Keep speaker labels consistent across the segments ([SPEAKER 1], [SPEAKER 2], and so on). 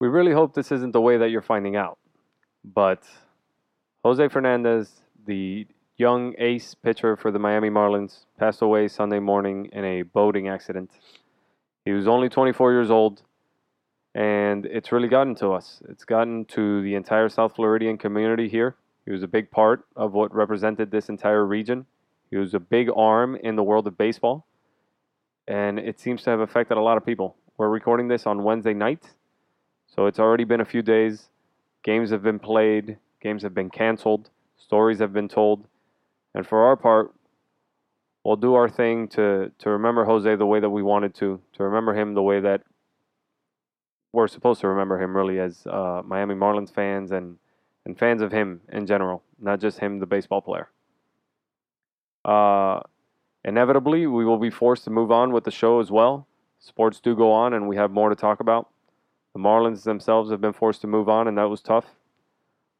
[SPEAKER 1] We really hope this isn't the way that you're finding out. But Jose Fernandez, the young ace pitcher for the Miami Marlins, passed away Sunday morning in a boating accident. He was only 24 years old, and it's really gotten to us. It's gotten to the entire South Floridian community here. He was a big part of what represented this entire region. He was a big arm in the world of baseball, and it seems to have affected a lot of people. We're recording this on Wednesday night, so it's already been a few days. Games have been played, games have been canceled, stories have been told, and for our part, we'll do our thing to to remember Jose the way that we wanted to, to remember him the way that we're supposed to remember him, really, as uh, Miami Marlins fans and and fans of him in general, not just him, the baseball player. Uh, inevitably, we will be forced to move on with the show as well. Sports do go on, and we have more to talk about. The Marlins themselves have been forced to move on, and that was tough,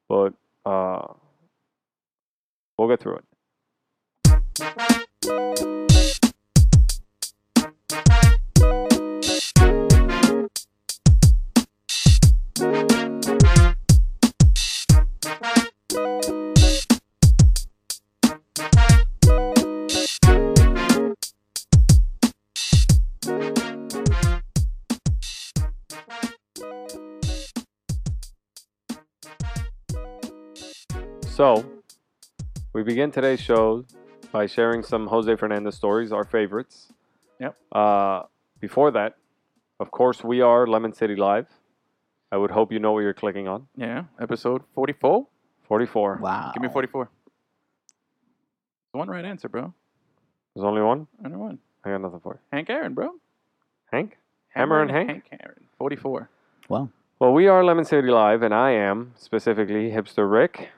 [SPEAKER 1] but uh, we'll get through it. So, we begin today's show by sharing some Jose Fernandez stories, our favorites.
[SPEAKER 2] Yep.
[SPEAKER 1] Uh, before that, of course, we are Lemon City Live. I would hope you know what you're clicking on.
[SPEAKER 2] Yeah, episode 44.
[SPEAKER 1] 44.
[SPEAKER 3] Wow.
[SPEAKER 2] Give me 44. The one right answer, bro.
[SPEAKER 1] There's only one.
[SPEAKER 2] Under one.
[SPEAKER 1] I got nothing for you.
[SPEAKER 2] Hank Aaron, bro.
[SPEAKER 1] Hank? Hammer and Hank?
[SPEAKER 2] Hank Aaron. 44.
[SPEAKER 3] Well,
[SPEAKER 1] Well, we are Lemon City Live, and I am specifically Hipster Rick.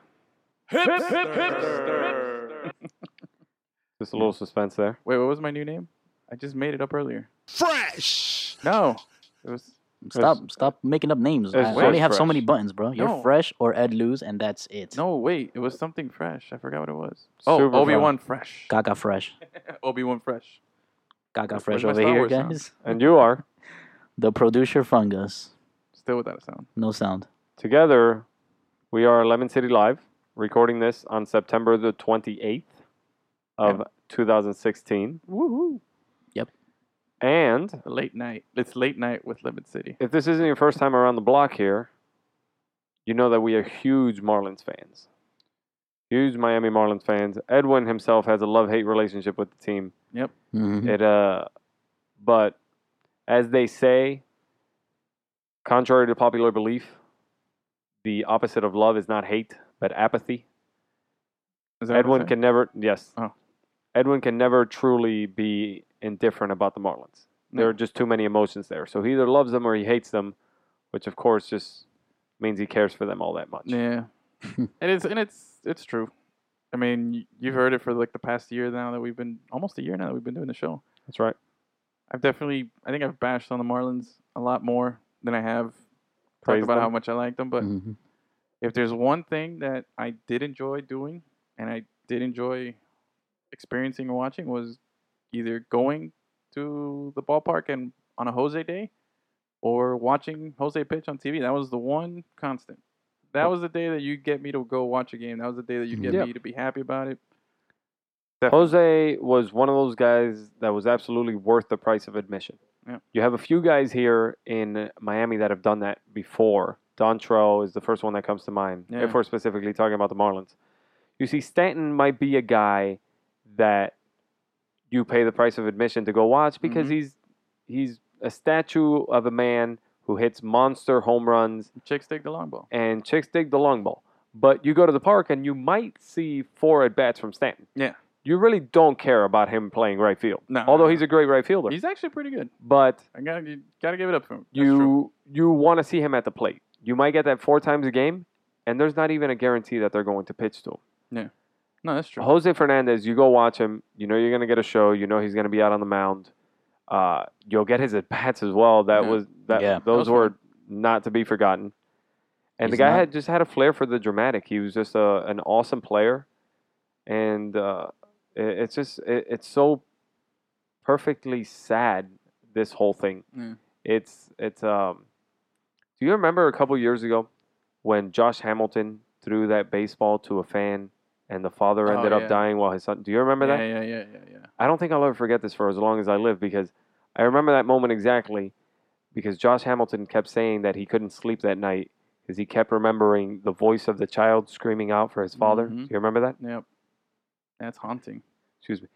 [SPEAKER 1] Just a little suspense there.
[SPEAKER 2] Wait, what was my new name? I just made it up earlier.
[SPEAKER 4] Fresh.
[SPEAKER 2] No. It was.
[SPEAKER 3] stop stop making up names.
[SPEAKER 1] it's
[SPEAKER 3] I already have so
[SPEAKER 1] fresh.
[SPEAKER 3] many buttons, bro. You're
[SPEAKER 2] No.
[SPEAKER 3] fresh or Ed Luz, and that's it.
[SPEAKER 2] No, wait. It was something fresh. I forgot what it was. Oh,
[SPEAKER 1] Super
[SPEAKER 2] Obi Wan Fresh.
[SPEAKER 3] Gaga fresh.
[SPEAKER 2] Obi Wan Fresh.
[SPEAKER 3] Gaga
[SPEAKER 2] Where's
[SPEAKER 3] fresh
[SPEAKER 2] my
[SPEAKER 3] over
[SPEAKER 2] Star
[SPEAKER 3] here,
[SPEAKER 2] Wars sound?
[SPEAKER 3] guys.
[SPEAKER 1] And you are.
[SPEAKER 3] The producer fungus.
[SPEAKER 2] Still without a sound.
[SPEAKER 3] No sound.
[SPEAKER 1] Together, we are Lemon City Live, recording this on September the 28th of 2016.
[SPEAKER 2] Woohoo.
[SPEAKER 1] And
[SPEAKER 2] Late night. It's late night with Lemon City.
[SPEAKER 1] if this isn't your first time around the block here, you know that we are huge Marlins fans. Huge Miami Marlins fans. Edwin himself has a love hate relationship with the team.
[SPEAKER 2] Mm-hmm.
[SPEAKER 3] Mhm.
[SPEAKER 1] It uh but as they say, contrary to popular belief, the opposite of love is not hate, but apathy.
[SPEAKER 2] Is that what
[SPEAKER 1] Edwin
[SPEAKER 2] I'm
[SPEAKER 1] can never yes.
[SPEAKER 2] Oh.
[SPEAKER 1] Edwin can never truly be indifferent about the Marlins. There
[SPEAKER 2] No.
[SPEAKER 1] are just too many emotions there. So he either loves them or he hates them, which of course just means he cares for them all that much.
[SPEAKER 2] Yeah, and it's and it's it's true. I mean, y- you've heard it for like the past year now that we've been almost a year now that we've been doing the show.
[SPEAKER 1] That's right.
[SPEAKER 2] I've definitely, I think I've bashed on the Marlins a lot more than I have talked
[SPEAKER 1] Praise
[SPEAKER 2] about
[SPEAKER 1] them.
[SPEAKER 2] how much I like them. But
[SPEAKER 3] Mhm.
[SPEAKER 2] if there's one thing that I did enjoy doing and I did enjoy experiencing and watching was either going to the ballpark and on a Jose day or watching Jose pitch on TV. That was the one constant. That was the day that you get me to go watch a game. That was the day that you get
[SPEAKER 1] Yeah.
[SPEAKER 2] me to be happy about it.
[SPEAKER 1] Jose was one of those guys that was absolutely worth the price of admission.
[SPEAKER 2] Yeah.
[SPEAKER 1] You have a few guys here in Miami that have done that before. Dontrell is the first one that comes to mind,
[SPEAKER 2] Yeah.
[SPEAKER 1] if we're specifically talking about the Marlins. You see, Stanton might be a guy that you pay the price of admission to go watch because
[SPEAKER 2] Mhm.
[SPEAKER 1] he's he's a statue of a man who hits monster home runs
[SPEAKER 2] Chicks take the long ball.
[SPEAKER 1] and chicks dig the long ball. But you go to the park and you might see four at bats from Stanton.
[SPEAKER 2] Yeah.
[SPEAKER 1] You really don't care about him playing right field.
[SPEAKER 2] No.
[SPEAKER 1] Although he's a great right fielder.
[SPEAKER 2] He's actually pretty good.
[SPEAKER 1] But
[SPEAKER 2] I got to got to give it up to him. That's
[SPEAKER 1] you
[SPEAKER 2] true.
[SPEAKER 1] you want to see him at the plate. You might get that four times a game, and there's not even a guarantee that they're going to pitch to him.
[SPEAKER 2] No, that's true.
[SPEAKER 1] Jose Fernandez, you go watch him. You know you're going to get a show. You know he's going to be out on the mound. Uh, you'll get his at bats as well. That
[SPEAKER 2] Yeah.
[SPEAKER 1] was that.
[SPEAKER 3] Yeah.
[SPEAKER 1] Those
[SPEAKER 2] Those
[SPEAKER 1] were
[SPEAKER 2] were-
[SPEAKER 1] not to be forgotten. And the
[SPEAKER 3] He's
[SPEAKER 1] guy
[SPEAKER 3] not-
[SPEAKER 1] had just had a flair for the dramatic. He was just a, an awesome player, and uh, it, it's just it, it's so perfectly sad. This whole thing.
[SPEAKER 2] Yeah.
[SPEAKER 1] It's it's um. Do you remember a couple years ago when Josh Hamilton threw that baseball to a fan and the father
[SPEAKER 2] Oh,
[SPEAKER 1] ended
[SPEAKER 2] yeah.
[SPEAKER 1] up dying while his son? Do you remember
[SPEAKER 2] yeah,
[SPEAKER 1] that?
[SPEAKER 2] yeah, yeah, yeah, yeah.
[SPEAKER 1] I don't think I'll ever forget this for as long as I live because I remember that moment exactly because Josh Hamilton kept saying that he couldn't sleep that night because he kept remembering the voice of the child screaming out for his father.
[SPEAKER 2] Mhm.
[SPEAKER 1] Do you remember that?
[SPEAKER 2] Yep. That's haunting.
[SPEAKER 1] Excuse me.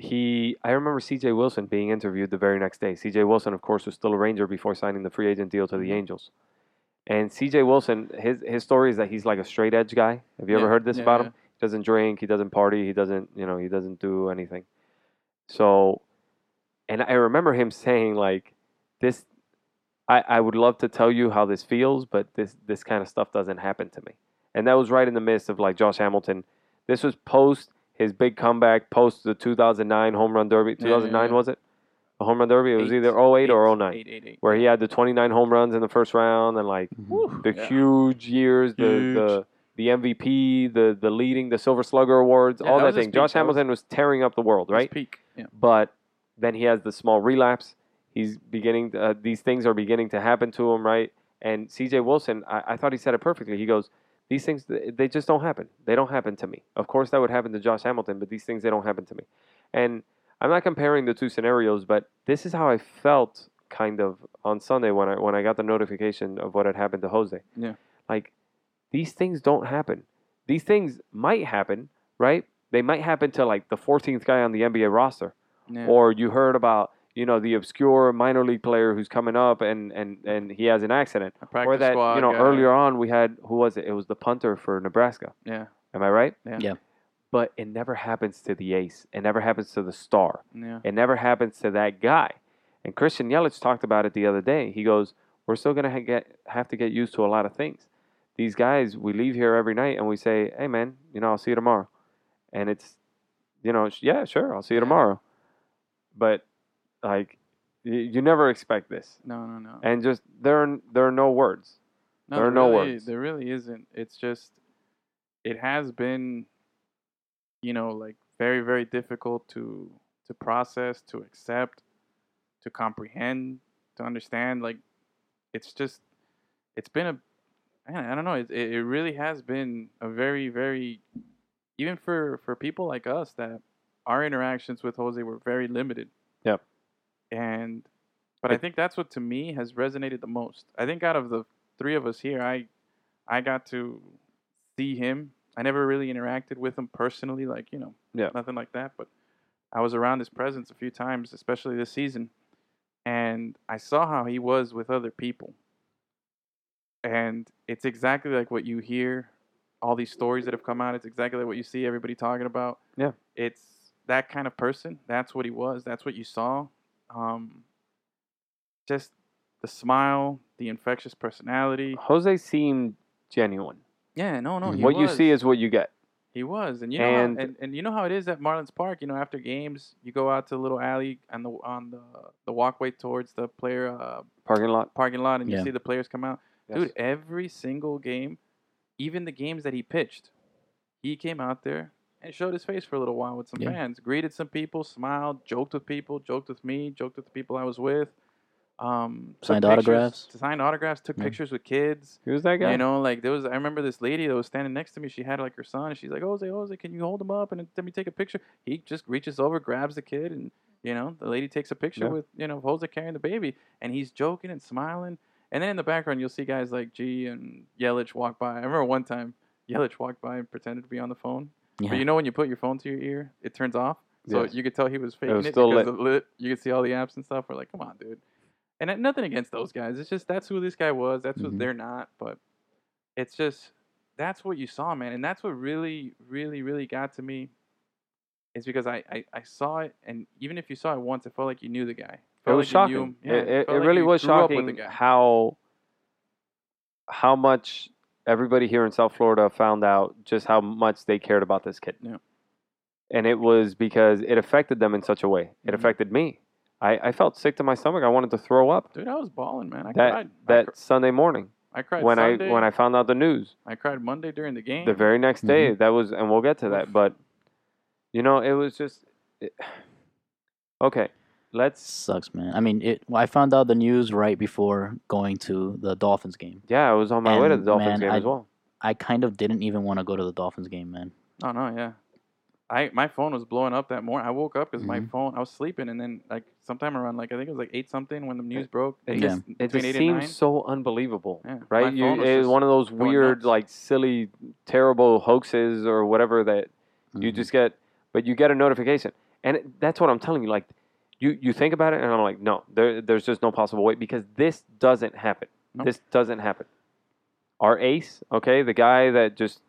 [SPEAKER 1] He, I remember C.J. Wilson being interviewed the very next day. C.J. Wilson, of course, was still a Ranger before signing the free agent deal to
[SPEAKER 2] Mm-hmm.
[SPEAKER 1] the Angels. And C.J. Wilson, his his story is that he's like a straight edge guy. Have you ever
[SPEAKER 2] Yeah,
[SPEAKER 1] heard this
[SPEAKER 2] yeah,
[SPEAKER 1] about
[SPEAKER 2] yeah.
[SPEAKER 1] him? He doesn't drink. He doesn't party. He doesn't, you know, he doesn't do anything. So, and I remember him saying like, "This, I, I would love to tell you how this feels, but this this kind of stuff doesn't happen to me." And that was right in the midst of like Josh Hamilton. This was post his big comeback, post the 2009 home run derby.
[SPEAKER 2] Yeah, yeah,
[SPEAKER 1] 2009
[SPEAKER 2] yeah.
[SPEAKER 1] was it? The home run derby. It was
[SPEAKER 2] Eight.
[SPEAKER 1] either 08 or 09
[SPEAKER 2] Eight, eight, eight.
[SPEAKER 1] where he had the 29 home runs in the first round and like
[SPEAKER 3] Mm-hmm.
[SPEAKER 2] Woo,
[SPEAKER 1] Mm-hmm. the
[SPEAKER 2] yeah.
[SPEAKER 1] huge years, the,
[SPEAKER 2] Huge.
[SPEAKER 1] the the MVP, the the leading, the Silver Slugger awards,
[SPEAKER 2] Yeah,
[SPEAKER 1] all
[SPEAKER 2] that
[SPEAKER 1] that
[SPEAKER 2] was his
[SPEAKER 1] thing.
[SPEAKER 2] peak.
[SPEAKER 1] Josh
[SPEAKER 2] That was-
[SPEAKER 1] Hamilton was tearing up the world,
[SPEAKER 2] His
[SPEAKER 1] right?
[SPEAKER 2] Peak. Yeah.
[SPEAKER 1] But then he has the small relapse. He's beginning. To, uh, these things are beginning to happen to him, right? And C.J. Wilson, I, I thought he said it perfectly. He goes, "These things, th- they just don't happen. They don't happen to me. Of course, that would happen to Josh Hamilton, but these things, they don't happen to me." And I'm not comparing the two scenarios, but this is how I felt kind of on Sunday when I when I got the notification of what had happened to Jose.
[SPEAKER 2] Yeah.
[SPEAKER 1] Like these things don't happen. These things might happen, right? They might happen to like the 14th guy on the NBA roster
[SPEAKER 2] yeah.
[SPEAKER 1] or you heard about you know the obscure minor league player who's coming up and and and he has an accident
[SPEAKER 2] A practice
[SPEAKER 1] or that
[SPEAKER 2] squad
[SPEAKER 1] you know
[SPEAKER 2] guy.
[SPEAKER 1] earlier on we had who was it it was the punter for nebraska
[SPEAKER 2] Yeah.
[SPEAKER 1] am i right
[SPEAKER 2] Yeah.
[SPEAKER 3] Yeah.
[SPEAKER 1] but it never happens to the ace it never happens to the star
[SPEAKER 2] Yeah.
[SPEAKER 1] it never happens to that guy and christian yelich talked about it the other day he goes we're still going to ha- get have to get used to a lot of things these guys we leave here every night and we say hey man you know i'll see you tomorrow and it's you know sh- yeah sure i'll see you tomorrow but like y- you never expect this
[SPEAKER 2] No, no, no.
[SPEAKER 1] and just there are, there are no words
[SPEAKER 2] No,
[SPEAKER 1] There are no
[SPEAKER 2] really-
[SPEAKER 1] words.
[SPEAKER 2] There really isn't. It's just, it has been, you know, like very, very difficult to to process, to accept, to comprehend, to understand. Like, it's just, it's been a, man, I don't know. It it it really has been a very, very, even for for people like us that our interactions with Jose were very limited.
[SPEAKER 1] Yep.
[SPEAKER 2] And, but I think that's what to me has resonated the most. I think out of the three of us here, I I got to see him. I never really interacted with him personally, like you know,
[SPEAKER 1] Yeah.
[SPEAKER 2] nothing like that. But I was around his presence a few times, especially this season, and I saw how he was with other people. And it's exactly like what you hear, all these stories that have come out. It's exactly like what you see everybody talking about.
[SPEAKER 1] Yeah.
[SPEAKER 2] it's that kind of person. That's what he was. That's what you saw. Um, just the smile, the infectious personality.
[SPEAKER 1] jose seemed genuine
[SPEAKER 2] Yeah, no, no.
[SPEAKER 3] Mhm.
[SPEAKER 2] He
[SPEAKER 1] what you
[SPEAKER 2] was.
[SPEAKER 1] see is what you get
[SPEAKER 2] he was, and you know, how-
[SPEAKER 1] and-
[SPEAKER 2] and, and, you know how it is at Marlins Park. You know, after games, you go out to the little alley on the on the the walkway towards the player uh,
[SPEAKER 1] parking lot
[SPEAKER 2] parking lot, and
[SPEAKER 3] Yeah.
[SPEAKER 2] you see the players come out. Dude, every single game, even the games that he pitched, he came out there and showed his face for a little while with some
[SPEAKER 3] Yeah.
[SPEAKER 2] fans, greeted some people, smiled, joked with people, joked with me, joked with the people I was with. Um, took
[SPEAKER 3] Signed
[SPEAKER 2] pictures-
[SPEAKER 3] autographs.
[SPEAKER 2] Signed autographs. Took
[SPEAKER 3] Yeah.
[SPEAKER 2] pictures with kids.
[SPEAKER 1] he was that guy
[SPEAKER 2] You know, like there was. I remember this lady that was standing next to me. She had like her son. And she's like, "Jose, Jose, can you hold him up and let me take a picture?" He just reaches over, grabs the kid, and you know, the lady takes a picture
[SPEAKER 1] Yeah.
[SPEAKER 2] with you know Jose carrying the baby, and he's joking and smiling. And then in the background, you'll see guys like G and Yelich walk by. I remember one time Yelich walked by and pretended to be on the phone.
[SPEAKER 3] Yeah.
[SPEAKER 2] But you know when you put your phone to your ear, it turns off. So
[SPEAKER 1] Yes.
[SPEAKER 2] you could tell he was faking it,
[SPEAKER 1] was still
[SPEAKER 2] because
[SPEAKER 1] lit.
[SPEAKER 2] the lit. You could see all the apps and stuff. We're like, come on, dude. And uh, nothing against those guys. It's just that's who this guy was. That's
[SPEAKER 3] Mhm.
[SPEAKER 1] Mm-hmm.
[SPEAKER 2] what they're not. But it's just that's what you saw, man. And that's what really, really, really got to me. Is because I, I, I saw it, and even if you saw it once, it felt like you knew the guy.
[SPEAKER 1] it
[SPEAKER 2] Felt
[SPEAKER 1] was
[SPEAKER 2] like you knew
[SPEAKER 1] shocking.
[SPEAKER 2] him. Yeah,
[SPEAKER 1] it it,
[SPEAKER 2] felt
[SPEAKER 1] it
[SPEAKER 2] like
[SPEAKER 1] really
[SPEAKER 2] you
[SPEAKER 1] was
[SPEAKER 2] grew up with
[SPEAKER 1] shocking
[SPEAKER 2] the guy.
[SPEAKER 1] how how much everybody here in South Florida found out just how much they cared about this kid.
[SPEAKER 2] Yeah.
[SPEAKER 1] And it was because it affected them in such a way. It
[SPEAKER 2] Mhm.
[SPEAKER 1] affected me. I, I felt sick to my stomach. I wanted to throw up
[SPEAKER 2] Dude, I was balling, man. I
[SPEAKER 1] that
[SPEAKER 2] cried. I,
[SPEAKER 1] that
[SPEAKER 2] cr-
[SPEAKER 1] Sunday morning
[SPEAKER 2] I cried
[SPEAKER 1] when
[SPEAKER 2] Sunday.
[SPEAKER 1] I when I found out the news.
[SPEAKER 2] I cried Monday during the game.
[SPEAKER 1] The very next day,
[SPEAKER 3] Mm-hmm.
[SPEAKER 1] that was, and we'll get to that.
[SPEAKER 2] Oof.
[SPEAKER 1] But you know, it was just it, okay. Let's
[SPEAKER 3] Sucks, man. I mean, it. Well, I found out the news right before going to the Dolphins game.
[SPEAKER 1] yeah, I was on my way to the
[SPEAKER 3] And,
[SPEAKER 1] Dolphins
[SPEAKER 3] man,
[SPEAKER 1] game
[SPEAKER 3] I-
[SPEAKER 1] as well.
[SPEAKER 3] I kind of didn't even want to go to the Dolphins game, man.
[SPEAKER 2] Oh no, yeah. I my phone was blowing up that morning. I woke up because my
[SPEAKER 1] Mm-hmm.
[SPEAKER 3] Mhm.
[SPEAKER 2] phone. I was sleeping, and then like sometime around like I think it was like eight something when the news broke.
[SPEAKER 1] it
[SPEAKER 2] eight-
[SPEAKER 3] just-
[SPEAKER 1] It
[SPEAKER 2] between
[SPEAKER 1] just
[SPEAKER 2] eight and nine.
[SPEAKER 1] seems so unbelievable,
[SPEAKER 2] Yeah, my
[SPEAKER 1] right? You,
[SPEAKER 2] phone was
[SPEAKER 1] it's
[SPEAKER 2] just
[SPEAKER 1] one of those
[SPEAKER 2] going
[SPEAKER 1] weird,
[SPEAKER 2] nuts.
[SPEAKER 1] like silly, terrible hoaxes or whatever that you
[SPEAKER 3] Mhm.
[SPEAKER 1] just get, but you get a notification, and it, that's what I'm telling you. Like, you you think about it, and I'm like, no, there, there's just no possible way because this doesn't happen.
[SPEAKER 2] Nope.
[SPEAKER 1] This doesn't happen. Our ace, okay, the guy that just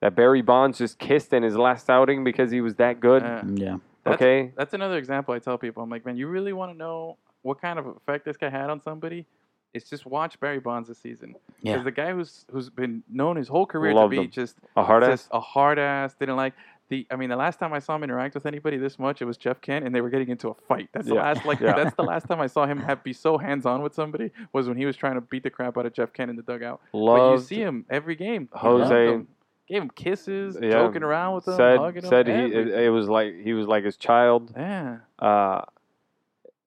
[SPEAKER 1] that Barry Bonds just kissed in his last outing because he was that good.
[SPEAKER 2] Yeah.
[SPEAKER 3] Yeah.
[SPEAKER 2] Uh, that's-
[SPEAKER 1] okay,
[SPEAKER 2] That's another example I tell people. I'm like, man, you really want to know what kind of effect this guy had on somebody? It's just watch Barry Bonds this season. Because
[SPEAKER 3] Yeah.
[SPEAKER 2] the guy who's who's been known his whole career
[SPEAKER 1] Loved
[SPEAKER 2] to be
[SPEAKER 1] him.
[SPEAKER 2] just
[SPEAKER 1] a hard ass.
[SPEAKER 2] just a hard ass. Didn't like the. I mean, the last time I saw him interact with anybody this much, it was Jeff Kent, and they were getting into a fight. That's the
[SPEAKER 1] Yeah.
[SPEAKER 2] last. Like
[SPEAKER 1] Yeah.
[SPEAKER 2] that's the last time I saw him have be so hands on with somebody was when he was trying to beat the crap out of Jeff Kent in the dugout. but you
[SPEAKER 1] Loved
[SPEAKER 2] see him every game. He
[SPEAKER 1] Jose.
[SPEAKER 2] loved him, Gave him kisses,
[SPEAKER 1] Yeah.
[SPEAKER 2] joking around with him, hugging
[SPEAKER 1] said said
[SPEAKER 2] him.
[SPEAKER 1] he it,
[SPEAKER 2] everything.
[SPEAKER 1] it was like he was like his child.
[SPEAKER 2] yeah,
[SPEAKER 1] Uh,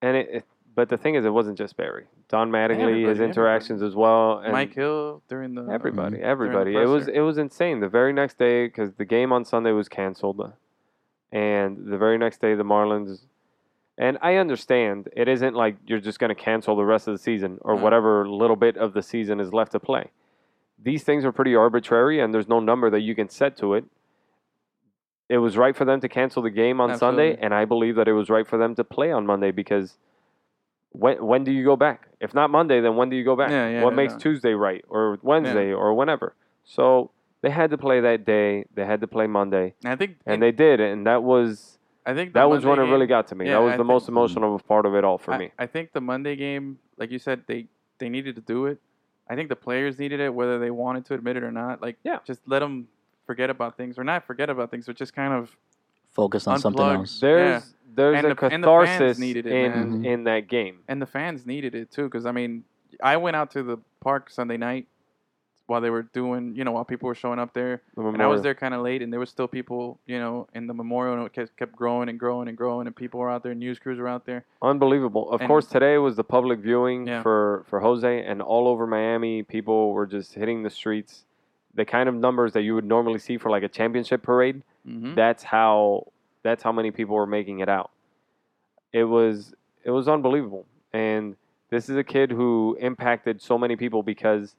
[SPEAKER 1] and it, it but the thing is, it wasn't just Barry. Don Mattingly, his
[SPEAKER 2] Everybody,
[SPEAKER 1] interactions as well, and
[SPEAKER 2] Mike Hill during the
[SPEAKER 1] everybody,
[SPEAKER 2] They're
[SPEAKER 1] everybody.
[SPEAKER 2] in
[SPEAKER 1] It
[SPEAKER 2] the
[SPEAKER 1] was
[SPEAKER 2] presser.
[SPEAKER 1] it was insane. The very next day, because the game on Sunday was canceled, and the very next day, the Marlins. And I understand it isn't like you're just going to cancel the rest of the season or
[SPEAKER 2] No.
[SPEAKER 1] whatever little bit of the season is left to play. These things are pretty arbitrary, and there's no number that you can set to it. It was right for them to cancel the game on Sunday,
[SPEAKER 2] Absolutely.
[SPEAKER 1] and I believe that it was right for them to play on Monday because when when do you go back? If not Monday, then when do you go back?
[SPEAKER 2] Yeah, yeah,
[SPEAKER 1] what
[SPEAKER 2] yeah,
[SPEAKER 1] makes
[SPEAKER 2] no.
[SPEAKER 1] Tuesday right or Wednesday or whenever? So they had to play that day. They had to play Monday,
[SPEAKER 2] And I think
[SPEAKER 1] and they did, and that was
[SPEAKER 2] I think the
[SPEAKER 1] that was
[SPEAKER 2] Monday
[SPEAKER 1] when it
[SPEAKER 2] game-
[SPEAKER 1] really got to me.
[SPEAKER 2] yeah,
[SPEAKER 1] that was
[SPEAKER 2] I
[SPEAKER 1] the most
[SPEAKER 2] think-
[SPEAKER 1] emotional part of it all for
[SPEAKER 2] I,
[SPEAKER 1] me.
[SPEAKER 2] I think the Monday game, like you said, they they needed to do it. I think the players needed it, whether they wanted to admit it or not. Like,
[SPEAKER 1] Yeah.
[SPEAKER 2] just let them forget about things, or not forget about things, but just kind of
[SPEAKER 3] Focus on something
[SPEAKER 2] unplugged.
[SPEAKER 3] else.
[SPEAKER 1] There's there's
[SPEAKER 2] And
[SPEAKER 1] a
[SPEAKER 2] the- and the fans
[SPEAKER 1] catharsis
[SPEAKER 2] needed it,
[SPEAKER 1] in
[SPEAKER 2] man.
[SPEAKER 1] in that game.
[SPEAKER 2] and the fans needed it too. Because I mean, I went out to the park Sunday night while they were doing, you know, while people were showing up there, and I was there kind of late, and there was still people, you know, in the memorial, and it kept, kept growing and growing and growing, and people were out there, news crews were out there.
[SPEAKER 1] Unbelievable. Of
[SPEAKER 2] And-
[SPEAKER 1] course, today was the public viewing
[SPEAKER 2] Yeah.
[SPEAKER 1] for, for Jose, and all over Miami, people were just hitting the streets. The kind of numbers that you would normally see for like a championship parade.
[SPEAKER 2] Mm-hmm.
[SPEAKER 1] That's how that's how many people were making it out. It was it was unbelievable, and this is a kid who impacted so many people because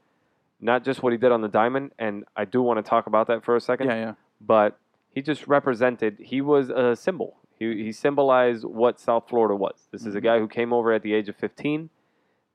[SPEAKER 1] not just what he did on the diamond, and I do want to talk about that for a second
[SPEAKER 2] Yeah, yeah.
[SPEAKER 1] but he just represented he was a symbol he, he symbolized what south florida was this is a
[SPEAKER 2] Mhm.
[SPEAKER 1] guy who came over at the age of 15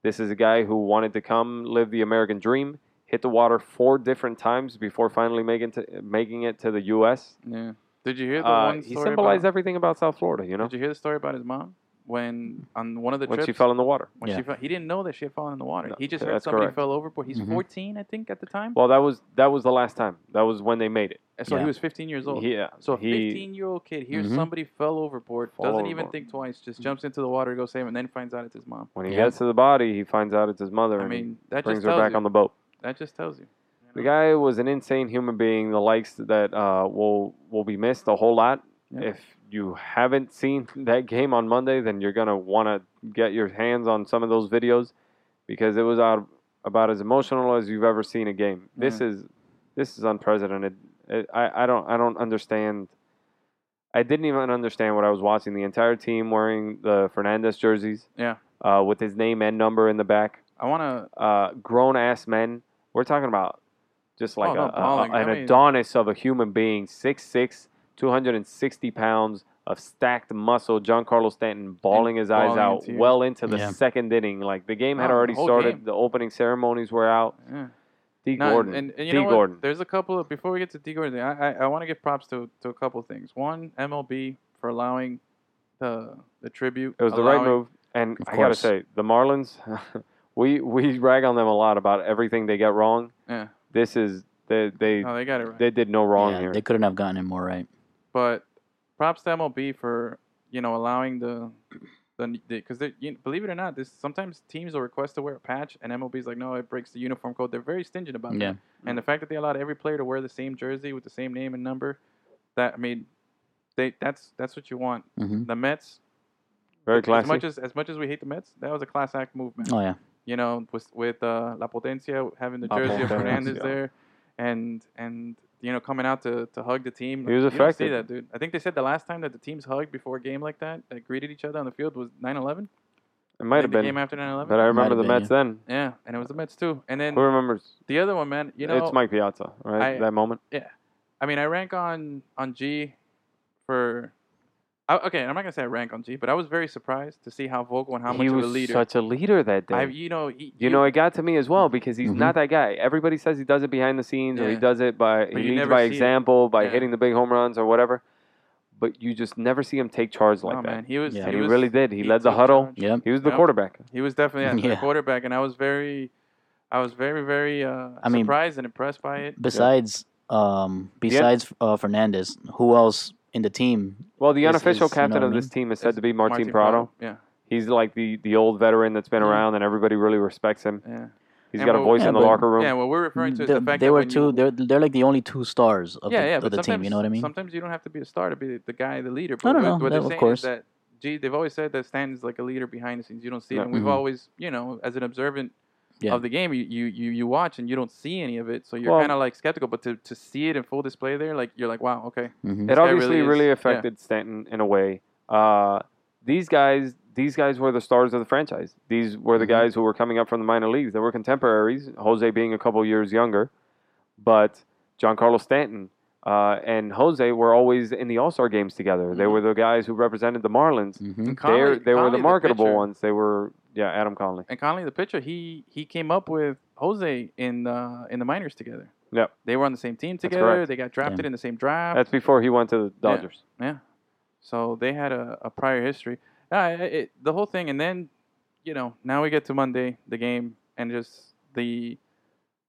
[SPEAKER 1] this is a guy who wanted to come live the american dream hit the water four different times before finally making, to, making it to the us
[SPEAKER 2] Yeah. Did you hear the
[SPEAKER 1] Uh,
[SPEAKER 2] one story
[SPEAKER 1] he
[SPEAKER 2] about-
[SPEAKER 1] symbolized everything about south florida you know
[SPEAKER 2] Did you hear the story about his mom when on one of the
[SPEAKER 1] when
[SPEAKER 2] trips
[SPEAKER 1] she fell in the water
[SPEAKER 2] when she
[SPEAKER 3] Yeah.
[SPEAKER 2] fell, he didn't know that she had fallen in the water.
[SPEAKER 1] No,
[SPEAKER 2] he just
[SPEAKER 1] yeah,
[SPEAKER 2] heard
[SPEAKER 1] that's
[SPEAKER 2] somebody
[SPEAKER 1] correct. Mm-hmm.
[SPEAKER 2] fell overboard. He's
[SPEAKER 3] Mhm.
[SPEAKER 2] 14, I think, at the time.
[SPEAKER 1] well that was that was the last time that was when they made it
[SPEAKER 2] And so he
[SPEAKER 3] Yeah.
[SPEAKER 2] was 15 years old.
[SPEAKER 1] yeah
[SPEAKER 2] so a
[SPEAKER 1] he Mm-hmm.
[SPEAKER 2] 15 year old kid hears
[SPEAKER 3] Mhm.
[SPEAKER 2] somebody fell overboard,
[SPEAKER 1] Fall
[SPEAKER 2] doesn't
[SPEAKER 1] overboard.
[SPEAKER 2] even
[SPEAKER 1] Mm-hmm.
[SPEAKER 2] think twice, just jumps into the water to go save him, and then finds out it's his mom.
[SPEAKER 1] when he
[SPEAKER 3] Yeah.
[SPEAKER 1] gets to the body he finds out it's his mother
[SPEAKER 2] I
[SPEAKER 1] and he
[SPEAKER 2] mean, that just
[SPEAKER 1] brings
[SPEAKER 2] tells
[SPEAKER 1] her back
[SPEAKER 2] you.
[SPEAKER 1] on the boat
[SPEAKER 2] that just tells you.
[SPEAKER 1] The guy was an insane human being, the likes that uh, will will be missed a whole lot.
[SPEAKER 2] Yeah.
[SPEAKER 1] If you haven't seen that game on Monday, then you're gonna want to get your hands on some of those videos because it was out about as emotional as you've ever seen a game. This is this is unprecedented. It, I I don't I don't understand. I didn't even understand what I was watching. The entire team wearing the Fernandez jerseys.
[SPEAKER 2] Yeah.
[SPEAKER 1] Uh, with his name and number in the back
[SPEAKER 2] I want to.
[SPEAKER 1] uh, grown ass men. We're talking about just like
[SPEAKER 2] Oh, no,
[SPEAKER 1] a- a-
[SPEAKER 2] balling.
[SPEAKER 1] a- an
[SPEAKER 2] I mean-
[SPEAKER 1] Adonis of a human being, 6'6, 260 pounds of stacked muscle. Giancarlo Stanton bawling his eyes
[SPEAKER 2] balling
[SPEAKER 1] out
[SPEAKER 2] into you.
[SPEAKER 1] well into the
[SPEAKER 3] Yeah.
[SPEAKER 1] second inning. Like the game had
[SPEAKER 2] Oh,
[SPEAKER 1] already
[SPEAKER 2] the whole
[SPEAKER 1] started,
[SPEAKER 2] game.
[SPEAKER 1] the opening ceremonies were out.
[SPEAKER 2] Yeah.
[SPEAKER 1] D.
[SPEAKER 2] No,
[SPEAKER 1] Gordon.
[SPEAKER 2] And, and you
[SPEAKER 1] D.
[SPEAKER 2] know what?
[SPEAKER 1] Gordon.
[SPEAKER 2] There's a couple of before we get to D Gordon, I I, I want to give props to to a couple of things. One, MLB for allowing the the tribute.
[SPEAKER 1] It was the right
[SPEAKER 2] allowing-
[SPEAKER 1] move. And
[SPEAKER 3] Of
[SPEAKER 1] I got to
[SPEAKER 3] course.
[SPEAKER 1] say, the Marlins, we, we rag on them a lot about everything they get wrong.
[SPEAKER 2] Yeah.
[SPEAKER 1] This is, they, they,
[SPEAKER 2] No, they got it right.
[SPEAKER 1] they did no wrong
[SPEAKER 3] yeah,
[SPEAKER 1] here.
[SPEAKER 3] They couldn't have gotten it more right.
[SPEAKER 2] but props to MLB for you know allowing the the because they you believe it or not, this sometimes teams will request to wear a patch, and MLB's like, no, it breaks the uniform code. They're very stingent about
[SPEAKER 3] Yeah.
[SPEAKER 2] that. And the fact that they allowed every player to wear the same jersey with the same name and number, that I mean, they that's that's what you want.
[SPEAKER 3] hmm
[SPEAKER 2] The Mets
[SPEAKER 1] Very
[SPEAKER 2] as much
[SPEAKER 1] classy.
[SPEAKER 2] as as much as we hate the Mets, that was a class act movement.
[SPEAKER 3] Oh yeah,
[SPEAKER 2] you know, with with uh, La Potencia having the
[SPEAKER 1] La
[SPEAKER 2] jersey of Fernandez Potencia. there, and and you know coming out to, to hug the team.
[SPEAKER 1] He was
[SPEAKER 2] You don't see
[SPEAKER 1] affected.
[SPEAKER 2] that, dude. I think they said the last time that the teams hugged before a game like that, that greeted each other on the field was
[SPEAKER 1] It might
[SPEAKER 2] 9/11.
[SPEAKER 1] have
[SPEAKER 2] the game
[SPEAKER 1] been,
[SPEAKER 2] after 9/11.
[SPEAKER 1] but I remember the
[SPEAKER 3] been, yeah.
[SPEAKER 1] Mets then.
[SPEAKER 2] yeah, and it was the Mets too. And then
[SPEAKER 1] Who remembers?
[SPEAKER 2] the other one, man. You know,
[SPEAKER 1] it's Mike Piazza, right?
[SPEAKER 2] I-
[SPEAKER 1] that moment.
[SPEAKER 2] I mean, I rank on on G for. I, okay, I'm not gonna say I rank on G, but I was very surprised to see how vocal and how much
[SPEAKER 1] he
[SPEAKER 2] of a
[SPEAKER 1] was
[SPEAKER 2] leader.
[SPEAKER 1] such a leader that day. Mm-hmm.
[SPEAKER 2] I, you know, he,
[SPEAKER 1] you
[SPEAKER 2] he-
[SPEAKER 1] know, it got to me as well because he's
[SPEAKER 3] Mhm.
[SPEAKER 1] not that guy. Everybody says he does it behind the scenes, or he
[SPEAKER 2] Yeah.
[SPEAKER 1] does it by
[SPEAKER 2] But you
[SPEAKER 1] he leads
[SPEAKER 2] never
[SPEAKER 1] by
[SPEAKER 2] see it.
[SPEAKER 1] example, by
[SPEAKER 2] Yeah.
[SPEAKER 1] hitting the big home runs or whatever. But you just never see him take charge like
[SPEAKER 2] oh,
[SPEAKER 1] that.
[SPEAKER 2] man, he was.
[SPEAKER 3] Yeah.
[SPEAKER 1] and he,
[SPEAKER 2] was,
[SPEAKER 1] really did. He, led the
[SPEAKER 2] took
[SPEAKER 1] huddle.
[SPEAKER 2] charge.
[SPEAKER 3] yep.
[SPEAKER 1] He was the
[SPEAKER 2] Yep.
[SPEAKER 1] quarterback.
[SPEAKER 2] He was definitely yeah.
[SPEAKER 3] Yeah.
[SPEAKER 2] the quarterback, and I was very, I was very, very uh,
[SPEAKER 3] I mean-
[SPEAKER 2] surprised and impressed by it.
[SPEAKER 3] Besides, um, besides uh, Fernandez, who else in the team?
[SPEAKER 1] Well, the
[SPEAKER 3] This
[SPEAKER 1] unofficial
[SPEAKER 3] is- you know
[SPEAKER 1] captain
[SPEAKER 3] what I
[SPEAKER 1] of this team is said
[SPEAKER 2] It's
[SPEAKER 1] to be Martin, Prado.
[SPEAKER 2] Yeah,
[SPEAKER 1] He's like the, the old veteran that's been
[SPEAKER 2] Yeah.
[SPEAKER 1] around, and everybody really respects him.
[SPEAKER 2] yeah,
[SPEAKER 1] He's
[SPEAKER 2] Mm-hmm. And
[SPEAKER 1] got a
[SPEAKER 2] what-
[SPEAKER 1] voice
[SPEAKER 3] Yeah,
[SPEAKER 1] in the
[SPEAKER 3] but-
[SPEAKER 1] locker room.
[SPEAKER 2] yeah. What we're referring to is
[SPEAKER 3] They,
[SPEAKER 2] the fact
[SPEAKER 3] they
[SPEAKER 2] that
[SPEAKER 3] were
[SPEAKER 2] when
[SPEAKER 3] two.
[SPEAKER 2] you,
[SPEAKER 3] They're they're like the only two stars of
[SPEAKER 2] yeah,
[SPEAKER 3] the,
[SPEAKER 2] yeah,
[SPEAKER 3] of
[SPEAKER 2] but
[SPEAKER 3] the team.
[SPEAKER 2] sometimes-
[SPEAKER 3] You know what I mean?
[SPEAKER 2] Sometimes you don't have to be a star to be the, the guy, the leader.
[SPEAKER 3] I
[SPEAKER 2] But
[SPEAKER 3] don't
[SPEAKER 2] what,
[SPEAKER 3] know.
[SPEAKER 2] what
[SPEAKER 3] That-
[SPEAKER 2] they're
[SPEAKER 3] of
[SPEAKER 2] saying
[SPEAKER 3] course.
[SPEAKER 2] is that, gee, they've always said that Stan is like a leader behind the scenes. You don't see it,
[SPEAKER 1] Yeah.
[SPEAKER 2] and we've
[SPEAKER 3] Mhm.
[SPEAKER 2] always, you know, as an observant
[SPEAKER 3] Yeah.
[SPEAKER 2] of the game, you, you you you watch and you don't see any of it, so you're
[SPEAKER 1] Well-
[SPEAKER 2] kind of like skeptical. But to to see it in full display there, like you're like, wow, okay,
[SPEAKER 3] Mhm.
[SPEAKER 1] It
[SPEAKER 2] guy
[SPEAKER 1] obviously
[SPEAKER 2] really
[SPEAKER 1] really,
[SPEAKER 2] is- yeah.
[SPEAKER 1] affected Stanton in a way. Uh, these guys, these guys were the stars of the franchise. These were the
[SPEAKER 2] Mm-hmm.
[SPEAKER 3] Mhm.
[SPEAKER 1] guys who were coming up from the minor leagues. They were contemporaries. Jose being a couple years younger, but Giancarlo Stanton uh, and Jose were always in the All Star games together. They
[SPEAKER 2] Mhm.
[SPEAKER 1] were the guys who represented the Marlins.
[SPEAKER 3] Mhm.
[SPEAKER 2] And
[SPEAKER 1] They're-
[SPEAKER 2] Conley-
[SPEAKER 1] they were
[SPEAKER 2] Conley,
[SPEAKER 1] the marketable
[SPEAKER 2] pitcher-
[SPEAKER 1] ones. They were yeah, Adam Conley.
[SPEAKER 2] and Conley, the pitcher, he he came up with Jose in uh, in the minors together.
[SPEAKER 1] Yep.
[SPEAKER 2] They were on the same team together.
[SPEAKER 1] correct.
[SPEAKER 2] They got drafted in the same draft.
[SPEAKER 1] That's before he went to the Dodgers.
[SPEAKER 2] so they had a, a prior history. Nah, it, it, the whole thing, and then you know now we get to Monday, the game, and just the,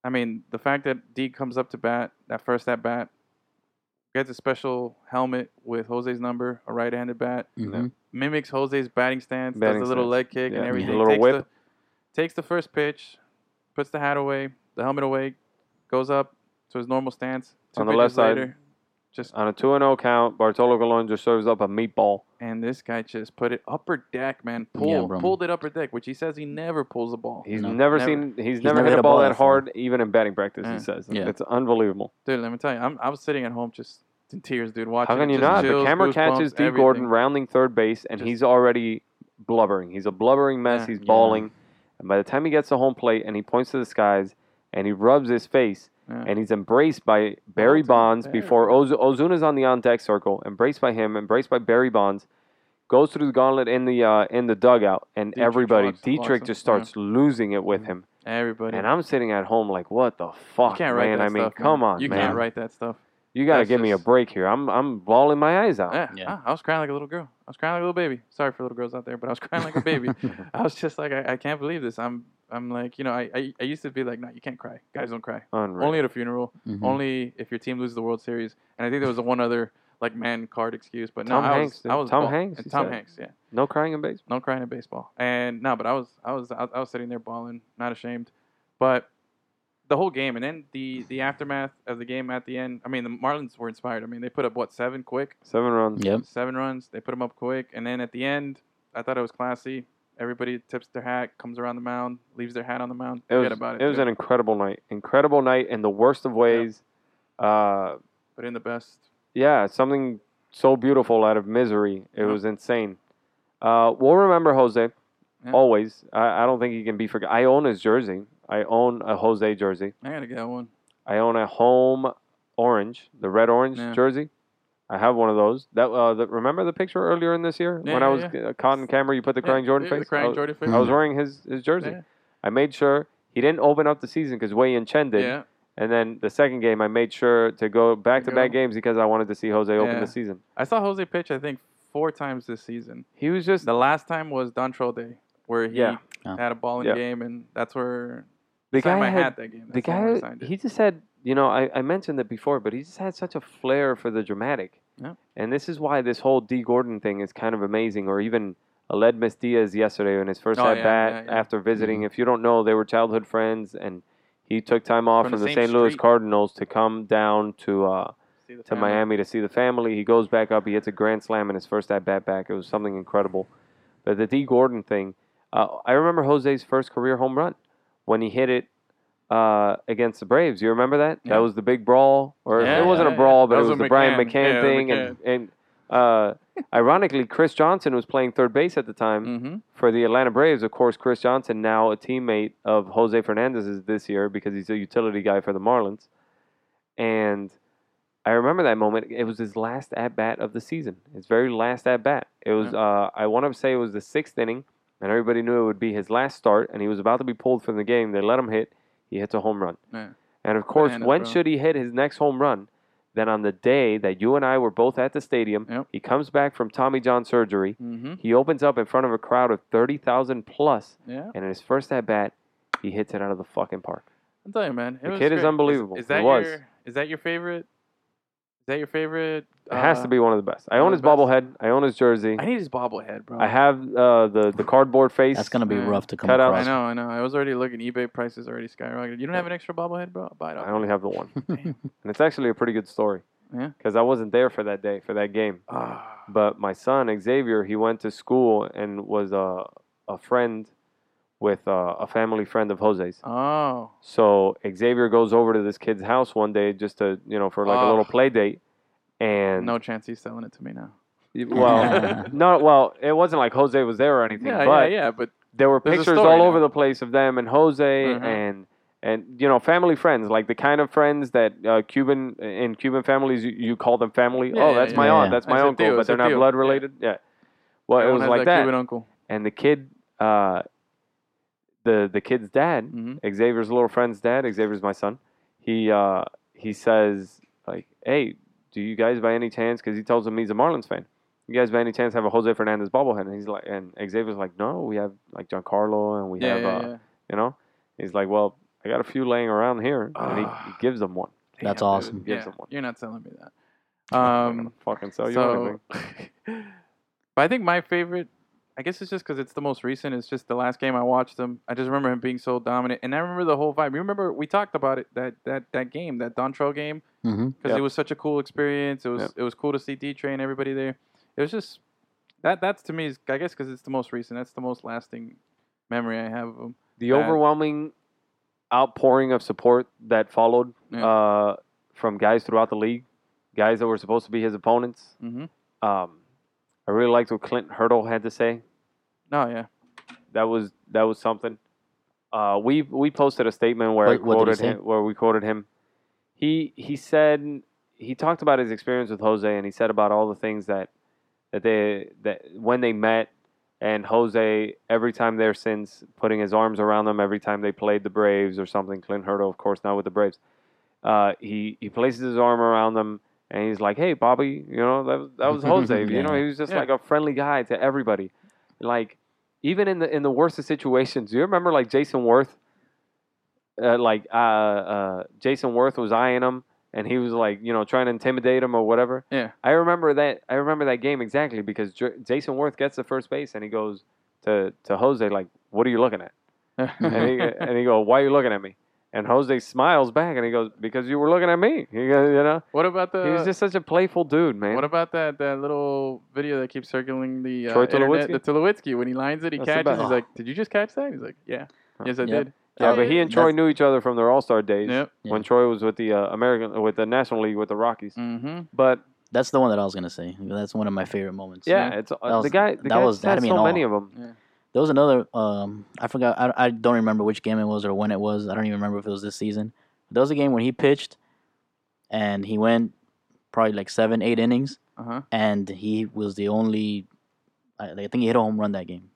[SPEAKER 2] I mean, the fact that D comes up to bat that first at bat, gets a special helmet with Jose's number, a right-handed bat,
[SPEAKER 3] Mhm.
[SPEAKER 2] mimics Jose's batting stance,
[SPEAKER 1] Batting
[SPEAKER 2] does a little
[SPEAKER 1] stance.
[SPEAKER 2] leg kick
[SPEAKER 1] Yeah,
[SPEAKER 2] and
[SPEAKER 1] the
[SPEAKER 2] everything.
[SPEAKER 1] little
[SPEAKER 2] takes
[SPEAKER 1] whip.
[SPEAKER 2] The, takes the first pitch, puts the hat away, the helmet away, goes up to his normal stance. Two
[SPEAKER 1] On the
[SPEAKER 2] pitches
[SPEAKER 1] left side.
[SPEAKER 2] later, just
[SPEAKER 1] On a two and zero count, Bartolo Colon just serves up a meatball.
[SPEAKER 2] and this guy just put it upper deck, man. Pull,
[SPEAKER 3] bro.
[SPEAKER 2] pulled it upper deck, which he says he never pulls a ball.
[SPEAKER 1] He's
[SPEAKER 3] No,
[SPEAKER 1] never,
[SPEAKER 2] never.
[SPEAKER 1] seen. He's, never, hit, a ball, that
[SPEAKER 3] before.
[SPEAKER 1] hard, even in batting practice.
[SPEAKER 2] Mm, Yeah.
[SPEAKER 1] He says
[SPEAKER 3] Yeah.
[SPEAKER 1] it's unbelievable.
[SPEAKER 2] Dude, let me tell you, I'm, I was sitting at home just in tears, dude. Watching.
[SPEAKER 1] How can
[SPEAKER 2] it,
[SPEAKER 1] you
[SPEAKER 2] just
[SPEAKER 1] not? The
[SPEAKER 2] chills,
[SPEAKER 1] camera
[SPEAKER 2] goosebumps,
[SPEAKER 1] catches D.
[SPEAKER 2] everything.
[SPEAKER 1] Gordon rounding third base, and
[SPEAKER 2] Just-
[SPEAKER 1] he's already blubbering. He's a blubbering mess.
[SPEAKER 2] Yeah.
[SPEAKER 1] he's
[SPEAKER 3] Yeah.
[SPEAKER 1] bawling. And by the time he gets to home plate and he points to the skies and he rubs his face
[SPEAKER 2] Yeah.
[SPEAKER 1] and he's embraced by Barry
[SPEAKER 2] dude,
[SPEAKER 1] Bonds
[SPEAKER 2] Barry.
[SPEAKER 1] before Oz- Ozuna's on the on deck circle, embraced by him, embraced by Barry Bonds, goes through the gauntlet in the uh, in the dugout, and
[SPEAKER 2] Dietrich
[SPEAKER 1] everybody
[SPEAKER 2] walks-
[SPEAKER 1] Dietrich
[SPEAKER 2] walks him, Mm-hmm.
[SPEAKER 1] just starts losing it with him.
[SPEAKER 2] Everybody.
[SPEAKER 1] And I'm sitting at home like, what the fuck,
[SPEAKER 2] you can't write
[SPEAKER 1] man?
[SPEAKER 2] that
[SPEAKER 1] I mean,
[SPEAKER 2] stuff,
[SPEAKER 1] come
[SPEAKER 2] man.
[SPEAKER 1] on,
[SPEAKER 2] You
[SPEAKER 1] man.
[SPEAKER 2] can't write that stuff.
[SPEAKER 1] you gotta
[SPEAKER 2] that's
[SPEAKER 1] give me a
[SPEAKER 2] just-
[SPEAKER 1] break here. I'm I'm bawling my eyes out.
[SPEAKER 2] Yeah,
[SPEAKER 3] Yeah.
[SPEAKER 2] I, I was crying like a little girl. I was crying like a little baby. Sorry for little girls out there, but I was crying like a baby. I was just like, I, I can't believe this. I'm, I'm like, you know, I, I, I used to be like, no, you can't cry. Guys don't cry.
[SPEAKER 1] Unreal.
[SPEAKER 2] Only at a funeral.
[SPEAKER 1] Mm-hmm.
[SPEAKER 3] Mhm.
[SPEAKER 2] Only if your team loses the World Series. And I think there was a one other like man card excuse, but
[SPEAKER 1] Tom
[SPEAKER 2] no, I
[SPEAKER 1] Hanks,
[SPEAKER 2] was, I
[SPEAKER 1] dude.
[SPEAKER 2] was
[SPEAKER 1] Tom
[SPEAKER 2] ball-
[SPEAKER 1] Hanks,
[SPEAKER 2] and
[SPEAKER 1] he
[SPEAKER 2] Tom
[SPEAKER 1] said.
[SPEAKER 2] Hanks, yeah.
[SPEAKER 1] No crying in baseball.
[SPEAKER 2] No crying in baseball. And no, but I was, I was, I, I was sitting there bawling, not ashamed, but the whole game, and then the the aftermath of the game at the end. I mean, the Marlins were inspired. I mean, they put up what seven quick.
[SPEAKER 1] Seven runs.
[SPEAKER 3] Yep.
[SPEAKER 2] seven runs. They put them up quick, and then at the end, I thought it was classy. Everybody tips their hat, comes around the mound, leaves their hat on the mound.
[SPEAKER 1] It was,
[SPEAKER 2] Forget about it.
[SPEAKER 1] it was
[SPEAKER 2] dude.
[SPEAKER 1] an incredible night. Incredible night in the worst of ways. Uh,
[SPEAKER 2] but in the best.
[SPEAKER 1] yeah, something so beautiful out of misery. It
[SPEAKER 2] Yeah.
[SPEAKER 1] was insane. Uh, we'll remember Jose
[SPEAKER 2] Yeah.
[SPEAKER 1] always. I, I don't think he can be forgotten. I own his jersey. I own a Jose jersey.
[SPEAKER 2] I gotta get one.
[SPEAKER 1] I own a home orange, the red orange
[SPEAKER 2] Yeah.
[SPEAKER 1] jersey. I have one of those. That uh, the, remember the picture earlier in this year
[SPEAKER 2] Yeah,
[SPEAKER 1] when I
[SPEAKER 2] yeah,
[SPEAKER 1] was uh, caught in camera. You put the crying
[SPEAKER 2] Yeah,
[SPEAKER 1] Jordan
[SPEAKER 2] yeah, the
[SPEAKER 1] face.
[SPEAKER 2] crying
[SPEAKER 1] I was-
[SPEAKER 2] Jordan face.
[SPEAKER 1] I was wearing his, his jersey.
[SPEAKER 2] Yeah.
[SPEAKER 1] I made sure he didn't open up the season because Wei and Chen did.
[SPEAKER 2] Yeah,
[SPEAKER 1] And then the second game, I made sure to go back to back
[SPEAKER 2] Go.
[SPEAKER 1] games because I wanted to see Jose open
[SPEAKER 2] Yeah.
[SPEAKER 1] the season.
[SPEAKER 2] I saw Jose pitch. I think four times this season.
[SPEAKER 1] He was just
[SPEAKER 2] The last time was Dontrell Day, where he
[SPEAKER 1] Yeah.
[SPEAKER 3] Yeah.
[SPEAKER 2] had a ball in
[SPEAKER 1] Yeah.
[SPEAKER 2] game, and that's where
[SPEAKER 1] the
[SPEAKER 2] that's time
[SPEAKER 1] guy.
[SPEAKER 2] I
[SPEAKER 1] Had,
[SPEAKER 2] had that game. That's
[SPEAKER 1] the
[SPEAKER 2] when
[SPEAKER 1] guy.
[SPEAKER 2] I signed it.
[SPEAKER 1] He just had. You know, I, I mentioned it before, but he just had such a flair for the dramatic.
[SPEAKER 2] Yeah.
[SPEAKER 1] And this is why this whole D Gordon thing is kind of amazing, or even Aledmus Diaz yesterday in his first
[SPEAKER 2] Oh,
[SPEAKER 1] at
[SPEAKER 2] yeah,
[SPEAKER 1] bat
[SPEAKER 2] yeah, Mm-hmm. yeah.
[SPEAKER 1] after visiting. If you don't know, they were childhood friends, and he took time off
[SPEAKER 2] From
[SPEAKER 1] from,
[SPEAKER 2] the
[SPEAKER 1] the
[SPEAKER 2] same
[SPEAKER 1] St. Louis
[SPEAKER 2] street.
[SPEAKER 1] Cardinals to come down to uh,
[SPEAKER 2] See the
[SPEAKER 1] to
[SPEAKER 2] family.
[SPEAKER 1] Miami to see the family. He goes back up. He hits a grand slam in his first at bat back. It was something incredible. But the D Gordon thing, uh, I remember Jose's first career home run when he hit it uh, against the Braves. You remember that?
[SPEAKER 2] Yeah.
[SPEAKER 1] That was the big brawl, or
[SPEAKER 2] Yeah,
[SPEAKER 1] it wasn't
[SPEAKER 2] yeah,
[SPEAKER 1] a brawl,
[SPEAKER 2] yeah.
[SPEAKER 1] but it
[SPEAKER 2] That was
[SPEAKER 1] was,
[SPEAKER 2] a
[SPEAKER 1] the Brian
[SPEAKER 2] McCann.
[SPEAKER 1] McCann
[SPEAKER 2] Yeah,
[SPEAKER 1] thing,
[SPEAKER 2] McCann.
[SPEAKER 1] and and uh, ironically, Chris Johnson was playing third base at the time
[SPEAKER 2] Mm-hmm.
[SPEAKER 1] for the Atlanta Braves, of course, Chris Johnson, now a teammate of Jose Fernandez's this year because he's a utility guy for the Marlins. And I remember that moment. It was his last at bat of the season, his very last at bat. It was, uh, I want to say it was the sixth inning, and everybody knew it would be his last start, and he was about to be pulled from the game. They let him hit. He hits a home run.
[SPEAKER 2] Yeah.
[SPEAKER 1] And of course,
[SPEAKER 2] Banana,
[SPEAKER 1] when
[SPEAKER 2] bro.
[SPEAKER 1] should he hit his next home run? Then on the day that you and I were both at the stadium,
[SPEAKER 2] Yep.
[SPEAKER 1] he comes back from Tommy John surgery.
[SPEAKER 2] Mm-hmm.
[SPEAKER 1] He opens up in front of a crowd of 30,000 plus,
[SPEAKER 2] Yeah.
[SPEAKER 1] and in his first at bat, he hits it out of the fucking park.
[SPEAKER 2] I'm telling you, man. It
[SPEAKER 1] The
[SPEAKER 2] was
[SPEAKER 1] kid is
[SPEAKER 2] great.
[SPEAKER 1] unbelievable.
[SPEAKER 2] Is,
[SPEAKER 1] He
[SPEAKER 2] that
[SPEAKER 1] was.
[SPEAKER 2] your? Is that your favorite? Is that your favorite?
[SPEAKER 1] It has
[SPEAKER 2] uh,
[SPEAKER 1] to be one of the best. I
[SPEAKER 2] one
[SPEAKER 1] own
[SPEAKER 2] of
[SPEAKER 1] his
[SPEAKER 2] the best.
[SPEAKER 1] bobblehead. I own his jersey.
[SPEAKER 2] I need his bobblehead, bro.
[SPEAKER 1] I have uh, the, the cardboard face.
[SPEAKER 3] That's gonna be
[SPEAKER 2] Yeah.
[SPEAKER 3] rough to come
[SPEAKER 1] Cut out-
[SPEAKER 2] I
[SPEAKER 3] across.
[SPEAKER 2] know, I know. I was already looking. eBay prices already skyrocketed. You don't have an extra bobblehead, bro? I'll buy it.
[SPEAKER 1] I
[SPEAKER 2] Off.
[SPEAKER 1] only have the one.
[SPEAKER 2] Damn.
[SPEAKER 1] and it's actually a pretty good story.
[SPEAKER 2] Yeah.
[SPEAKER 1] Because I wasn't there for that day, for that game.
[SPEAKER 2] Ah,
[SPEAKER 1] But my son, Xavier, he went to school and was uh, a friend with uh, a family friend of Jose's.
[SPEAKER 2] oh,
[SPEAKER 1] So Xavier goes over to this kid's house one day just to, you know, for like a
[SPEAKER 2] Oh.
[SPEAKER 1] little play date. And
[SPEAKER 2] no chance he's selling it to me now.
[SPEAKER 1] well, no, well, it wasn't like Jose was there or anything,
[SPEAKER 2] Oh, Yeah,
[SPEAKER 1] but
[SPEAKER 2] yeah, yeah. But
[SPEAKER 1] there were
[SPEAKER 2] There's a
[SPEAKER 1] pictures
[SPEAKER 2] story
[SPEAKER 1] all
[SPEAKER 2] now.
[SPEAKER 1] over the place of them and Jose
[SPEAKER 2] Mhm.
[SPEAKER 1] and and you know family friends, like the kind of friends that uh, Cuban in Cuban families you, you call them family.
[SPEAKER 2] Yeah,
[SPEAKER 1] oh,
[SPEAKER 2] yeah,
[SPEAKER 1] that's
[SPEAKER 2] yeah.
[SPEAKER 1] my aunt,
[SPEAKER 3] Yeah.
[SPEAKER 1] that's my
[SPEAKER 2] It's a
[SPEAKER 1] uncle,
[SPEAKER 2] tío,
[SPEAKER 1] but
[SPEAKER 2] it's
[SPEAKER 1] they're
[SPEAKER 2] a
[SPEAKER 1] not
[SPEAKER 2] tío.
[SPEAKER 1] blood
[SPEAKER 2] Yeah.
[SPEAKER 1] related. Yeah. Well, it
[SPEAKER 2] everyone
[SPEAKER 1] was
[SPEAKER 2] has
[SPEAKER 1] like
[SPEAKER 2] that
[SPEAKER 1] that,
[SPEAKER 2] Cuban uncle.
[SPEAKER 1] and the kid, uh, the the kid's dad
[SPEAKER 2] Mm-hmm.
[SPEAKER 1] Xavier's little friend's dad, Xavier's my son. He uh, he says like, "Hey, do you guys by any chance?" Because he tells him he's a Marlins fan. You guys by any chance have a Jose Fernandez bobblehead? And he's like, and Xavier's like, "No, we have like Giancarlo, and we
[SPEAKER 2] Yeah,
[SPEAKER 1] have
[SPEAKER 2] yeah,
[SPEAKER 1] uh,
[SPEAKER 2] yeah.
[SPEAKER 1] you know." He's like, "Well, I got a few laying around here," and he, he
[SPEAKER 2] Ah.
[SPEAKER 1] gives them one.
[SPEAKER 3] That's
[SPEAKER 2] Damn, dude.
[SPEAKER 3] awesome.
[SPEAKER 1] Give
[SPEAKER 2] Yeah,
[SPEAKER 1] someone.
[SPEAKER 2] You're not selling me that.
[SPEAKER 1] I'm
[SPEAKER 2] Um,
[SPEAKER 1] gonna fucking sell you anything.
[SPEAKER 2] so, but I think my favorite, I guess it's just because it's the most recent. It's just the last game I watched him. I just remember him being so dominant, and I remember the whole vibe. You remember we talked about it that that that game, that Dontrell game.
[SPEAKER 3] hmm
[SPEAKER 2] because
[SPEAKER 1] Yep.
[SPEAKER 2] it was such a cool experience. It was
[SPEAKER 1] Yep.
[SPEAKER 2] it was cool to see D Train everybody there. It was just that that's to me is I guess because it's the most recent. That's the most lasting memory I have of him.
[SPEAKER 1] the
[SPEAKER 2] that-
[SPEAKER 1] overwhelming outpouring of support that followed
[SPEAKER 2] Yeah.
[SPEAKER 1] uh, from guys throughout the league, guys that were supposed to be his opponents.
[SPEAKER 2] Mm-hmm.
[SPEAKER 1] Um, I really liked what Clint Hurdle had to say.
[SPEAKER 2] No, yeah,
[SPEAKER 1] That was that was something. Uh, we we posted a statement where I
[SPEAKER 3] What- what did he
[SPEAKER 1] quoted
[SPEAKER 3] say?
[SPEAKER 1] him, where we quoted him. He he said he talked about his experience with Jose and he said about all the things that that they that when they met and Jose every time there since putting his arms around them every time they played the Braves or something. Clint Hurdle, of course, now with the Braves. Uh, he he places his arm around them and he's like, "Hey, Bobby, you know that was- that was Jose. You know
[SPEAKER 3] Yeah.
[SPEAKER 1] he was just
[SPEAKER 2] Yeah.
[SPEAKER 1] like a friendly guy to everybody. Like even in the in the worst of situations, do you remember like Jason Worth? Uh, like uh, uh, Jason Worth was eyeing him, and he was like, you know, trying to intimidate him or whatever.
[SPEAKER 2] Yeah.
[SPEAKER 1] I remember that. I remember that game exactly because J- Jason Worth gets the first base and he goes to to Jose like, "What are you looking at?" and he and he goes, "Why are you looking at me?" And Jose smiles back and he goes, "Because you were looking at me." He goes, you know,
[SPEAKER 2] what about the
[SPEAKER 1] he was just such a playful dude, man.
[SPEAKER 2] Uh, what about that that little video that keeps circulating the uh,
[SPEAKER 1] Troy
[SPEAKER 2] internet,
[SPEAKER 1] Tulowitzki?
[SPEAKER 2] the Tulowitzki when he lines it, he
[SPEAKER 1] That's the
[SPEAKER 2] catches.
[SPEAKER 1] best.
[SPEAKER 2] He's like, "Did you just catch that?" He's like, "Yeah,
[SPEAKER 1] Huh.
[SPEAKER 2] yes, I
[SPEAKER 3] Yep.
[SPEAKER 2] did."
[SPEAKER 1] yeah, but he and Troy
[SPEAKER 3] That's-
[SPEAKER 1] knew each other from their All Star days
[SPEAKER 2] Yep.
[SPEAKER 1] when Troy was with the uh, American with the National League with the Rockies.
[SPEAKER 2] Mm-hmm.
[SPEAKER 1] But
[SPEAKER 3] That's the one that I was gonna say. That's one of my favorite moments.
[SPEAKER 1] yeah,
[SPEAKER 2] Yeah.
[SPEAKER 1] it's uh,
[SPEAKER 3] was-
[SPEAKER 1] the guy. The
[SPEAKER 3] that
[SPEAKER 1] guy
[SPEAKER 3] was-
[SPEAKER 1] had
[SPEAKER 3] I mean,
[SPEAKER 1] so
[SPEAKER 3] all-
[SPEAKER 1] many of them.
[SPEAKER 3] There was another. Um, I forgot. I, I don't remember which game it was or when it was. I don't even remember if it was this season. There was a game when he pitched, and he went probably like seven, eight innings,
[SPEAKER 2] Uh huh.
[SPEAKER 3] and he was the only. I, I think he hit a home run that game,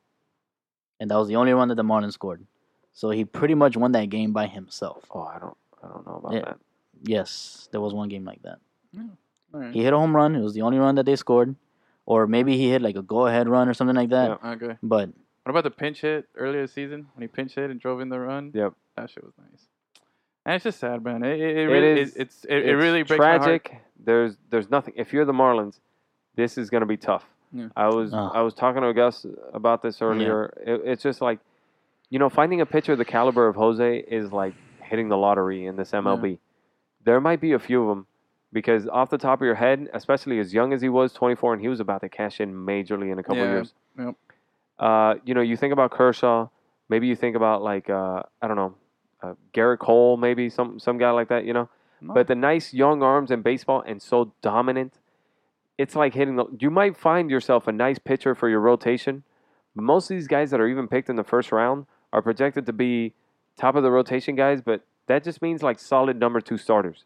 [SPEAKER 3] and that was the only run that the Marlins scored. So he pretty much won that game by himself.
[SPEAKER 1] Oh, I don't, I don't know about
[SPEAKER 3] Yeah.
[SPEAKER 1] that.
[SPEAKER 3] Yes, there was one game like
[SPEAKER 2] Mm-hmm.
[SPEAKER 3] that.
[SPEAKER 2] All right.
[SPEAKER 3] He hit a home run. It was the only run that they scored, or maybe he hit like a go-ahead run or something like that.
[SPEAKER 1] Yeah.
[SPEAKER 2] Okay. What
[SPEAKER 3] But
[SPEAKER 2] about the pinch hit earlier this season when he pinch hit and drove in the run?
[SPEAKER 1] Yep.
[SPEAKER 2] That shit was nice. And it's just sad, man. It, it, it
[SPEAKER 1] It
[SPEAKER 2] really
[SPEAKER 1] is-
[SPEAKER 2] it, it's it, it
[SPEAKER 1] It's
[SPEAKER 2] really breaks my heart.
[SPEAKER 1] tragic. There's there's nothing. If you're the Marlins, this is going to be tough.
[SPEAKER 2] Yeah.
[SPEAKER 1] I was
[SPEAKER 3] Ah.
[SPEAKER 1] I was talking to Gus about this earlier. It, it's just like, you know, finding a pitcher the caliber of Jose is like hitting the lottery in this MLB. There might be a few of them because off the top of your head, especially as young as he was, 24, and he was about to cash in majorly in a couple
[SPEAKER 2] Yeah.
[SPEAKER 1] years.
[SPEAKER 2] Yep.
[SPEAKER 1] uh, you know, you think about Kershaw. Maybe you think about like uh, I don't know, uh, Garrett Cole, maybe some some guy like that. You know,
[SPEAKER 2] No.
[SPEAKER 1] but the nice young arms in baseball and so dominant. It's like hitting. The, you might find yourself a nice pitcher for your rotation. But most of these guys that are even picked in the first round are projected to be top of the rotation guys, but that just means like solid number two starters.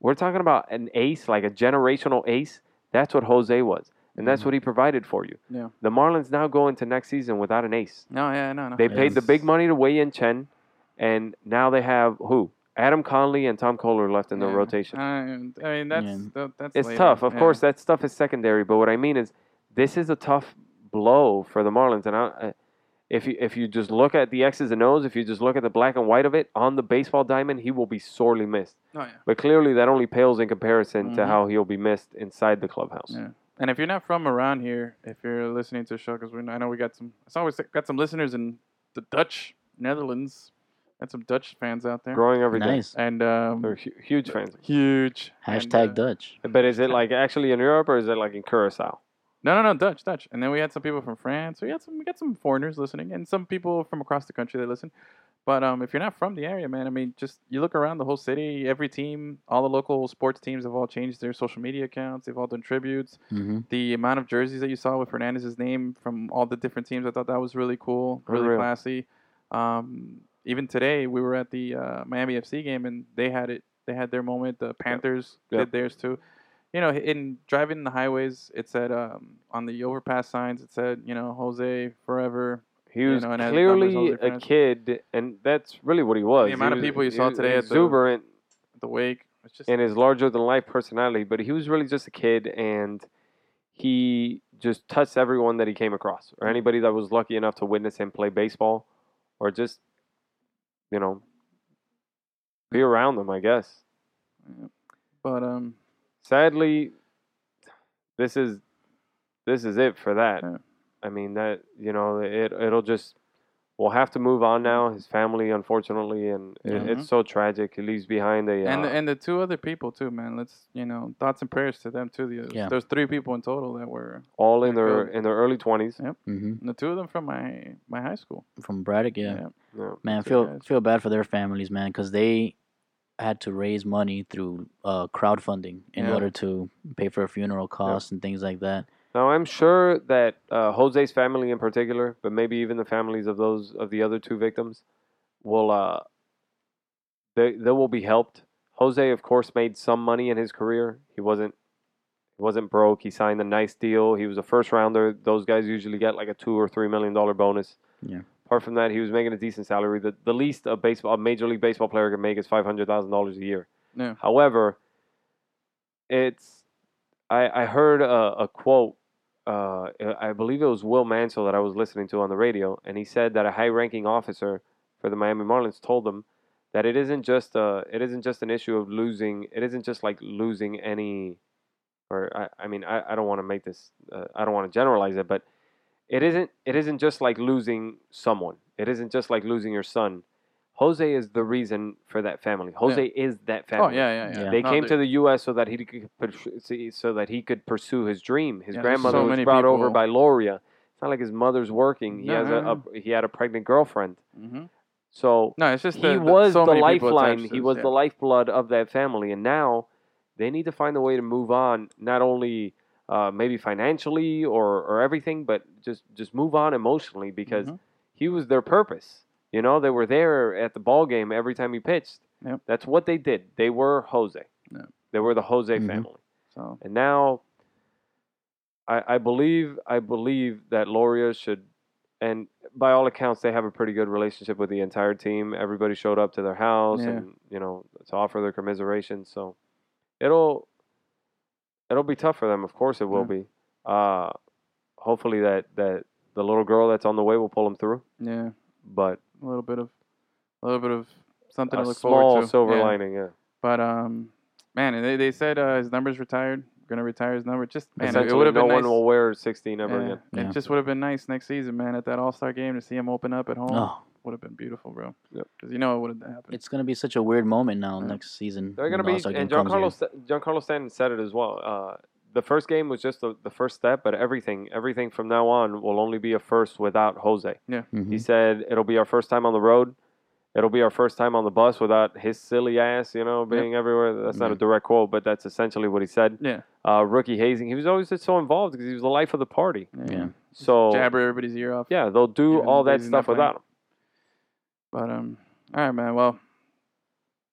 [SPEAKER 1] We're talking about an ace, like a generational ace. That's what Jose was, and that's what he provided for you.
[SPEAKER 2] Yeah.
[SPEAKER 1] The Marlins now go into next season without an ace.
[SPEAKER 2] no, yeah, no, no.
[SPEAKER 1] They
[SPEAKER 3] Yeah.
[SPEAKER 1] paid the big money to Wei Yin Chen, and now they have who? Adam Conley and Tom Kohler left in the
[SPEAKER 2] Yeah.
[SPEAKER 1] rotation.
[SPEAKER 2] I, I mean, that's that, that's.
[SPEAKER 1] It's
[SPEAKER 2] later.
[SPEAKER 1] tough. Of
[SPEAKER 2] Yeah.
[SPEAKER 1] course, that stuff is secondary. But what I mean is, this is a tough blow for the Marlins. And I, I- if you if you just look at the X's and O's, if you just look at the black and white of it on the baseball diamond, he will be sorely missed.
[SPEAKER 2] Oh, yeah.
[SPEAKER 1] But clearly, that only pales in comparison to
[SPEAKER 2] Mhm.
[SPEAKER 1] how he'll be missed inside the clubhouse.
[SPEAKER 2] Yeah. And if you're not from around here, if you're listening to the show, because I know we got some, it's always got some listeners in the Dutch Netherlands, got some Dutch fans out there,
[SPEAKER 1] Growing every day.
[SPEAKER 3] nice.
[SPEAKER 2] and um,
[SPEAKER 1] They're hu- huge fans.
[SPEAKER 2] huge and,
[SPEAKER 3] Hashtag
[SPEAKER 2] uh,
[SPEAKER 3] Dutch.
[SPEAKER 1] But is it like actually in Europe or is it like in Curacao?
[SPEAKER 2] No, no, no, Dutch, Dutch. And then we had some people from France. We had some, we got some foreigners listening, and some people from across the country that listen. But um, if you're not from the area, man, I mean, just you look around the whole city. Every team, all the local sports teams have all changed their social media accounts. They've all done tributes.
[SPEAKER 3] hmm
[SPEAKER 2] the amount of jerseys that you saw with Fernandez's name from all the different teams, I thought that was really cool, really
[SPEAKER 1] Unreal.
[SPEAKER 2] classy. Um, even today, we were at the uh, Miami FC game and they had it. They had their moment. The Panthers
[SPEAKER 1] Yep.
[SPEAKER 2] did theirs too. You know, in driving the highways, it said um, on the overpass signs, it said, you know, Jose forever.
[SPEAKER 1] He
[SPEAKER 2] You
[SPEAKER 1] was
[SPEAKER 2] know, and has numbers all
[SPEAKER 1] clearly
[SPEAKER 2] over
[SPEAKER 1] a
[SPEAKER 2] France.
[SPEAKER 1] kid, and that's really what he was. He
[SPEAKER 2] amount of
[SPEAKER 1] was-
[SPEAKER 2] people you
[SPEAKER 1] he
[SPEAKER 2] saw
[SPEAKER 1] was
[SPEAKER 2] today at the-
[SPEAKER 1] exuberant
[SPEAKER 2] The wake. It's just
[SPEAKER 1] and his larger than life personality, but he was really just a kid and he just touched everyone that he came across or anybody that was lucky enough to witness him play baseball or just, you know, be around them, I guess.
[SPEAKER 2] but um,
[SPEAKER 1] Sadly, this is this is it for that.
[SPEAKER 2] Yeah.
[SPEAKER 1] I mean that you know it it'll just we'll have to move on now. His family, unfortunately, and it,
[SPEAKER 2] Mhm.
[SPEAKER 1] it's so tragic. He leaves behind a uh,
[SPEAKER 2] and the, and the two other people too, man. Let's you know thoughts and prayers to them too. The,
[SPEAKER 3] Yeah.
[SPEAKER 2] There's three people in total that were
[SPEAKER 1] all in
[SPEAKER 2] they're
[SPEAKER 1] their
[SPEAKER 2] good.
[SPEAKER 1] in their early twenties.
[SPEAKER 3] hmm
[SPEAKER 2] and the two of them from my my high school.
[SPEAKER 3] From Braddock, yeah.
[SPEAKER 1] Yeah.
[SPEAKER 3] Man,
[SPEAKER 2] Two
[SPEAKER 3] feel
[SPEAKER 2] guys.
[SPEAKER 3] feel bad for their families, man, because they had to raise money through uh, crowdfunding in
[SPEAKER 2] Yeah.
[SPEAKER 3] order to pay for funeral costs and things like that.
[SPEAKER 1] Now I'm sure that uh, Jose's family in particular, but maybe even the families of those of the other two victims, will uh, they they will be helped. Jose, of course, made some money in his career. He wasn't he wasn't broke. He signed a nice deal. He was a first rounder. Those guys usually get like a two or three million dollar bonus.
[SPEAKER 3] Yeah.
[SPEAKER 1] Apart from that, he was making a decent salary. The the least a baseball a major league baseball player can make is five hundred thousand dollars a year.
[SPEAKER 2] Yeah.
[SPEAKER 1] However, it's I I heard a, a quote. Uh, I believe it was Will Mansell that I was listening to on the radio, and he said that a high-ranking officer for the Miami Marlins told them that it isn't just uh it isn't just an issue of losing. It isn't just like losing any, or I, I mean I, I don't want to make this uh, I don't want to generalize it, but it isn't it isn't just like losing someone. It isn't just like losing your son. Jose is the reason for that family. Jose is that family.
[SPEAKER 2] Oh yeah, yeah, yeah.
[SPEAKER 3] Yeah.
[SPEAKER 1] They
[SPEAKER 2] No,
[SPEAKER 1] came to
[SPEAKER 2] there-
[SPEAKER 1] the U.S. so that he could pur- see- so that he could pursue his dream. His
[SPEAKER 2] Yeah, there's
[SPEAKER 1] grandmother
[SPEAKER 2] so
[SPEAKER 1] was
[SPEAKER 2] many
[SPEAKER 1] brought over
[SPEAKER 2] people-
[SPEAKER 1] by Loria. It's not like his mother's working. He
[SPEAKER 2] No,
[SPEAKER 1] has
[SPEAKER 2] no,
[SPEAKER 1] a, a he had a pregnant girlfriend.
[SPEAKER 2] Mhm.
[SPEAKER 1] So
[SPEAKER 2] No, it's just
[SPEAKER 1] he
[SPEAKER 2] the, the-
[SPEAKER 1] was
[SPEAKER 2] so
[SPEAKER 1] the
[SPEAKER 2] many people
[SPEAKER 1] lifeline.
[SPEAKER 2] attached to
[SPEAKER 1] He
[SPEAKER 2] this,
[SPEAKER 1] was
[SPEAKER 2] yeah.
[SPEAKER 1] the lifeblood of that family, and now they need to find a way to move on. Not only uh, maybe financially or or everything, but just just move on emotionally because
[SPEAKER 2] Mhm.
[SPEAKER 1] he was their purpose. You know, they were there at the ball game every time he pitched.
[SPEAKER 2] Yep.
[SPEAKER 1] That's what they did. They were Jose.
[SPEAKER 2] Yeah.
[SPEAKER 1] They were the Jose
[SPEAKER 2] Mm-hmm.
[SPEAKER 3] Mhm.
[SPEAKER 1] family.
[SPEAKER 2] So
[SPEAKER 1] And now, I, I believe I believe that Loria should, and by all accounts, they have a pretty good relationship with the entire team. Everybody showed up to their house,
[SPEAKER 2] Yeah.
[SPEAKER 1] and you know to offer their commiseration. So it'll it'll be tough for them. Of course, it will be. Uh, hopefully that that the little girl that's on the way will pull them through.
[SPEAKER 2] yeah,
[SPEAKER 1] But
[SPEAKER 2] a little bit of, a little bit of something to
[SPEAKER 1] a
[SPEAKER 2] look forward
[SPEAKER 1] small
[SPEAKER 2] to.
[SPEAKER 1] silver
[SPEAKER 2] yeah.
[SPEAKER 1] lining. Yeah.
[SPEAKER 2] But um, man, and they, they said uh, his number's retired. Gonna retire his number. Just man, it
[SPEAKER 1] Essentially,
[SPEAKER 2] would have
[SPEAKER 1] no
[SPEAKER 2] been
[SPEAKER 1] one
[SPEAKER 2] nice.
[SPEAKER 1] will wear 16 ever
[SPEAKER 2] yeah,
[SPEAKER 1] again.
[SPEAKER 2] It
[SPEAKER 3] Yeah.
[SPEAKER 2] just would have been nice next season, man, at that All Star game to see him open up at home.
[SPEAKER 3] Oh,
[SPEAKER 2] Would have been beautiful, bro.
[SPEAKER 1] Ah. Yep.
[SPEAKER 2] Because you know it would have happened.
[SPEAKER 3] it's gonna be such a weird moment now
[SPEAKER 2] Yeah.
[SPEAKER 3] next season.
[SPEAKER 1] They're going to
[SPEAKER 3] when
[SPEAKER 1] be,
[SPEAKER 3] the All-Star game
[SPEAKER 1] and
[SPEAKER 3] comes here.
[SPEAKER 1] Giancarlo, Sta- Giancarlo Stanton said it as well. Uh, the first game was just the, the first step, but everything everything from now on will only be a first without Jose. He
[SPEAKER 3] Mhm.
[SPEAKER 1] said it'll be our first time on the road. It'll be our first time on the bus without his silly ass, you know, being everywhere. That's not a
[SPEAKER 3] Yeah.
[SPEAKER 1] direct quote, but that's essentially what he said.
[SPEAKER 2] Yeah.
[SPEAKER 1] Uh, rookie hazing. He was always just so involved because he was the life of the party.
[SPEAKER 3] Yeah.
[SPEAKER 1] So
[SPEAKER 2] Jabber everybody's ear off.
[SPEAKER 1] yeah, they'll do
[SPEAKER 2] Even
[SPEAKER 1] all that
[SPEAKER 2] raising
[SPEAKER 1] stuff
[SPEAKER 2] that
[SPEAKER 1] without him.
[SPEAKER 2] But um, all right, man. Well,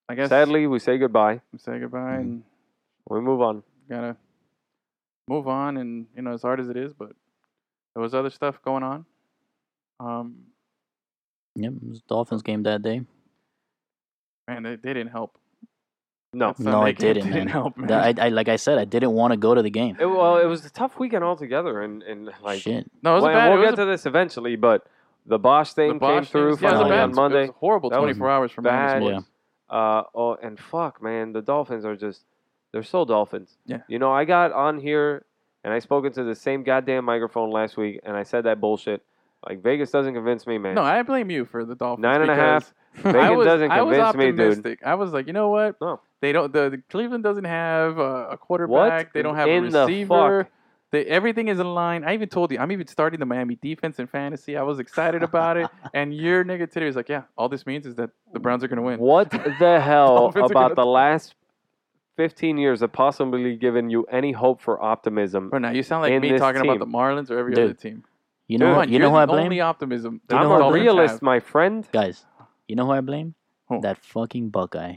[SPEAKER 2] I guess
[SPEAKER 1] Sadly, we say goodbye.
[SPEAKER 2] we say goodbye
[SPEAKER 3] Mhm.
[SPEAKER 2] and
[SPEAKER 1] We move on.
[SPEAKER 2] gotta move on. And you know, as hard as it is, but there was other stuff going on. Um,
[SPEAKER 3] Mm-hmm. Yep, it was Dolphins game that day.
[SPEAKER 2] man, they, they didn't help.
[SPEAKER 1] No,
[SPEAKER 2] That
[SPEAKER 3] No,
[SPEAKER 2] Sunday
[SPEAKER 3] it
[SPEAKER 2] game
[SPEAKER 3] didn't, man.
[SPEAKER 2] help, man.
[SPEAKER 3] That- I, I like I said, I didn't want to go to the game.
[SPEAKER 1] It- well, it was a tough weekend altogether, and and like
[SPEAKER 3] Shit.
[SPEAKER 2] no, it was
[SPEAKER 1] well,
[SPEAKER 2] a
[SPEAKER 1] and
[SPEAKER 2] bad.
[SPEAKER 1] we'll
[SPEAKER 2] it was
[SPEAKER 1] get to this eventually, but the Bosch
[SPEAKER 2] a,
[SPEAKER 1] thing
[SPEAKER 2] the
[SPEAKER 1] came
[SPEAKER 2] Bosch
[SPEAKER 1] through
[SPEAKER 2] things- yeah, it was a
[SPEAKER 1] finally
[SPEAKER 2] bad-
[SPEAKER 1] on Monday.
[SPEAKER 2] It was horrible.
[SPEAKER 1] That was
[SPEAKER 2] Twenty four hours from
[SPEAKER 1] bad.
[SPEAKER 2] Madison.
[SPEAKER 3] Yeah.
[SPEAKER 1] Uh, oh, and fuck, man, the Dolphins are just, they're so Dolphins.
[SPEAKER 2] Yeah.
[SPEAKER 1] You know, I got on here and I spoke into the same goddamn microphone last week and I said that bullshit. Like, Vegas doesn't convince me, man.
[SPEAKER 2] No, I blame you for the Dolphins.
[SPEAKER 1] Nine and a half.
[SPEAKER 2] because- I
[SPEAKER 1] Bacon
[SPEAKER 2] was,
[SPEAKER 1] doesn't
[SPEAKER 2] I was
[SPEAKER 1] convince me, dude.
[SPEAKER 2] optimistic. I was like, you know what?
[SPEAKER 1] No.
[SPEAKER 2] They don't. The, the Cleveland doesn't have a, a
[SPEAKER 1] what?
[SPEAKER 2] quarterback. They don't have
[SPEAKER 1] in
[SPEAKER 2] a
[SPEAKER 1] The
[SPEAKER 2] receiver.
[SPEAKER 1] fuck?
[SPEAKER 2] They, everything is in line. I even told you, I'm even starting the Miami defense in fantasy. I was excited about it, and your nigga today was like, yeah, all this means is that the Browns are gonna win.
[SPEAKER 1] What the hell
[SPEAKER 2] Dolphins are
[SPEAKER 1] about
[SPEAKER 2] gonna-
[SPEAKER 1] the last 15 years have possibly given you any hope for optimism?
[SPEAKER 2] Or now you sound like
[SPEAKER 1] In
[SPEAKER 2] me
[SPEAKER 1] this
[SPEAKER 2] talking
[SPEAKER 1] team.
[SPEAKER 2] about the Marlins or every
[SPEAKER 3] Dude,
[SPEAKER 2] other team.
[SPEAKER 3] You know,
[SPEAKER 2] Come
[SPEAKER 3] who-
[SPEAKER 2] on,
[SPEAKER 3] you know
[SPEAKER 2] you're
[SPEAKER 3] who I
[SPEAKER 2] the
[SPEAKER 3] blame,
[SPEAKER 2] Only optimism. that
[SPEAKER 1] I'm
[SPEAKER 2] the
[SPEAKER 3] know what
[SPEAKER 1] a
[SPEAKER 2] Dolphins
[SPEAKER 1] realist,
[SPEAKER 2] have.
[SPEAKER 1] my friend.
[SPEAKER 3] guys. You know who I blame?
[SPEAKER 2] Who?
[SPEAKER 3] That fucking Buckeye,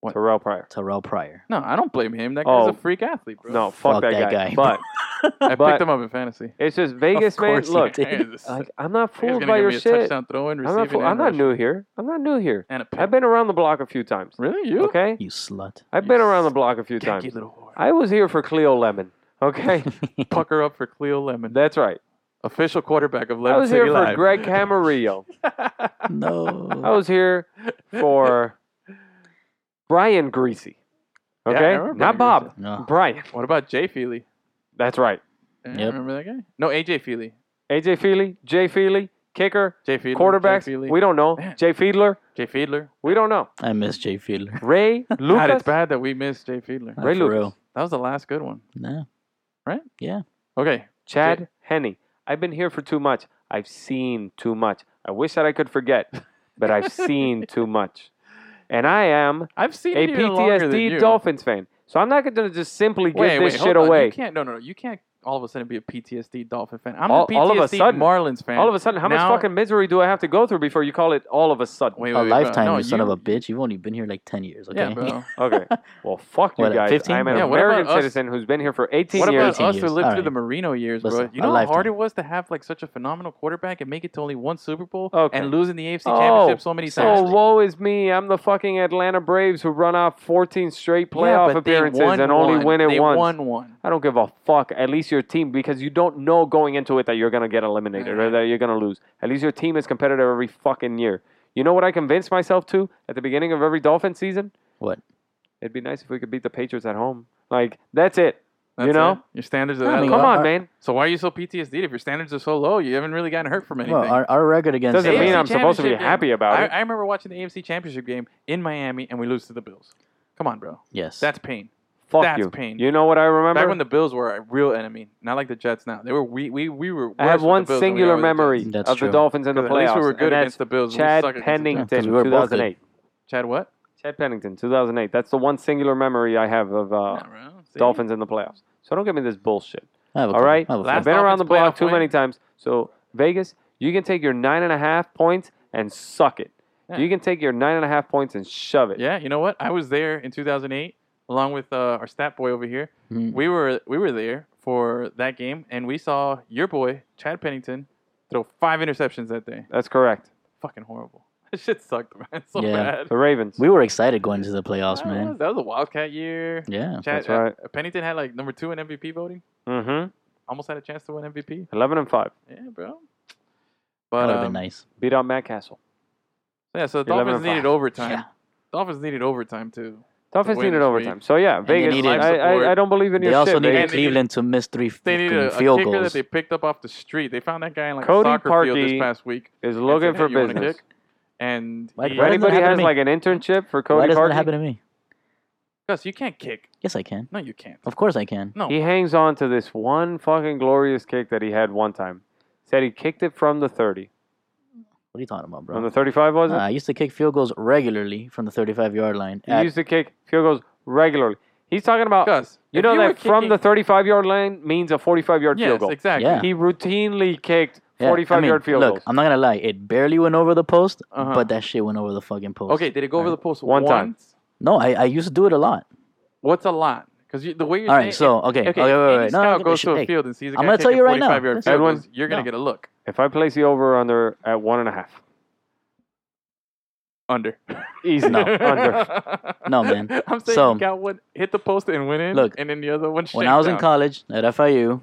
[SPEAKER 2] What?
[SPEAKER 1] Terrell Pryor.
[SPEAKER 3] Terrell Pryor.
[SPEAKER 2] No, I don't blame him. That guy's
[SPEAKER 1] Oh.
[SPEAKER 2] a freak athlete, bro.
[SPEAKER 1] No, fuck,
[SPEAKER 3] Fuck
[SPEAKER 1] that,
[SPEAKER 3] that
[SPEAKER 1] guy.
[SPEAKER 3] guy.
[SPEAKER 1] But
[SPEAKER 2] I
[SPEAKER 1] but-
[SPEAKER 2] picked him up in fantasy.
[SPEAKER 1] it's just Vegas, man.
[SPEAKER 3] course he
[SPEAKER 1] Look,
[SPEAKER 3] did.
[SPEAKER 1] like, I'm not
[SPEAKER 2] That guy's
[SPEAKER 1] fooled
[SPEAKER 2] gonna
[SPEAKER 1] by
[SPEAKER 2] give
[SPEAKER 1] your
[SPEAKER 2] me a
[SPEAKER 1] shit.
[SPEAKER 2] Touchdown throwing,
[SPEAKER 1] I'm not,
[SPEAKER 2] receiving,
[SPEAKER 1] fool- I'm
[SPEAKER 2] and
[SPEAKER 1] not
[SPEAKER 2] rushing.
[SPEAKER 1] new here. I'm not new here.
[SPEAKER 2] And a pick.
[SPEAKER 1] I've been around the block a few times.
[SPEAKER 2] really you?
[SPEAKER 1] Okay?
[SPEAKER 3] You slut.
[SPEAKER 1] I've been
[SPEAKER 2] You
[SPEAKER 1] around the block a few times.
[SPEAKER 2] Ganky little whore.
[SPEAKER 1] I was here for Cleo Lemon. Okay?
[SPEAKER 2] Pucker up for Cleo Lemon,
[SPEAKER 1] That's right.
[SPEAKER 2] official quarterback of
[SPEAKER 1] I
[SPEAKER 2] Lemon
[SPEAKER 1] was
[SPEAKER 2] City
[SPEAKER 1] here for
[SPEAKER 2] Live.
[SPEAKER 1] Greg Camarillo. I
[SPEAKER 2] Oh.
[SPEAKER 3] no.
[SPEAKER 1] was here for Brian Greasy.
[SPEAKER 2] Yeah, I
[SPEAKER 1] Okay?
[SPEAKER 2] remember
[SPEAKER 1] Not
[SPEAKER 2] Brian
[SPEAKER 1] Bob.
[SPEAKER 2] Greasy.
[SPEAKER 3] No.
[SPEAKER 1] Brian.
[SPEAKER 2] What about Jay Feely?
[SPEAKER 1] That's right.
[SPEAKER 2] Eh,
[SPEAKER 3] Yep.
[SPEAKER 2] Remember that guy? No, AJ Feely.
[SPEAKER 1] AJ Feely, Jay Feely, kicker,
[SPEAKER 2] Jay Feely.
[SPEAKER 1] quarterbacks.
[SPEAKER 2] Jay Feely.
[SPEAKER 1] We don't know.
[SPEAKER 2] Man.
[SPEAKER 1] Jay Fiedler.
[SPEAKER 2] Jay Fiedler.
[SPEAKER 1] We don't know.
[SPEAKER 3] I miss Jay Fiedler.
[SPEAKER 1] Ray
[SPEAKER 2] God,
[SPEAKER 1] Lucas.
[SPEAKER 2] it's bad that we missed Jay Fiedler.
[SPEAKER 3] Not
[SPEAKER 1] Ray
[SPEAKER 3] for
[SPEAKER 1] Lucas.
[SPEAKER 3] real.
[SPEAKER 2] That was the last good one.
[SPEAKER 3] No.
[SPEAKER 2] Right?
[SPEAKER 3] Yeah.
[SPEAKER 2] Okay.
[SPEAKER 1] Chad Henney. I've been here for too much. I've seen too much. I wish that I could forget, but I've seen too much. And I am
[SPEAKER 2] I've seen
[SPEAKER 1] a
[SPEAKER 2] it even longer than you.
[SPEAKER 1] PTSD Dolphins fan. So I'm not going to just simply give
[SPEAKER 2] Wait,
[SPEAKER 1] this
[SPEAKER 2] wait,
[SPEAKER 1] shit
[SPEAKER 2] hold on.
[SPEAKER 1] away.
[SPEAKER 2] You can't. No, no, no. You can't. All of a sudden, be a PTSD Dolphin fan. I'm
[SPEAKER 1] All-
[SPEAKER 2] a PTSD
[SPEAKER 1] all of a sudden-
[SPEAKER 2] Marlins fan.
[SPEAKER 1] All of a sudden, how
[SPEAKER 2] Now-
[SPEAKER 1] much fucking misery do I have to go through before you call it all of a sudden?
[SPEAKER 2] wait, wait,
[SPEAKER 3] A
[SPEAKER 2] wait, bro.
[SPEAKER 3] lifetime,
[SPEAKER 2] No,
[SPEAKER 3] you son
[SPEAKER 2] you-
[SPEAKER 3] of a bitch. You've only been here like 10 years, okay?
[SPEAKER 2] Yeah, bro.
[SPEAKER 1] Okay. Well, fuck you
[SPEAKER 3] What,
[SPEAKER 1] guys.
[SPEAKER 3] 15?
[SPEAKER 1] I'm an
[SPEAKER 2] Yeah, what about
[SPEAKER 1] American
[SPEAKER 2] us?
[SPEAKER 1] citizen who's been here for 18
[SPEAKER 2] What
[SPEAKER 1] years.
[SPEAKER 2] about
[SPEAKER 3] 18
[SPEAKER 2] us who
[SPEAKER 3] years.
[SPEAKER 2] lived
[SPEAKER 3] All
[SPEAKER 2] through
[SPEAKER 3] right.
[SPEAKER 2] the Marino years, bro?
[SPEAKER 3] Listen,
[SPEAKER 2] You
[SPEAKER 3] a
[SPEAKER 2] know how hard
[SPEAKER 3] lifetime.
[SPEAKER 2] it was to have like such a phenomenal quarterback and make it to only one Super Bowl
[SPEAKER 1] Okay.
[SPEAKER 2] and losing the AFC
[SPEAKER 1] Oh,
[SPEAKER 2] Championship so many
[SPEAKER 1] So
[SPEAKER 2] times.
[SPEAKER 3] seriously.
[SPEAKER 1] woe is me. I'm the fucking Atlanta Braves who run off 14 straight playoff
[SPEAKER 2] yeah, but they
[SPEAKER 1] appearances
[SPEAKER 2] won
[SPEAKER 1] and only
[SPEAKER 2] one.
[SPEAKER 1] win it
[SPEAKER 2] they
[SPEAKER 1] once.
[SPEAKER 2] won one.
[SPEAKER 1] I don't give a fuck. At least your team, because you don't know going into it that you're gonna get eliminated
[SPEAKER 2] Mm-hmm.
[SPEAKER 1] or that you're gonna lose. At least your team is competitive every fucking year. You know what I convinced myself to at the beginning of every Dolphin season?
[SPEAKER 3] What?
[SPEAKER 1] It'd be nice if we could beat the Patriots at home. Like that's it.
[SPEAKER 2] That's
[SPEAKER 1] you know?
[SPEAKER 2] it. your standards are
[SPEAKER 3] I
[SPEAKER 2] that
[SPEAKER 3] mean,
[SPEAKER 2] low.
[SPEAKER 1] Come
[SPEAKER 3] well,
[SPEAKER 1] on,
[SPEAKER 3] I-
[SPEAKER 1] man.
[SPEAKER 2] So why are you so PTSD if your standards are so low? You haven't really gotten hurt from anything.
[SPEAKER 3] Well, our, our record against
[SPEAKER 1] Doesn't
[SPEAKER 3] uh,
[SPEAKER 1] mean I'm
[SPEAKER 2] AFC
[SPEAKER 1] supposed to be
[SPEAKER 2] championship game.
[SPEAKER 1] happy about
[SPEAKER 2] I,
[SPEAKER 1] it.
[SPEAKER 2] I remember watching the AFC Championship game in Miami and we lose to the Bills. Come on, bro.
[SPEAKER 3] Yes.
[SPEAKER 2] That's pain.
[SPEAKER 1] Fuck
[SPEAKER 2] that's
[SPEAKER 1] you.
[SPEAKER 2] pain.
[SPEAKER 1] You know what I remember?
[SPEAKER 2] Back when the Bills were a real enemy, not like the Jets now. They were we we, we were.
[SPEAKER 1] I
[SPEAKER 2] worse
[SPEAKER 1] have
[SPEAKER 2] with
[SPEAKER 1] one
[SPEAKER 2] the Bills than we are
[SPEAKER 1] singular
[SPEAKER 2] with the Jets.
[SPEAKER 1] memory
[SPEAKER 3] That's
[SPEAKER 1] of the
[SPEAKER 3] true.
[SPEAKER 1] Dolphins in the
[SPEAKER 2] At
[SPEAKER 1] playoffs.
[SPEAKER 2] least we were good
[SPEAKER 1] and
[SPEAKER 2] against
[SPEAKER 1] that's
[SPEAKER 2] the Bills. We suck
[SPEAKER 1] Chad
[SPEAKER 2] against the Jets.
[SPEAKER 1] Pennington,
[SPEAKER 3] we were both good.
[SPEAKER 1] 2008.
[SPEAKER 2] Chad what?
[SPEAKER 1] Chad Pennington, 2008. That's the one singular memory I have of uh, Dolphins in the playoffs. So don't give me this bullshit.
[SPEAKER 3] I have a
[SPEAKER 1] All
[SPEAKER 3] cou-
[SPEAKER 1] right.
[SPEAKER 3] I have a
[SPEAKER 1] I've
[SPEAKER 2] Last
[SPEAKER 1] been around the
[SPEAKER 2] Dolphins
[SPEAKER 1] block
[SPEAKER 2] playoff
[SPEAKER 1] too
[SPEAKER 2] win.
[SPEAKER 1] many times. So Vegas, you can take your nine and a half points and suck it.
[SPEAKER 2] Yeah.
[SPEAKER 1] You can take your nine and a half points and shove it.
[SPEAKER 2] Yeah, you know what? I was there in 2008 along with uh, our stat boy over here.
[SPEAKER 3] Mm.
[SPEAKER 2] We were we were there for that game and we saw your boy Chad Pennington throw five interceptions that day.
[SPEAKER 1] That's correct.
[SPEAKER 2] Fucking horrible. That shit sucked, man. So
[SPEAKER 3] Yeah.
[SPEAKER 2] bad.
[SPEAKER 1] The Ravens.
[SPEAKER 3] We were excited going into the playoffs,
[SPEAKER 2] That was,
[SPEAKER 3] man.
[SPEAKER 2] that was a Wildcat year.
[SPEAKER 3] Yeah.
[SPEAKER 2] Chad,
[SPEAKER 1] That's right.
[SPEAKER 2] uh, Pennington had like number two in MVP voting.
[SPEAKER 1] mm-hmm.
[SPEAKER 2] Almost had a chance to win MVP.
[SPEAKER 1] 11 and 5.
[SPEAKER 2] Yeah, bro.
[SPEAKER 3] That
[SPEAKER 2] But
[SPEAKER 3] would have
[SPEAKER 2] um,
[SPEAKER 3] been nice.
[SPEAKER 1] Beat out Matt Castle.
[SPEAKER 2] yeah, so the
[SPEAKER 1] 11
[SPEAKER 2] Dolphins
[SPEAKER 1] and
[SPEAKER 2] needed
[SPEAKER 1] five.
[SPEAKER 2] overtime.
[SPEAKER 3] Yeah.
[SPEAKER 2] Dolphins needed overtime too.
[SPEAKER 1] Toughness
[SPEAKER 2] win
[SPEAKER 1] needed
[SPEAKER 2] is
[SPEAKER 1] overtime.
[SPEAKER 2] weak.
[SPEAKER 1] So yeah,
[SPEAKER 3] they
[SPEAKER 1] Vegas.
[SPEAKER 3] needed-
[SPEAKER 1] I, I, I don't believe in
[SPEAKER 3] They
[SPEAKER 1] your
[SPEAKER 3] also
[SPEAKER 1] shit,
[SPEAKER 3] needed
[SPEAKER 1] Vegas.
[SPEAKER 2] They needed-
[SPEAKER 3] Cleveland to miss three
[SPEAKER 2] They needed
[SPEAKER 3] fucking
[SPEAKER 2] a, a
[SPEAKER 3] field
[SPEAKER 2] kicker
[SPEAKER 3] goals.
[SPEAKER 2] that they picked up off the street. They found that guy in like
[SPEAKER 1] Cody
[SPEAKER 2] a soccer field
[SPEAKER 1] Parkey
[SPEAKER 2] this past week.
[SPEAKER 1] Is
[SPEAKER 2] and
[SPEAKER 1] looking
[SPEAKER 2] said,
[SPEAKER 1] for
[SPEAKER 2] "Hey, you wanna
[SPEAKER 1] business.
[SPEAKER 2] kick?" And
[SPEAKER 3] Why-
[SPEAKER 2] he-
[SPEAKER 1] If
[SPEAKER 3] why doesn't it
[SPEAKER 1] anybody
[SPEAKER 3] happen to
[SPEAKER 1] has
[SPEAKER 3] me?
[SPEAKER 1] like an internship for
[SPEAKER 3] Why
[SPEAKER 1] Cody
[SPEAKER 3] doesn't that
[SPEAKER 1] Parkey,
[SPEAKER 3] happen to me?
[SPEAKER 2] Gus, you can't kick.
[SPEAKER 3] Yes, I can.
[SPEAKER 2] No, you can't.
[SPEAKER 3] Of course I can.
[SPEAKER 2] No.
[SPEAKER 1] He hangs on to this one fucking glorious kick that he had one time. Said he kicked it from the 30.
[SPEAKER 3] What are you talking about,
[SPEAKER 1] From
[SPEAKER 3] bro?
[SPEAKER 1] the 35, was
[SPEAKER 3] Uh,
[SPEAKER 1] it?
[SPEAKER 3] I used to kick field goals regularly from the 35 yard line.
[SPEAKER 1] he
[SPEAKER 3] at-
[SPEAKER 1] used to kick field goals regularly. He's talking about.
[SPEAKER 2] Gus,
[SPEAKER 1] you
[SPEAKER 2] if
[SPEAKER 1] know
[SPEAKER 2] were
[SPEAKER 1] that from
[SPEAKER 2] kicking-
[SPEAKER 1] the 35 yard line means a 45 yard
[SPEAKER 2] yes,
[SPEAKER 1] field goal.
[SPEAKER 2] exactly.
[SPEAKER 3] Yeah.
[SPEAKER 1] He routinely kicked
[SPEAKER 3] yeah, I
[SPEAKER 1] 45
[SPEAKER 3] mean,
[SPEAKER 1] yard field
[SPEAKER 3] Look,
[SPEAKER 1] goals.
[SPEAKER 3] I'm not gonna lie. It barely went over the post,
[SPEAKER 2] Uh-huh.
[SPEAKER 3] but that shit went over the fucking post.
[SPEAKER 2] Okay, did it go over the post
[SPEAKER 1] One time.
[SPEAKER 2] once?
[SPEAKER 3] No, I, I used to do it a lot.
[SPEAKER 2] What's a lot? Because the way you're
[SPEAKER 3] All
[SPEAKER 2] saying
[SPEAKER 3] right, so okay,
[SPEAKER 2] okay,
[SPEAKER 3] okay, wait, wait,
[SPEAKER 2] any
[SPEAKER 3] wait. No,
[SPEAKER 2] scout
[SPEAKER 3] no,
[SPEAKER 2] goes
[SPEAKER 3] sh-
[SPEAKER 2] to a
[SPEAKER 3] hey,
[SPEAKER 2] field and sees a
[SPEAKER 3] I'm
[SPEAKER 2] guy
[SPEAKER 3] gonna tell
[SPEAKER 2] kicking
[SPEAKER 3] you right now.
[SPEAKER 2] 45 yard
[SPEAKER 3] Listen.
[SPEAKER 2] field goals,
[SPEAKER 1] Edwin,
[SPEAKER 2] you're gonna
[SPEAKER 3] no.
[SPEAKER 2] get a look
[SPEAKER 1] if I place the over under at one and a half,
[SPEAKER 2] under.
[SPEAKER 1] easy.
[SPEAKER 3] No.
[SPEAKER 1] under.
[SPEAKER 3] No, man.
[SPEAKER 2] I'm saying
[SPEAKER 3] So-
[SPEAKER 2] you got one hit the post and went in.
[SPEAKER 3] Look,
[SPEAKER 2] and then the other one.
[SPEAKER 3] when I was in
[SPEAKER 2] shanked out.
[SPEAKER 3] college at FIU,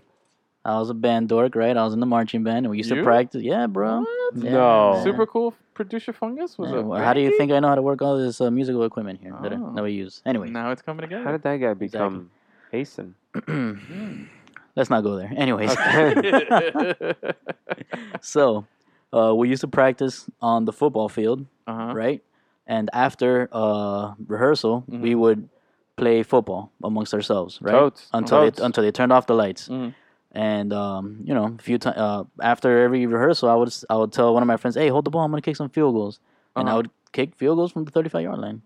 [SPEAKER 3] I was a band dork, right? I was in the marching band, and we used
[SPEAKER 2] You?
[SPEAKER 3] to practice. Yeah, bro.
[SPEAKER 2] What?
[SPEAKER 3] Yeah,
[SPEAKER 1] No.
[SPEAKER 3] man.
[SPEAKER 2] Super cool producer fungus was
[SPEAKER 3] Yeah,
[SPEAKER 2] a
[SPEAKER 3] well, how do you
[SPEAKER 2] baby?
[SPEAKER 3] think I know how to work all this uh, musical equipment here that, I-
[SPEAKER 2] Oh.
[SPEAKER 3] that we use? Anyway,
[SPEAKER 2] Now it's coming
[SPEAKER 1] How
[SPEAKER 2] together.
[SPEAKER 1] did that guy become Hasten?
[SPEAKER 3] let's not go there. Anyways,
[SPEAKER 1] Okay.
[SPEAKER 3] so uh, we used to practice on the football field,
[SPEAKER 2] uh-huh.
[SPEAKER 3] right? And after uh, rehearsal, we would play football amongst ourselves, right?
[SPEAKER 1] Mm-hmm. Totes.
[SPEAKER 3] Until
[SPEAKER 1] Totes. Mm-hmm.
[SPEAKER 3] they, until they turned off the lights.
[SPEAKER 2] Mhm.
[SPEAKER 3] And um, you know, a few times uh, after every rehearsal, I would s- I would tell one of my friends, "Hey, hold the ball! I'm gonna kick some field goals." And I
[SPEAKER 2] Uh-huh.
[SPEAKER 3] would kick field goals from the 35 yard line,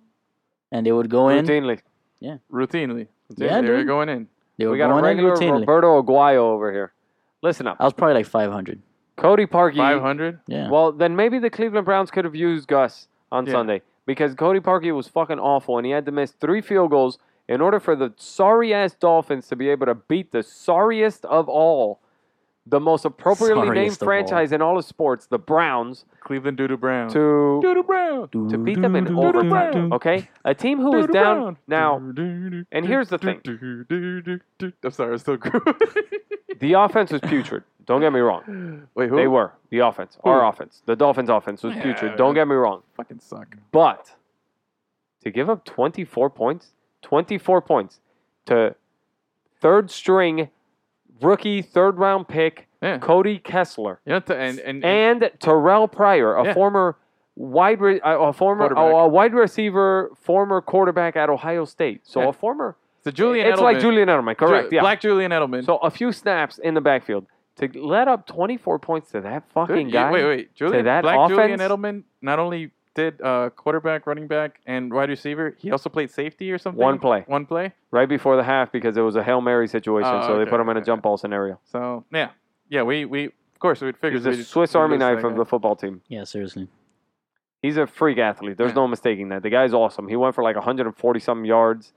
[SPEAKER 3] and they would go in.
[SPEAKER 1] Routinely.
[SPEAKER 2] Routinely.
[SPEAKER 3] Yeah,
[SPEAKER 2] they were
[SPEAKER 3] dude.
[SPEAKER 2] going in.
[SPEAKER 3] They would
[SPEAKER 1] We got
[SPEAKER 3] go
[SPEAKER 1] a
[SPEAKER 3] in
[SPEAKER 1] regular
[SPEAKER 3] routinely.
[SPEAKER 1] Roberto Aguayo over here. Listen up.
[SPEAKER 3] I was probably like 500.
[SPEAKER 1] Cody Parkey.
[SPEAKER 2] 500.
[SPEAKER 3] Yeah.
[SPEAKER 1] Well, then maybe the Cleveland Browns could have used Gus on
[SPEAKER 2] Yeah.
[SPEAKER 1] Sunday because Cody Parkey was fucking awful and he had to miss three field goals in order for the sorry ass Dolphins to be able to beat the sorriest of all, the most appropriately named
[SPEAKER 3] Sorriest of all.
[SPEAKER 1] franchise in all of sports, the Browns,
[SPEAKER 2] Cleveland Doodoo Brown.
[SPEAKER 1] to
[SPEAKER 2] Doodoo Brown.
[SPEAKER 1] to beat them in overtime. Okay, a team who was
[SPEAKER 2] Doodoo
[SPEAKER 1] down
[SPEAKER 2] Brown.
[SPEAKER 1] now.
[SPEAKER 2] Doo-doo-doo,
[SPEAKER 1] and here's the
[SPEAKER 2] doo-doo,
[SPEAKER 1] thing.
[SPEAKER 2] doo-doo-doo, doo-doo. I'm sorry, I'm still grew.
[SPEAKER 1] The offense was putrid. Don't get me wrong.
[SPEAKER 2] Wait, who?
[SPEAKER 1] They were the offense, our offense, the Dolphins' offense was
[SPEAKER 2] Yeah.
[SPEAKER 1] putrid. Don't get me wrong.
[SPEAKER 2] fucking suck.
[SPEAKER 1] But to give up 24 points, 24 points to third string rookie third round pick
[SPEAKER 2] Yeah.
[SPEAKER 1] Cody Kessler
[SPEAKER 2] You know, to- and, and,
[SPEAKER 1] and Terrell Pryor, a
[SPEAKER 2] Yeah.
[SPEAKER 1] former wide re- uh, a former a,
[SPEAKER 2] Quarterback.
[SPEAKER 1] a wide receiver, former quarterback at Ohio State. So
[SPEAKER 2] Yeah.
[SPEAKER 1] a former
[SPEAKER 2] so Julian
[SPEAKER 1] It's
[SPEAKER 2] Edelman.
[SPEAKER 1] like Julian Edelman,
[SPEAKER 2] Ju-
[SPEAKER 1] correct? yeah.
[SPEAKER 2] Black Julian Edelman.
[SPEAKER 1] so a few snaps in the backfield to let up 24 points to that
[SPEAKER 2] Dude,
[SPEAKER 1] fucking
[SPEAKER 2] you-
[SPEAKER 1] guy.
[SPEAKER 2] Wait, wait. Julian,
[SPEAKER 1] that
[SPEAKER 2] Black Julian
[SPEAKER 1] offense?
[SPEAKER 2] Edelman not only did uh, quarterback, running back, and wide receiver, he also played safety or something.
[SPEAKER 1] One play.
[SPEAKER 2] One play.
[SPEAKER 1] Right before the half because it was a Hail Mary situation,
[SPEAKER 2] Oh,
[SPEAKER 1] so they
[SPEAKER 2] okay,
[SPEAKER 1] put him in a
[SPEAKER 2] okay.
[SPEAKER 1] jump ball scenario.
[SPEAKER 2] So, yeah. Yeah, we, we of course, we'd figure
[SPEAKER 1] He's a Swiss Army knife of the football team.
[SPEAKER 3] Yeah, seriously.
[SPEAKER 1] He's a freak athlete. There's
[SPEAKER 2] Yeah.
[SPEAKER 1] no mistaking that. The guy's awesome. He went for like 140 something yards,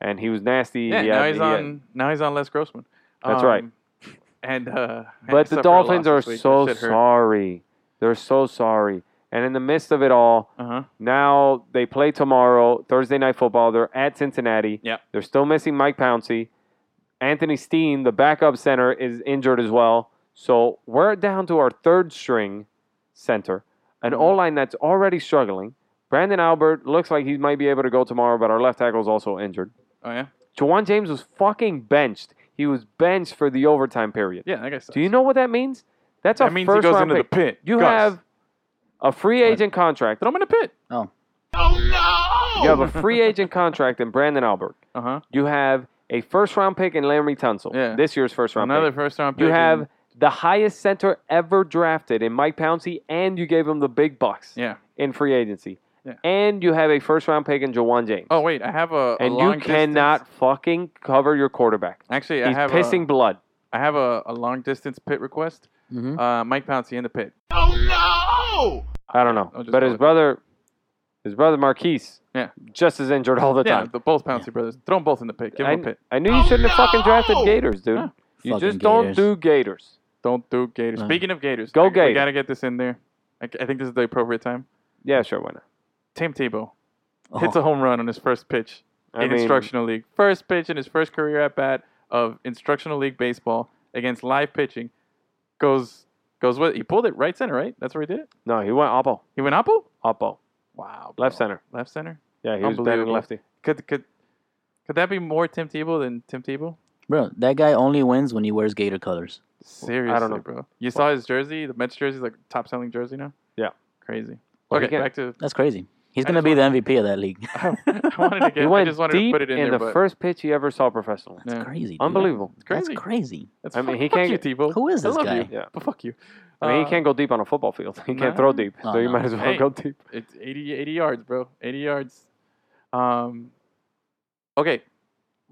[SPEAKER 1] and he was nasty.
[SPEAKER 2] Yeah,
[SPEAKER 1] He
[SPEAKER 2] now,
[SPEAKER 1] had-
[SPEAKER 2] he's
[SPEAKER 1] he had-
[SPEAKER 2] on, now he's on Les Grossman. Um,
[SPEAKER 1] That's right.
[SPEAKER 2] And, uh, and
[SPEAKER 1] But
[SPEAKER 2] suffered
[SPEAKER 1] the
[SPEAKER 2] a
[SPEAKER 1] Dolphins are
[SPEAKER 2] loss this
[SPEAKER 1] so
[SPEAKER 2] week. That shit hurt.
[SPEAKER 1] sorry. They're so sorry. And in the midst of it all,
[SPEAKER 2] Uh-huh.
[SPEAKER 1] now they play tomorrow, Thursday night football. They're at Cincinnati.
[SPEAKER 2] Yep.
[SPEAKER 1] They're still missing Mike Pouncey. Anthony Steen, the backup center, is injured as well. So we're down to our third string center, an
[SPEAKER 2] Mhm.
[SPEAKER 1] O line that's already struggling. Brandon Albert looks like he might be able to go tomorrow, but our left tackle is also injured.
[SPEAKER 2] Oh, yeah?
[SPEAKER 1] Jawan James was fucking benched. He was benched for the overtime period.
[SPEAKER 2] Yeah, that guy sucks.
[SPEAKER 1] Do you know what that means? That's
[SPEAKER 2] that
[SPEAKER 1] a
[SPEAKER 2] means he
[SPEAKER 1] first
[SPEAKER 2] goes
[SPEAKER 1] round
[SPEAKER 2] into
[SPEAKER 1] pick.
[SPEAKER 2] the pit.
[SPEAKER 1] You
[SPEAKER 2] Gus,
[SPEAKER 1] have a free agent contract.
[SPEAKER 2] Throw him in the pit.
[SPEAKER 3] Oh,
[SPEAKER 1] You have a free agent contract in Brandon Albert.
[SPEAKER 2] Uh-huh.
[SPEAKER 1] You have a first round pick in Larry Tunsil.
[SPEAKER 2] Yeah.
[SPEAKER 1] This year's first round
[SPEAKER 2] Another
[SPEAKER 1] pick.
[SPEAKER 2] first-round pick.
[SPEAKER 1] You have
[SPEAKER 2] and-
[SPEAKER 1] the highest center ever drafted in Mike Pouncey, and you gave him the big bucks
[SPEAKER 2] Yeah.
[SPEAKER 1] in free agency.
[SPEAKER 2] Yeah.
[SPEAKER 1] And you have a first round pick in Jawan James.
[SPEAKER 2] Oh, wait. I have a, a
[SPEAKER 1] and
[SPEAKER 2] long
[SPEAKER 1] you cannot
[SPEAKER 2] distance-
[SPEAKER 1] fucking cover your quarterback.
[SPEAKER 2] Actually, I
[SPEAKER 1] He's
[SPEAKER 2] have a,
[SPEAKER 1] pissing blood.
[SPEAKER 2] I have a, a long distance pit request.
[SPEAKER 1] Hmm?
[SPEAKER 3] Mhm.
[SPEAKER 2] Uh, Mike Pouncey in the pit.
[SPEAKER 4] Oh,
[SPEAKER 1] I don't know.
[SPEAKER 2] I'll just
[SPEAKER 1] But
[SPEAKER 2] call
[SPEAKER 1] his
[SPEAKER 2] it.
[SPEAKER 1] brother, his brother Marquise,
[SPEAKER 2] Yeah.
[SPEAKER 1] just as injured all the
[SPEAKER 2] Yeah,
[SPEAKER 1] time.
[SPEAKER 2] the both Pouncey brothers. Throw them both in the pit. Give
[SPEAKER 1] I,
[SPEAKER 2] them a pit.
[SPEAKER 1] I knew you shouldn't have fucking drafted Gators, dude.
[SPEAKER 2] Yeah.
[SPEAKER 1] You
[SPEAKER 3] Fucking
[SPEAKER 1] just don't
[SPEAKER 3] Gators.
[SPEAKER 1] do Gators.
[SPEAKER 2] Don't do Gators.
[SPEAKER 3] No.
[SPEAKER 2] Speaking of Gators,
[SPEAKER 1] Go
[SPEAKER 2] I, We
[SPEAKER 1] Gators.
[SPEAKER 2] gotta get this in there. I, I think this is the appropriate time.
[SPEAKER 1] Yeah, sure, why not?
[SPEAKER 2] Tim Tebow
[SPEAKER 3] Oh.
[SPEAKER 2] hits a home run on his first pitch
[SPEAKER 1] I
[SPEAKER 2] in
[SPEAKER 1] mean-
[SPEAKER 2] instructional league. First pitch in his first career at bat of instructional league baseball against live pitching. Goes goes with he pulled it right center right. That's where he did it.
[SPEAKER 1] No, he went oppo,
[SPEAKER 2] He went oppo.
[SPEAKER 1] oppo,
[SPEAKER 2] Wow. bro.
[SPEAKER 1] left center.
[SPEAKER 2] Left center.
[SPEAKER 1] Yeah, he was batting
[SPEAKER 2] Unbelievable.
[SPEAKER 1] lefty.
[SPEAKER 2] Could could could that be more Tim Tebow than Tim Tebow?
[SPEAKER 3] bro, that guy only wins when he wears Gator colors.
[SPEAKER 2] Seriously,
[SPEAKER 1] know.
[SPEAKER 2] bro. You saw his jersey, the Mets jersey, is like top selling jersey now.
[SPEAKER 1] Yeah.
[SPEAKER 2] Crazy.
[SPEAKER 1] Well, he
[SPEAKER 2] okay,
[SPEAKER 1] can't-
[SPEAKER 2] back to
[SPEAKER 3] That's crazy. He's
[SPEAKER 2] I
[SPEAKER 3] gonna
[SPEAKER 2] just
[SPEAKER 3] be the MVP of that league.
[SPEAKER 2] I, wanted to get.
[SPEAKER 1] he
[SPEAKER 2] I
[SPEAKER 1] went
[SPEAKER 2] just wanted
[SPEAKER 1] deep
[SPEAKER 2] to put it in,
[SPEAKER 1] in
[SPEAKER 2] there,
[SPEAKER 1] the
[SPEAKER 2] but
[SPEAKER 1] first pitch he ever saw professional.
[SPEAKER 2] Yeah.
[SPEAKER 3] Crazy. dude.
[SPEAKER 1] Unbelievable.
[SPEAKER 2] It's crazy.
[SPEAKER 3] That's crazy.
[SPEAKER 2] That's
[SPEAKER 1] I mean,
[SPEAKER 2] fuck-
[SPEAKER 1] he
[SPEAKER 2] fuck
[SPEAKER 1] can't
[SPEAKER 2] you, Tebow.
[SPEAKER 3] Who is
[SPEAKER 2] I
[SPEAKER 3] this
[SPEAKER 2] love
[SPEAKER 3] guy?
[SPEAKER 2] You.
[SPEAKER 1] Yeah.
[SPEAKER 2] But fuck you.
[SPEAKER 1] I mean,
[SPEAKER 2] Uh,
[SPEAKER 1] he can't go deep on a football field. He can't
[SPEAKER 2] no.
[SPEAKER 1] throw deep,
[SPEAKER 3] No,
[SPEAKER 1] so you
[SPEAKER 3] no.
[SPEAKER 1] might as well
[SPEAKER 2] Hey.
[SPEAKER 1] go deep.
[SPEAKER 2] It's 80, 80 yards, bro. 80 yards. Um, okay.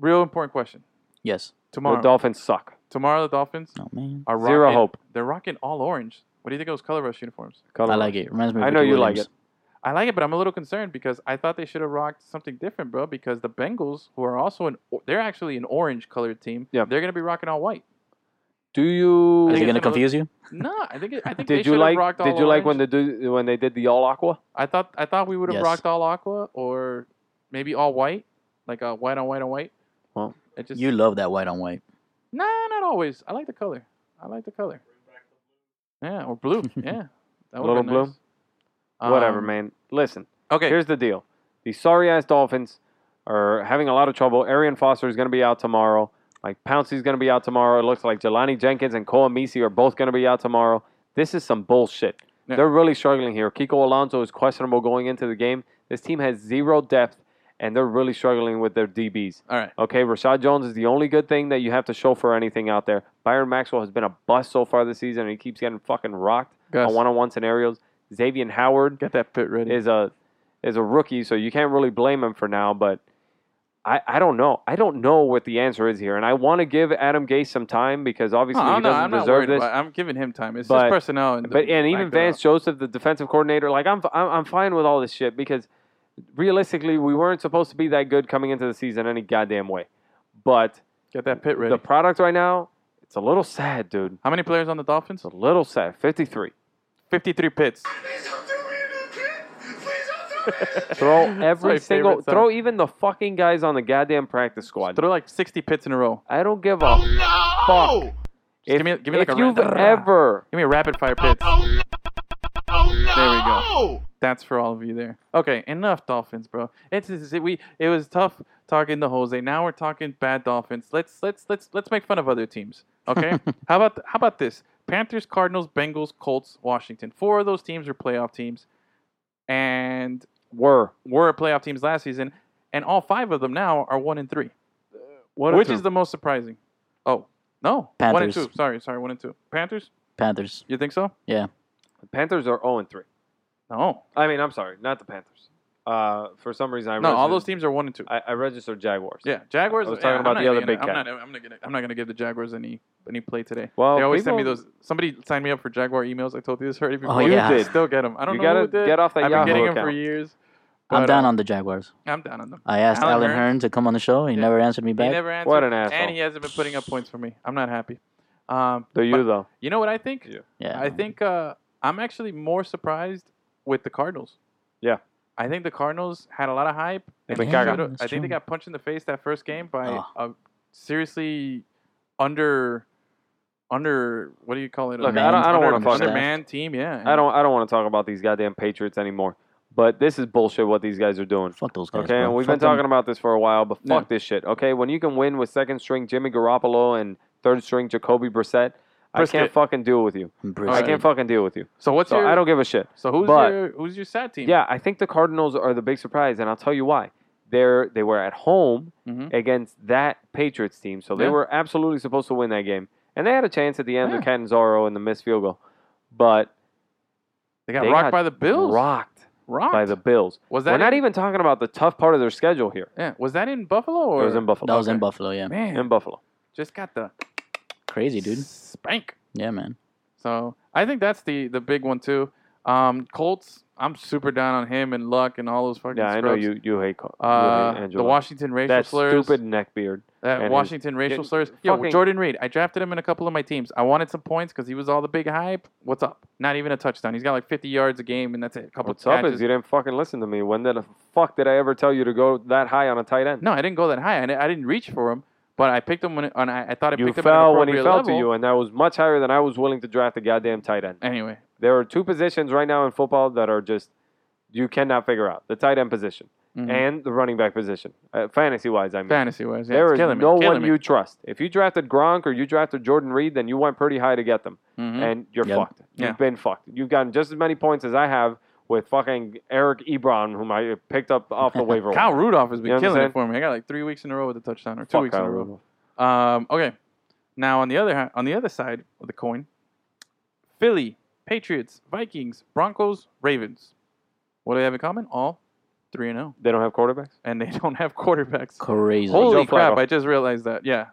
[SPEAKER 2] Real important question.
[SPEAKER 3] Yes.
[SPEAKER 2] Tomorrow.
[SPEAKER 1] The Dolphins suck.
[SPEAKER 2] tomorrow, the Dolphins
[SPEAKER 3] Oh man.
[SPEAKER 2] are
[SPEAKER 1] Zero
[SPEAKER 2] rocking-
[SPEAKER 1] hope.
[SPEAKER 2] They're rocking all orange. What do you think of those color rush uniforms?
[SPEAKER 3] I like it. Reminds me. Of
[SPEAKER 1] I know
[SPEAKER 3] Ricky
[SPEAKER 1] you like
[SPEAKER 3] Williams.
[SPEAKER 2] I like it, but I'm a little concerned because I thought they should have rocked something different, bro. Because the Bengals, who are also an, they're actually an orange colored team.
[SPEAKER 1] Yeah.
[SPEAKER 2] They're gonna be rocking all white.
[SPEAKER 1] Do you?
[SPEAKER 3] Is
[SPEAKER 2] think
[SPEAKER 3] he gonna
[SPEAKER 2] it's gonna
[SPEAKER 3] confuse you?
[SPEAKER 2] No, I think it, I think they
[SPEAKER 1] Did you
[SPEAKER 2] should
[SPEAKER 1] like?
[SPEAKER 2] have rocked all
[SPEAKER 1] Did you like when
[SPEAKER 2] orange.
[SPEAKER 1] they do when they did the all aqua?
[SPEAKER 2] I thought I thought we would have
[SPEAKER 3] Yes.
[SPEAKER 2] rocked all aqua or maybe all white, like a white on white on white.
[SPEAKER 1] Well,
[SPEAKER 2] it just
[SPEAKER 3] You love that white on white.
[SPEAKER 2] no, not always. I like the color. I like the color. Yeah, or blue. yeah, that would've
[SPEAKER 1] Little
[SPEAKER 2] been
[SPEAKER 1] blue?
[SPEAKER 2] nice.
[SPEAKER 1] Whatever,
[SPEAKER 2] Um,
[SPEAKER 1] man. Listen,
[SPEAKER 2] Okay,
[SPEAKER 1] here's the deal. The sorry ass Dolphins are having a lot of trouble. Arian Foster is going to be out tomorrow. Like Pouncey's going to be out tomorrow. It looks like Jelani Jenkins and Cole Misi are both going to be out tomorrow. This is some bullshit.
[SPEAKER 2] Yeah.
[SPEAKER 1] They're really struggling here. Kiko Alonso is questionable going into the game. This team has zero depth, and they're really struggling with their DBs.
[SPEAKER 2] all right.
[SPEAKER 1] Okay, Rashad Jones is the only good thing that you have to show for anything out there. Byron Maxwell has been a bust so far this season, and he keeps getting fucking rocked
[SPEAKER 2] Gus,
[SPEAKER 1] on one-on-one scenarios. Xavier Howard
[SPEAKER 2] get that pit ready.
[SPEAKER 1] is a is a rookie, so you can't really blame him for now. But I, I don't know. I don't know what the answer is here, and I want to give Adam Gase some time because
[SPEAKER 2] No,
[SPEAKER 1] obviously he
[SPEAKER 2] Oh, I'm not,
[SPEAKER 1] doesn't
[SPEAKER 2] I'm not
[SPEAKER 1] deserve
[SPEAKER 2] worried
[SPEAKER 1] this.
[SPEAKER 2] about it. I'm giving him time. It's
[SPEAKER 1] But-
[SPEAKER 2] just personnel. And
[SPEAKER 1] But and even
[SPEAKER 2] back there.
[SPEAKER 1] Vance Joseph, the defensive coordinator, like I'm, I'm I'm fine with all this shit because realistically, we weren't supposed to be that good coming into the season any goddamn way. But
[SPEAKER 2] Get that pit ready.
[SPEAKER 1] the product right now, it's a little sad, dude.
[SPEAKER 2] How many players on the Dolphins?
[SPEAKER 1] It's a little sad. 53.
[SPEAKER 2] 53 pits.
[SPEAKER 4] Please don't throw me in the pit. Please don't throw me in the pit.
[SPEAKER 1] Throw
[SPEAKER 2] my
[SPEAKER 1] every
[SPEAKER 2] favorite
[SPEAKER 1] single,
[SPEAKER 2] song.
[SPEAKER 1] throw even the fucking guys on the goddamn practice squad.
[SPEAKER 2] Throw like 60 pits in a row.
[SPEAKER 1] I don't give a
[SPEAKER 4] Oh no!
[SPEAKER 1] If,
[SPEAKER 2] give me- give me like
[SPEAKER 1] if
[SPEAKER 2] a
[SPEAKER 1] you've
[SPEAKER 2] random-
[SPEAKER 1] ever
[SPEAKER 2] Give me a rapid fire pits.
[SPEAKER 4] Oh no! Oh no!
[SPEAKER 2] There we go. That's for all of you there. Okay, enough Dolphins, bro. It's, it's it, we it was tough talking to Jose. Now we're talking bad Dolphins. Let's let's let's let's make fun of other teams. Okay? how about how about this? Panthers, Cardinals, Bengals, Colts, Washington. Four of those teams are playoff teams. And
[SPEAKER 1] were,
[SPEAKER 2] were playoff teams last season, and all five of them now are one and three,
[SPEAKER 1] what
[SPEAKER 2] which is the most surprising. Oh no, one and
[SPEAKER 3] Panthers.
[SPEAKER 2] two. Sorry, sorry, one and two. Panthers,
[SPEAKER 3] Panthers.
[SPEAKER 2] you think so?
[SPEAKER 1] the Panthers are 0 and 3.
[SPEAKER 2] No,
[SPEAKER 1] I mean, I'm sorry, not the Panthers. Uh, for some reason, I
[SPEAKER 2] no, all those
[SPEAKER 1] registered-
[SPEAKER 2] teams are one and two.
[SPEAKER 1] I, I registered Jaguars.
[SPEAKER 2] yeah, Jaguars.
[SPEAKER 1] I was
[SPEAKER 2] yeah,
[SPEAKER 1] talking
[SPEAKER 2] I'm
[SPEAKER 1] about
[SPEAKER 2] not
[SPEAKER 1] the other
[SPEAKER 2] even
[SPEAKER 1] big
[SPEAKER 2] gonna- I'm
[SPEAKER 1] cat.
[SPEAKER 2] not, I'm not gonna. I'm not gonna give the Jaguars any any play today.
[SPEAKER 1] Well,
[SPEAKER 2] they always send me
[SPEAKER 1] people-
[SPEAKER 2] those. Somebody signed me up for Jaguar emails. I told you this already before.
[SPEAKER 3] You yeah.
[SPEAKER 1] did.
[SPEAKER 2] Still get them. I don't
[SPEAKER 1] You
[SPEAKER 2] know
[SPEAKER 1] gotta
[SPEAKER 2] who did.
[SPEAKER 1] get off that
[SPEAKER 2] I've
[SPEAKER 1] Yahoo
[SPEAKER 2] been getting them for
[SPEAKER 1] account.
[SPEAKER 2] years.
[SPEAKER 3] I'm
[SPEAKER 2] but,
[SPEAKER 3] down
[SPEAKER 2] uh,
[SPEAKER 3] on the Jaguars.
[SPEAKER 2] I'm down on them.
[SPEAKER 3] I asked
[SPEAKER 2] Alan
[SPEAKER 3] Alan
[SPEAKER 2] Hearns?
[SPEAKER 3] Hearn to come on the show. He
[SPEAKER 2] Yeah.
[SPEAKER 3] never answered me
[SPEAKER 2] He
[SPEAKER 3] back.
[SPEAKER 2] never answered.
[SPEAKER 1] What an
[SPEAKER 2] And
[SPEAKER 1] asshole.
[SPEAKER 2] he hasn't been putting up points for me. I'm not happy. Um,
[SPEAKER 1] Do
[SPEAKER 2] but
[SPEAKER 1] you though?
[SPEAKER 2] You know what I think?
[SPEAKER 1] Yeah.
[SPEAKER 3] yeah.
[SPEAKER 2] I think uh, I'm actually more surprised with the Cardinals.
[SPEAKER 1] Yeah.
[SPEAKER 2] I think the Cardinals had a lot of hype.
[SPEAKER 1] They've
[SPEAKER 2] and
[SPEAKER 1] been
[SPEAKER 2] they
[SPEAKER 1] gaga.
[SPEAKER 2] should've-
[SPEAKER 3] That's
[SPEAKER 2] I think they
[SPEAKER 3] true.
[SPEAKER 2] got punched in the face that first game by
[SPEAKER 3] Oh.
[SPEAKER 2] a seriously under under what do you call it?
[SPEAKER 1] Look,
[SPEAKER 3] I don't- I don't
[SPEAKER 2] Under-
[SPEAKER 3] wanna fuck-
[SPEAKER 2] under man team. Yeah,
[SPEAKER 1] I don't. I don't want to talk about these goddamn Patriots anymore. But this is bullshit. What these guys are doing.
[SPEAKER 3] Fuck those guys.
[SPEAKER 1] Okay,
[SPEAKER 3] bro.
[SPEAKER 1] and we've been
[SPEAKER 3] Fuck
[SPEAKER 1] talking
[SPEAKER 3] them.
[SPEAKER 1] about this for a while, but
[SPEAKER 2] Yeah.
[SPEAKER 1] fuck this shit. Okay, when you can win with second string Jimmy Garoppolo and third string Jacoby Brissett, I
[SPEAKER 2] Brisket.
[SPEAKER 1] can't fucking deal with you.
[SPEAKER 3] Brisket.
[SPEAKER 1] I can't fucking deal with you.
[SPEAKER 2] So what's
[SPEAKER 1] So
[SPEAKER 2] your?
[SPEAKER 1] I don't give a shit.
[SPEAKER 2] so who's
[SPEAKER 1] but-
[SPEAKER 2] your who's your sad team?
[SPEAKER 1] Yeah, I think the Cardinals are the big surprise, and I'll tell you why. They're they were at home
[SPEAKER 2] Mhm.
[SPEAKER 1] against that Patriots team, so they
[SPEAKER 2] Yeah.
[SPEAKER 1] were absolutely supposed to win that game, and they had a chance at the end with
[SPEAKER 2] Yeah.
[SPEAKER 1] Catanzaro and the missed field goal, but
[SPEAKER 2] they got
[SPEAKER 1] they
[SPEAKER 2] rocked
[SPEAKER 1] got
[SPEAKER 2] by the Bills.
[SPEAKER 1] rocked
[SPEAKER 2] rocked
[SPEAKER 1] by the Bills.
[SPEAKER 2] Was that
[SPEAKER 1] We're not e
[SPEAKER 2] in-
[SPEAKER 1] even talking about the tough part of their schedule here.
[SPEAKER 2] yeah. Was that in Buffalo or
[SPEAKER 1] it was in Buffalo.
[SPEAKER 3] That was in
[SPEAKER 2] Okay.
[SPEAKER 3] Buffalo. Yeah.
[SPEAKER 2] man?
[SPEAKER 1] in Buffalo.
[SPEAKER 2] just got the
[SPEAKER 3] Crazy, dude.
[SPEAKER 2] spank.
[SPEAKER 3] Yeah, man.
[SPEAKER 2] So I think that's the the big one too. Um, Colts, I'm super down on him and Luck and all those fucking.
[SPEAKER 1] Yeah, I know
[SPEAKER 2] scrubs.
[SPEAKER 1] you you hate, Col- you hate
[SPEAKER 2] Uh,
[SPEAKER 1] Angelo.
[SPEAKER 2] the Washington racial
[SPEAKER 1] that
[SPEAKER 2] slurs.
[SPEAKER 1] stupid neckbeard.
[SPEAKER 2] That
[SPEAKER 1] and his-
[SPEAKER 2] Washington racial
[SPEAKER 1] Get-
[SPEAKER 2] slurs. Yo,
[SPEAKER 1] fucking-
[SPEAKER 2] Jordan Reed. I drafted him in a couple of my teams. I wanted some points because he was all the big hype. What's up? Not even a touchdown. He's got like 50 yards a game, and that's it. A couple
[SPEAKER 1] What's
[SPEAKER 2] of
[SPEAKER 1] up
[SPEAKER 2] catches.
[SPEAKER 1] is you didn't fucking listen to me. When the fuck did I ever tell you to go that high on a tight end?
[SPEAKER 2] No, I didn't go that high. I didn't, I didn't reach for him, but I picked him when and I, I thought I
[SPEAKER 1] you
[SPEAKER 2] picked him at an
[SPEAKER 1] fell when he
[SPEAKER 2] appropriate
[SPEAKER 1] fell
[SPEAKER 2] level.
[SPEAKER 1] to you, and that was much higher than I was willing to draft a goddamn tight end.
[SPEAKER 2] Anyway,
[SPEAKER 1] There are two positions right now in football that are just you cannot figure out: the tight end position
[SPEAKER 2] Mhm.
[SPEAKER 1] and the running back position, uh, fantasy wise. I mean,
[SPEAKER 2] fantasy wise, yeah,
[SPEAKER 1] there
[SPEAKER 2] it's
[SPEAKER 1] is
[SPEAKER 2] killing me,
[SPEAKER 1] no
[SPEAKER 2] killing
[SPEAKER 1] one
[SPEAKER 2] me.
[SPEAKER 1] you trust. If you drafted Gronk or you drafted Jordan Reed, then you went pretty high to get them,
[SPEAKER 2] Mhm.
[SPEAKER 1] and you're
[SPEAKER 3] Yep.
[SPEAKER 1] fucked.
[SPEAKER 2] Yeah.
[SPEAKER 1] You've been fucked. You've gotten just as many points as I have with fucking Eric Ebron, whom I picked up off the waiver.
[SPEAKER 2] Kyle Rudolph has
[SPEAKER 1] You know what
[SPEAKER 2] been
[SPEAKER 1] I'm
[SPEAKER 2] killing
[SPEAKER 1] saying?
[SPEAKER 2] it for me. I got like three weeks in a row with a touchdown, or two
[SPEAKER 1] Fuck
[SPEAKER 2] weeks
[SPEAKER 1] Kyle
[SPEAKER 2] in a row.
[SPEAKER 1] Rudolph.
[SPEAKER 2] Um, okay. Now on the other hand, on the other side of the coin, Philly, Patriots, Vikings, Broncos, Ravens. What do they have in common? All three and zero,
[SPEAKER 1] They don't have quarterbacks.
[SPEAKER 2] and they don't have quarterbacks.
[SPEAKER 3] Crazy.
[SPEAKER 2] Holy
[SPEAKER 1] Joe
[SPEAKER 2] crap!
[SPEAKER 1] Flacco.
[SPEAKER 2] I just realized that. Yeah,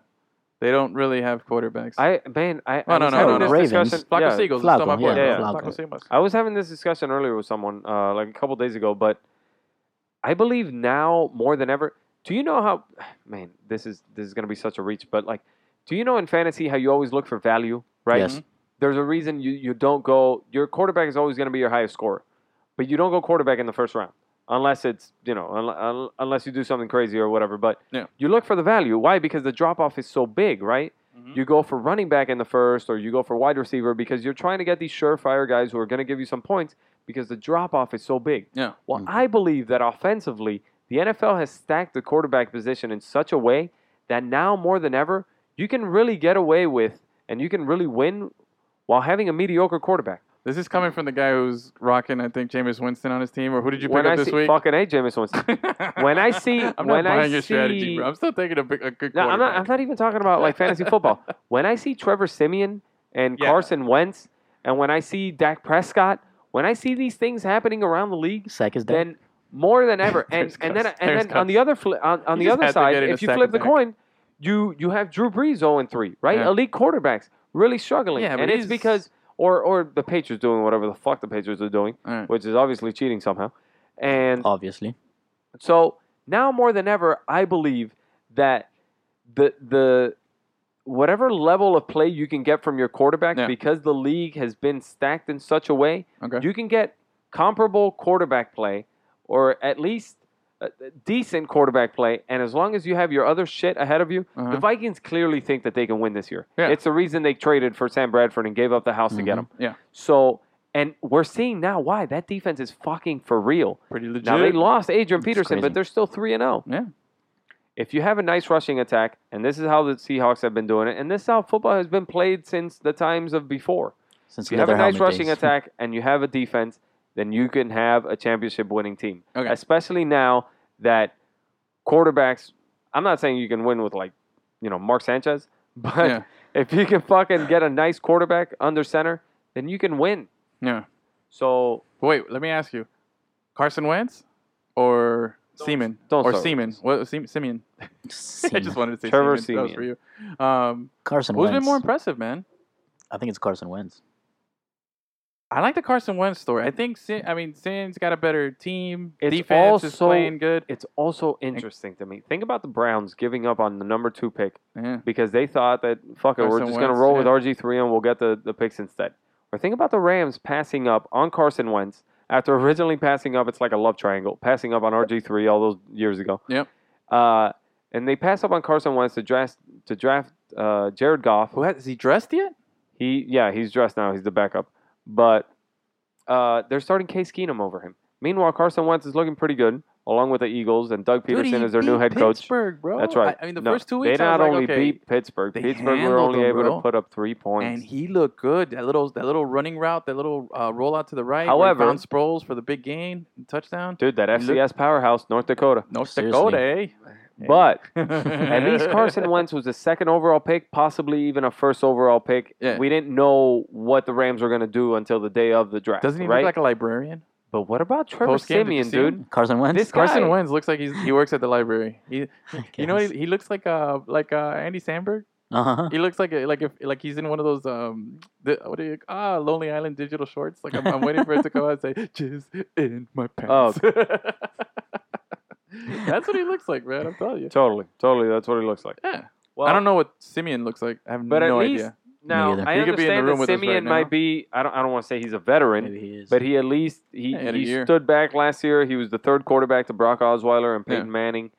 [SPEAKER 2] they don't really have quarterbacks.
[SPEAKER 1] I man, I
[SPEAKER 2] Oh,
[SPEAKER 1] I
[SPEAKER 2] no,
[SPEAKER 1] was
[SPEAKER 2] no,
[SPEAKER 1] having
[SPEAKER 2] no, no.
[SPEAKER 1] this
[SPEAKER 3] Ravens.
[SPEAKER 1] discussion-
[SPEAKER 2] Flacco
[SPEAKER 1] yeah.
[SPEAKER 2] Seagulls. That's not my
[SPEAKER 3] Flacco,
[SPEAKER 1] yeah,
[SPEAKER 2] boy.
[SPEAKER 1] yeah.
[SPEAKER 2] Flacco
[SPEAKER 3] Flacco.
[SPEAKER 2] Seagulls.
[SPEAKER 1] I was having this discussion earlier with someone uh, like a couple days ago, but I believe now more than ever. Do you know how? Man, this is this is gonna be such a reach, but like, do you know in fantasy how you always look for value, right?
[SPEAKER 3] Yes.
[SPEAKER 1] There's a reason you you don't go. Your quarterback is always gonna be your highest scorer, but you don't go quarterback in the first round unless it's you know un- un- unless you do something crazy or whatever. But
[SPEAKER 2] Yeah.
[SPEAKER 1] you look for the value. Why? Because the drop off is so big, right?
[SPEAKER 2] Mhm.
[SPEAKER 1] You go for running back in the first, or you go for wide receiver because you're trying to get these surefire guys who are going to give you some points because the drop off is so big.
[SPEAKER 2] Yeah.
[SPEAKER 1] Well,
[SPEAKER 3] Mhm.
[SPEAKER 1] I believe that offensively, the NFL has stacked the quarterback position in such a way that now more than ever, you can really get away with and you can really win while having a mediocre quarterback.
[SPEAKER 2] This is coming from the guy who's rocking, I think, Jameis Winston on his team. Or who did you pick
[SPEAKER 1] when
[SPEAKER 2] up
[SPEAKER 1] I
[SPEAKER 2] this
[SPEAKER 1] see
[SPEAKER 2] week?
[SPEAKER 1] fucking A. Jameis Winston. when I see-
[SPEAKER 2] I'm
[SPEAKER 1] when
[SPEAKER 2] not
[SPEAKER 1] I
[SPEAKER 2] buying your strategy,
[SPEAKER 1] see-
[SPEAKER 2] bro. I'm still taking a, big, a good
[SPEAKER 1] No, I'm not. I'm
[SPEAKER 2] quarterback.
[SPEAKER 1] not even talking about like fantasy football. When I see Trevor Simeon and
[SPEAKER 2] Yeah.
[SPEAKER 1] Carson Wentz, and when I see Dak Prescott, when I see these things happening around the league,
[SPEAKER 3] Sack is dead.
[SPEAKER 1] then more than ever, and
[SPEAKER 2] There's
[SPEAKER 1] and then
[SPEAKER 2] cuts.
[SPEAKER 1] and
[SPEAKER 2] There's
[SPEAKER 1] then on the other fli on, on the
[SPEAKER 2] You just
[SPEAKER 1] other
[SPEAKER 2] had to
[SPEAKER 1] side,
[SPEAKER 2] get in a
[SPEAKER 1] if you
[SPEAKER 2] second
[SPEAKER 1] flip the
[SPEAKER 2] back.
[SPEAKER 1] coin, you you have Drew Brees 0 and 3, right?
[SPEAKER 2] Yeah.
[SPEAKER 1] Elite quarterbacks really struggling,
[SPEAKER 2] Yeah, but
[SPEAKER 1] and it's
[SPEAKER 2] he's-
[SPEAKER 1] because or or the Patriots doing whatever the fuck the Patriots are doing,
[SPEAKER 2] All right.
[SPEAKER 1] which is obviously cheating somehow, and
[SPEAKER 3] Obviously.
[SPEAKER 1] so now more than ever, I believe that the the whatever level of play you can get from your quarterback,
[SPEAKER 2] Yeah.
[SPEAKER 1] because the league has been stacked in such a way,
[SPEAKER 2] Okay.
[SPEAKER 1] you can get comparable quarterback play, or at least uh, decent quarterback play. And as long as you have your other shit ahead of you,
[SPEAKER 2] Uh-huh.
[SPEAKER 1] the Vikings clearly think that they can win this year.
[SPEAKER 2] Yeah. Mm-hmm.
[SPEAKER 1] It's the reason they traded for Sam Bradford and gave up the house to get
[SPEAKER 3] Mhm.
[SPEAKER 1] him.
[SPEAKER 2] Yeah.
[SPEAKER 1] So. And we're seeing now why that defense is fucking for real.
[SPEAKER 2] Pretty legit.
[SPEAKER 1] Now they lost Adrian
[SPEAKER 3] It's
[SPEAKER 1] Peterson,
[SPEAKER 3] crazy.
[SPEAKER 1] but they're still three and zero.
[SPEAKER 2] Yeah.
[SPEAKER 1] If you have a nice rushing attack, and this is how the Seahawks have been doing it, and this is how football has been played since the times of before.
[SPEAKER 3] Since
[SPEAKER 1] If you have a
[SPEAKER 3] leather
[SPEAKER 1] nice
[SPEAKER 3] helmet
[SPEAKER 1] rushing
[SPEAKER 3] days.
[SPEAKER 1] attack and you have a defense, then you can have a championship winning team.
[SPEAKER 2] Okay.
[SPEAKER 1] Especially now that quarterbacks I'm not saying you can win with like, you know, Mark Sanchez, but
[SPEAKER 2] Yeah.
[SPEAKER 1] if you can fucking get a nice quarterback under center, then you can win.
[SPEAKER 2] Yeah.
[SPEAKER 1] So
[SPEAKER 2] Wait, let me ask you. Carson Wentz or Seaman?
[SPEAKER 1] don't
[SPEAKER 2] or
[SPEAKER 1] start with
[SPEAKER 2] Seaman.
[SPEAKER 1] this.
[SPEAKER 2] What, Seam- Simeon. I
[SPEAKER 3] Seaman.
[SPEAKER 2] just wanted to say
[SPEAKER 1] Trevor
[SPEAKER 2] Seaman. That was for you. Um,
[SPEAKER 3] Carson
[SPEAKER 2] who's
[SPEAKER 3] Wentz.
[SPEAKER 2] been more impressive, man?
[SPEAKER 3] I think it's Carson Wentz.
[SPEAKER 2] I like the Carson Wentz story. I think, Sin, I mean, Sin's got a better team.
[SPEAKER 1] It's
[SPEAKER 2] Defense is
[SPEAKER 1] also-
[SPEAKER 2] playing good.
[SPEAKER 1] it's also interesting to me. Think about the Browns giving up on the number two pick
[SPEAKER 2] Yeah.
[SPEAKER 1] because they thought that fuck it, we're
[SPEAKER 2] Carson
[SPEAKER 1] just going to
[SPEAKER 2] Wentz,
[SPEAKER 1] roll
[SPEAKER 2] yeah.
[SPEAKER 1] with RG three and we'll get the, the picks instead. Or think about the Rams passing up on Carson Wentz after originally passing up. It's like a love triangle, passing up on RG three all those years ago.
[SPEAKER 2] Yep.
[SPEAKER 1] Uh, and they pass up on Carson Wentz to draft to draft uh, Jared Goff.
[SPEAKER 2] Who has, is he dressed yet?
[SPEAKER 1] He yeah, he's dressed now. He's the backup, but uh, they're starting Case Keenum over him. Meanwhile, Carson Wentz is looking pretty good, along with the Eagles and Doug Peterson
[SPEAKER 2] Dude, he
[SPEAKER 1] is their new
[SPEAKER 2] beat
[SPEAKER 1] head coach.
[SPEAKER 2] Pittsburgh, bro.
[SPEAKER 1] That's right.
[SPEAKER 2] I, I mean, the
[SPEAKER 1] No,
[SPEAKER 2] first two weeks,
[SPEAKER 1] they
[SPEAKER 2] I
[SPEAKER 1] not
[SPEAKER 2] was like,
[SPEAKER 1] only
[SPEAKER 2] okay,
[SPEAKER 1] beat Pittsburg.
[SPEAKER 2] they
[SPEAKER 1] Pittsburgh were
[SPEAKER 2] handled
[SPEAKER 1] only
[SPEAKER 2] them,
[SPEAKER 1] able
[SPEAKER 2] bro.
[SPEAKER 1] to put up three points.
[SPEAKER 2] and he looked good. That little that little running route, that little uh, rollout to the right. where he
[SPEAKER 1] However-
[SPEAKER 2] found Sproles for the big gain and touchdown.
[SPEAKER 1] Dude, that
[SPEAKER 2] looked-
[SPEAKER 1] FCS powerhouse, North Dakota.
[SPEAKER 2] North
[SPEAKER 3] Seriously.
[SPEAKER 2] Dakota, eh?
[SPEAKER 1] But at
[SPEAKER 2] at
[SPEAKER 1] least Carson Wentz was the second overall pick, possibly even a first overall pick.
[SPEAKER 2] Yeah.
[SPEAKER 1] We didn't know what the Rams were going to do until the day of the draft.
[SPEAKER 2] doesn't he
[SPEAKER 1] right?
[SPEAKER 2] look like a librarian?
[SPEAKER 1] but what about Trevor
[SPEAKER 2] Post game, did you
[SPEAKER 1] Simeon,
[SPEAKER 2] see him?
[SPEAKER 1] dude?
[SPEAKER 3] Carson Wentz.
[SPEAKER 1] This guy-
[SPEAKER 2] Carson Wentz looks like he's, he works at the library. He, you know, what he, he looks like uh like uh Andy Samberg.
[SPEAKER 3] Uh huh.
[SPEAKER 2] He looks like a, like if like he's in one of those um the, what do you ah Lonely Island digital shorts. Like I'm, I'm waiting for it to come out and say jizz in my pants.
[SPEAKER 1] Oh,
[SPEAKER 2] That's what he looks like, man. I'm telling you.
[SPEAKER 1] Totally, totally. That's what he looks like.
[SPEAKER 2] Yeah.
[SPEAKER 1] Well,
[SPEAKER 2] I don't know what Simeon looks like. I have
[SPEAKER 1] But
[SPEAKER 2] no
[SPEAKER 1] at least
[SPEAKER 2] idea.
[SPEAKER 1] now
[SPEAKER 3] neither.
[SPEAKER 1] I
[SPEAKER 2] He could be in the
[SPEAKER 1] understand
[SPEAKER 2] room
[SPEAKER 1] that
[SPEAKER 2] with us
[SPEAKER 1] Simeon
[SPEAKER 2] right now.
[SPEAKER 1] might be. I don't. I don't want to say he's a veteran,
[SPEAKER 3] Maybe he is.
[SPEAKER 1] but he at least he,
[SPEAKER 2] Yeah, he had a
[SPEAKER 1] he
[SPEAKER 2] year.
[SPEAKER 1] stood back last year. He was the third quarterback to Brock Osweiler and
[SPEAKER 2] Yeah.
[SPEAKER 1] Peyton Manning.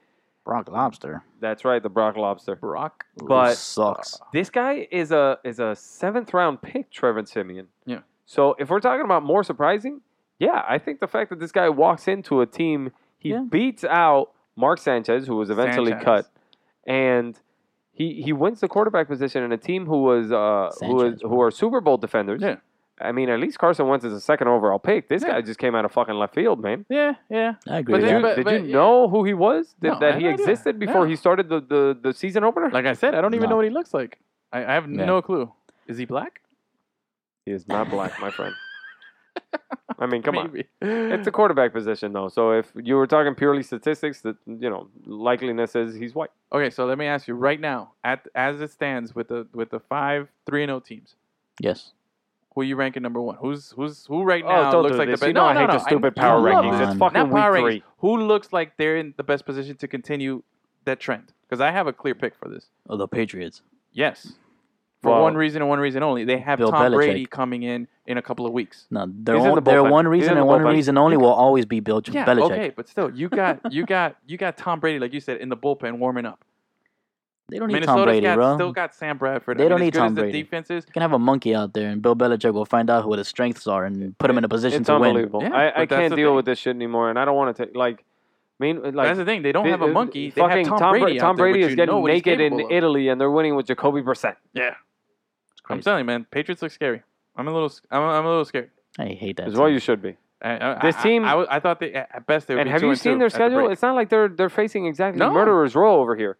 [SPEAKER 3] Brock Lobster.
[SPEAKER 1] That's right, the Brock Lobster.
[SPEAKER 2] Brock.
[SPEAKER 1] But-
[SPEAKER 3] sucks.
[SPEAKER 1] This guy is a is a seventh round pick, Trevor Simeon.
[SPEAKER 2] Yeah.
[SPEAKER 1] So if we're talking about more surprising, yeah, I think the fact that this guy walks into a team, he
[SPEAKER 3] Yeah.
[SPEAKER 1] beats out Mark Sanchez, who was eventually
[SPEAKER 2] Sanchez.
[SPEAKER 1] cut, and he he wins the quarterback position in a team who was uh who was
[SPEAKER 3] Sanchez,
[SPEAKER 1] who are Super Bowl defenders.
[SPEAKER 2] Yeah.
[SPEAKER 1] I mean, at least Carson Wentz is a second overall pick. This
[SPEAKER 2] Yeah.
[SPEAKER 1] guy just came out of fucking left field, man.
[SPEAKER 2] Yeah, yeah.
[SPEAKER 3] I agree.
[SPEAKER 1] But
[SPEAKER 3] with
[SPEAKER 1] did
[SPEAKER 2] then-
[SPEAKER 1] you,
[SPEAKER 3] that.
[SPEAKER 2] but-
[SPEAKER 1] did you
[SPEAKER 2] yeah.
[SPEAKER 1] know who he was? Did,
[SPEAKER 2] No, I
[SPEAKER 1] that
[SPEAKER 2] had
[SPEAKER 1] he
[SPEAKER 2] no idea.
[SPEAKER 1] existed before
[SPEAKER 2] No.
[SPEAKER 1] he started the, the, the season opener?
[SPEAKER 2] Like I said, I don't even
[SPEAKER 3] No.
[SPEAKER 2] know what he looks like. I, I have
[SPEAKER 3] Yeah.
[SPEAKER 2] no clue. Is he black?
[SPEAKER 1] he is not black, my friend. I mean, come on.
[SPEAKER 2] Maybe.
[SPEAKER 1] It's a quarterback position, though. So if you were talking purely statistics, that you know, likeliness is he's white.
[SPEAKER 2] Okay, so let me ask you right now, at as it stands with the with the five three and O teams,
[SPEAKER 3] yes.
[SPEAKER 2] who you ranking number one? Who's who's who right
[SPEAKER 1] oh,
[SPEAKER 2] now
[SPEAKER 1] don't
[SPEAKER 2] looks
[SPEAKER 1] do
[SPEAKER 2] like
[SPEAKER 1] this.
[SPEAKER 2] the best?
[SPEAKER 1] You know I hate the stupid power
[SPEAKER 3] I love
[SPEAKER 1] rankings.
[SPEAKER 3] this.
[SPEAKER 1] It's fucking
[SPEAKER 2] Not
[SPEAKER 1] week
[SPEAKER 2] power rankings.
[SPEAKER 1] three.
[SPEAKER 2] Who looks like they're in the best position to continue that trend? Because I have a clear pick for this.
[SPEAKER 3] Oh, the Patriots.
[SPEAKER 2] Yes, for
[SPEAKER 1] Well-
[SPEAKER 2] one reason and one reason only. They have
[SPEAKER 3] Bill
[SPEAKER 2] Tom
[SPEAKER 3] Belichick.
[SPEAKER 2] Brady coming in in a couple of weeks.
[SPEAKER 3] No, their,
[SPEAKER 1] He's in
[SPEAKER 3] own,
[SPEAKER 1] the
[SPEAKER 3] their
[SPEAKER 1] bullpen.
[SPEAKER 3] one
[SPEAKER 1] He's
[SPEAKER 3] reason
[SPEAKER 1] in the
[SPEAKER 3] and one
[SPEAKER 1] bullpen.
[SPEAKER 3] reason only will always be Bill
[SPEAKER 2] Yeah,
[SPEAKER 3] Belichick.
[SPEAKER 2] okay, but still, you got you got you got Tom Brady, like you said, in the bullpen warming up.
[SPEAKER 3] They don't need Tom
[SPEAKER 2] Minnesota's
[SPEAKER 3] Brady,
[SPEAKER 2] got,
[SPEAKER 3] bro.
[SPEAKER 2] still got Sam Bradford.
[SPEAKER 3] They
[SPEAKER 2] I mean,
[SPEAKER 3] don't
[SPEAKER 2] as
[SPEAKER 3] need
[SPEAKER 2] good
[SPEAKER 3] Tom
[SPEAKER 2] as
[SPEAKER 3] Brady.
[SPEAKER 2] The defense is,
[SPEAKER 3] you can have a monkey out there, and Bill Belichick will find out what his strengths are and put him in a position
[SPEAKER 1] It's
[SPEAKER 3] to win.
[SPEAKER 1] unbelievable.
[SPEAKER 2] Yeah, but
[SPEAKER 1] I, I
[SPEAKER 2] that's
[SPEAKER 1] can't
[SPEAKER 2] the
[SPEAKER 1] deal
[SPEAKER 2] thing.
[SPEAKER 1] with this shit anymore, and I don't want to take like. I mean, like
[SPEAKER 2] that's the thing. They don't
[SPEAKER 1] Thi-
[SPEAKER 2] have a
[SPEAKER 1] uh,
[SPEAKER 2] monkey. They
[SPEAKER 1] Fucking
[SPEAKER 2] have Tom,
[SPEAKER 1] Bra-
[SPEAKER 2] Brady. out
[SPEAKER 1] Tom
[SPEAKER 2] there,
[SPEAKER 1] Brady is
[SPEAKER 2] but you know
[SPEAKER 1] getting
[SPEAKER 2] what he's
[SPEAKER 1] naked in
[SPEAKER 2] capable of.
[SPEAKER 1] Italy, and they're winning with Jacoby Brissett.
[SPEAKER 2] Yeah, I'm
[SPEAKER 3] crazy.
[SPEAKER 2] telling you, man. Patriots look scary. I'm a little. s- I'm, I'm a little scared.
[SPEAKER 3] I hate that.
[SPEAKER 1] As well,
[SPEAKER 3] team.
[SPEAKER 1] you should be.
[SPEAKER 2] I, I,
[SPEAKER 1] This
[SPEAKER 2] I-
[SPEAKER 1] team-
[SPEAKER 2] I, I, I thought they at at best they would
[SPEAKER 1] And
[SPEAKER 2] be
[SPEAKER 1] have
[SPEAKER 2] two
[SPEAKER 1] you
[SPEAKER 2] and two
[SPEAKER 1] seen their
[SPEAKER 2] at the
[SPEAKER 1] schedule?
[SPEAKER 2] break.
[SPEAKER 1] It's not like they're they're facing exactly
[SPEAKER 2] No.
[SPEAKER 1] murderers row over here.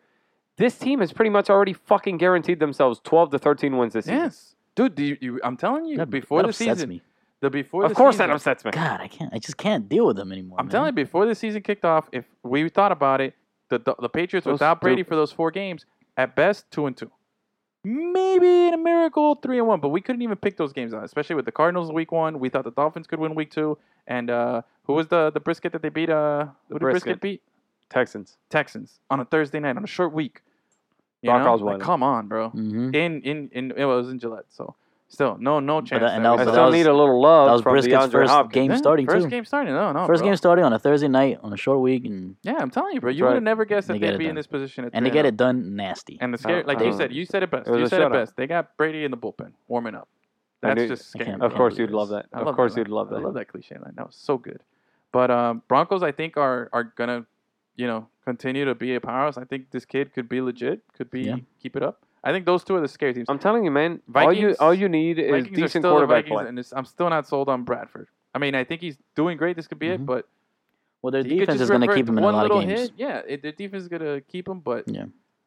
[SPEAKER 1] This team has pretty much already fucking guaranteed themselves 12 to 13 wins this season.
[SPEAKER 2] Yes, dude. Do you, you, I'm telling you,
[SPEAKER 3] That-
[SPEAKER 2] before
[SPEAKER 3] that
[SPEAKER 2] the
[SPEAKER 3] upsets
[SPEAKER 2] season,
[SPEAKER 3] me.
[SPEAKER 2] the before
[SPEAKER 1] Of
[SPEAKER 2] the
[SPEAKER 1] course,
[SPEAKER 2] season,
[SPEAKER 1] that upsets me.
[SPEAKER 3] God, I can't. I just can't deal with them anymore.
[SPEAKER 2] I'm
[SPEAKER 3] man.
[SPEAKER 2] telling you, before the season kicked off, if we thought about it, the the, the Patriots
[SPEAKER 1] So
[SPEAKER 2] without Brady for those four games, at best two and two, maybe in a miracle three and one. But we couldn't even pick those games out, especially with the Cardinals week one. We thought the Dolphins could win week two, and uh, who was the the brisket that they beat? Uh, who did brisket.
[SPEAKER 1] Brisket.
[SPEAKER 2] beat
[SPEAKER 1] Texans.
[SPEAKER 2] Texans on a Thursday night on a short week. You
[SPEAKER 1] Brock
[SPEAKER 2] know?
[SPEAKER 1] Osweiler.
[SPEAKER 2] Like, come on, bro.
[SPEAKER 3] Mhm.
[SPEAKER 2] In in in it was in Gillette, so still no no chance.
[SPEAKER 3] that- and that
[SPEAKER 2] we
[SPEAKER 3] was-
[SPEAKER 1] I
[SPEAKER 3] but
[SPEAKER 2] saw.
[SPEAKER 1] still
[SPEAKER 3] was-
[SPEAKER 1] need a little love
[SPEAKER 3] that was
[SPEAKER 1] from
[SPEAKER 3] Brisket's
[SPEAKER 1] DeAndre
[SPEAKER 3] first
[SPEAKER 1] Hopkins.
[SPEAKER 3] game
[SPEAKER 2] Yeah,
[SPEAKER 3] starting
[SPEAKER 2] first
[SPEAKER 3] too.
[SPEAKER 2] game starting. No, no.
[SPEAKER 3] first
[SPEAKER 2] Oh, bro.
[SPEAKER 3] game starting on a Thursday night on a short week, and
[SPEAKER 2] Yeah, I'm telling you, bro. You
[SPEAKER 1] That's
[SPEAKER 2] would
[SPEAKER 1] right.
[SPEAKER 2] have never guessed
[SPEAKER 3] They
[SPEAKER 2] that
[SPEAKER 3] get
[SPEAKER 2] they'd
[SPEAKER 3] it
[SPEAKER 2] be
[SPEAKER 3] done.
[SPEAKER 2] in this position. At
[SPEAKER 3] and they
[SPEAKER 2] 3
[SPEAKER 3] get it done nasty.
[SPEAKER 2] And the scary,
[SPEAKER 1] Oh,
[SPEAKER 2] like
[SPEAKER 1] I
[SPEAKER 2] you
[SPEAKER 1] don't
[SPEAKER 2] said,
[SPEAKER 1] know.
[SPEAKER 2] you said it best.
[SPEAKER 1] It was
[SPEAKER 2] You
[SPEAKER 1] a
[SPEAKER 2] said it
[SPEAKER 1] shutout.
[SPEAKER 2] best. They got Brady in the bullpen warming up. That's
[SPEAKER 1] knew-
[SPEAKER 2] just
[SPEAKER 3] I
[SPEAKER 2] scary.
[SPEAKER 3] can't
[SPEAKER 1] Of course,
[SPEAKER 3] believe
[SPEAKER 1] you'd love
[SPEAKER 3] this.
[SPEAKER 1] that. Of course, you'd love
[SPEAKER 2] I love
[SPEAKER 1] that.
[SPEAKER 2] that cliche line. That was so good. But um, Broncos, I think, are are gonna, you know, continue to be a powerhouse. I think this kid could be legit. Could be
[SPEAKER 3] Yeah.
[SPEAKER 2] keep it up. I think those two are the scary teams.
[SPEAKER 1] I'm telling you, man. all you
[SPEAKER 2] Vikings-
[SPEAKER 1] all you need is
[SPEAKER 2] Vikings are
[SPEAKER 1] Um, decent
[SPEAKER 2] still the
[SPEAKER 1] quarterback
[SPEAKER 2] Vikings,
[SPEAKER 1] play.
[SPEAKER 2] and it's, I'm still not sold on Bradford. I mean, I think he's doing great. This could be
[SPEAKER 3] Mhm.
[SPEAKER 2] it, but
[SPEAKER 3] Well, their
[SPEAKER 2] he could
[SPEAKER 3] defense
[SPEAKER 2] just
[SPEAKER 3] is going to
[SPEAKER 2] revert
[SPEAKER 3] keep them in a
[SPEAKER 2] one
[SPEAKER 3] lot of
[SPEAKER 2] little
[SPEAKER 3] games.
[SPEAKER 2] hit. Yeah, it, the defense is gonna keep him, but
[SPEAKER 3] Yeah.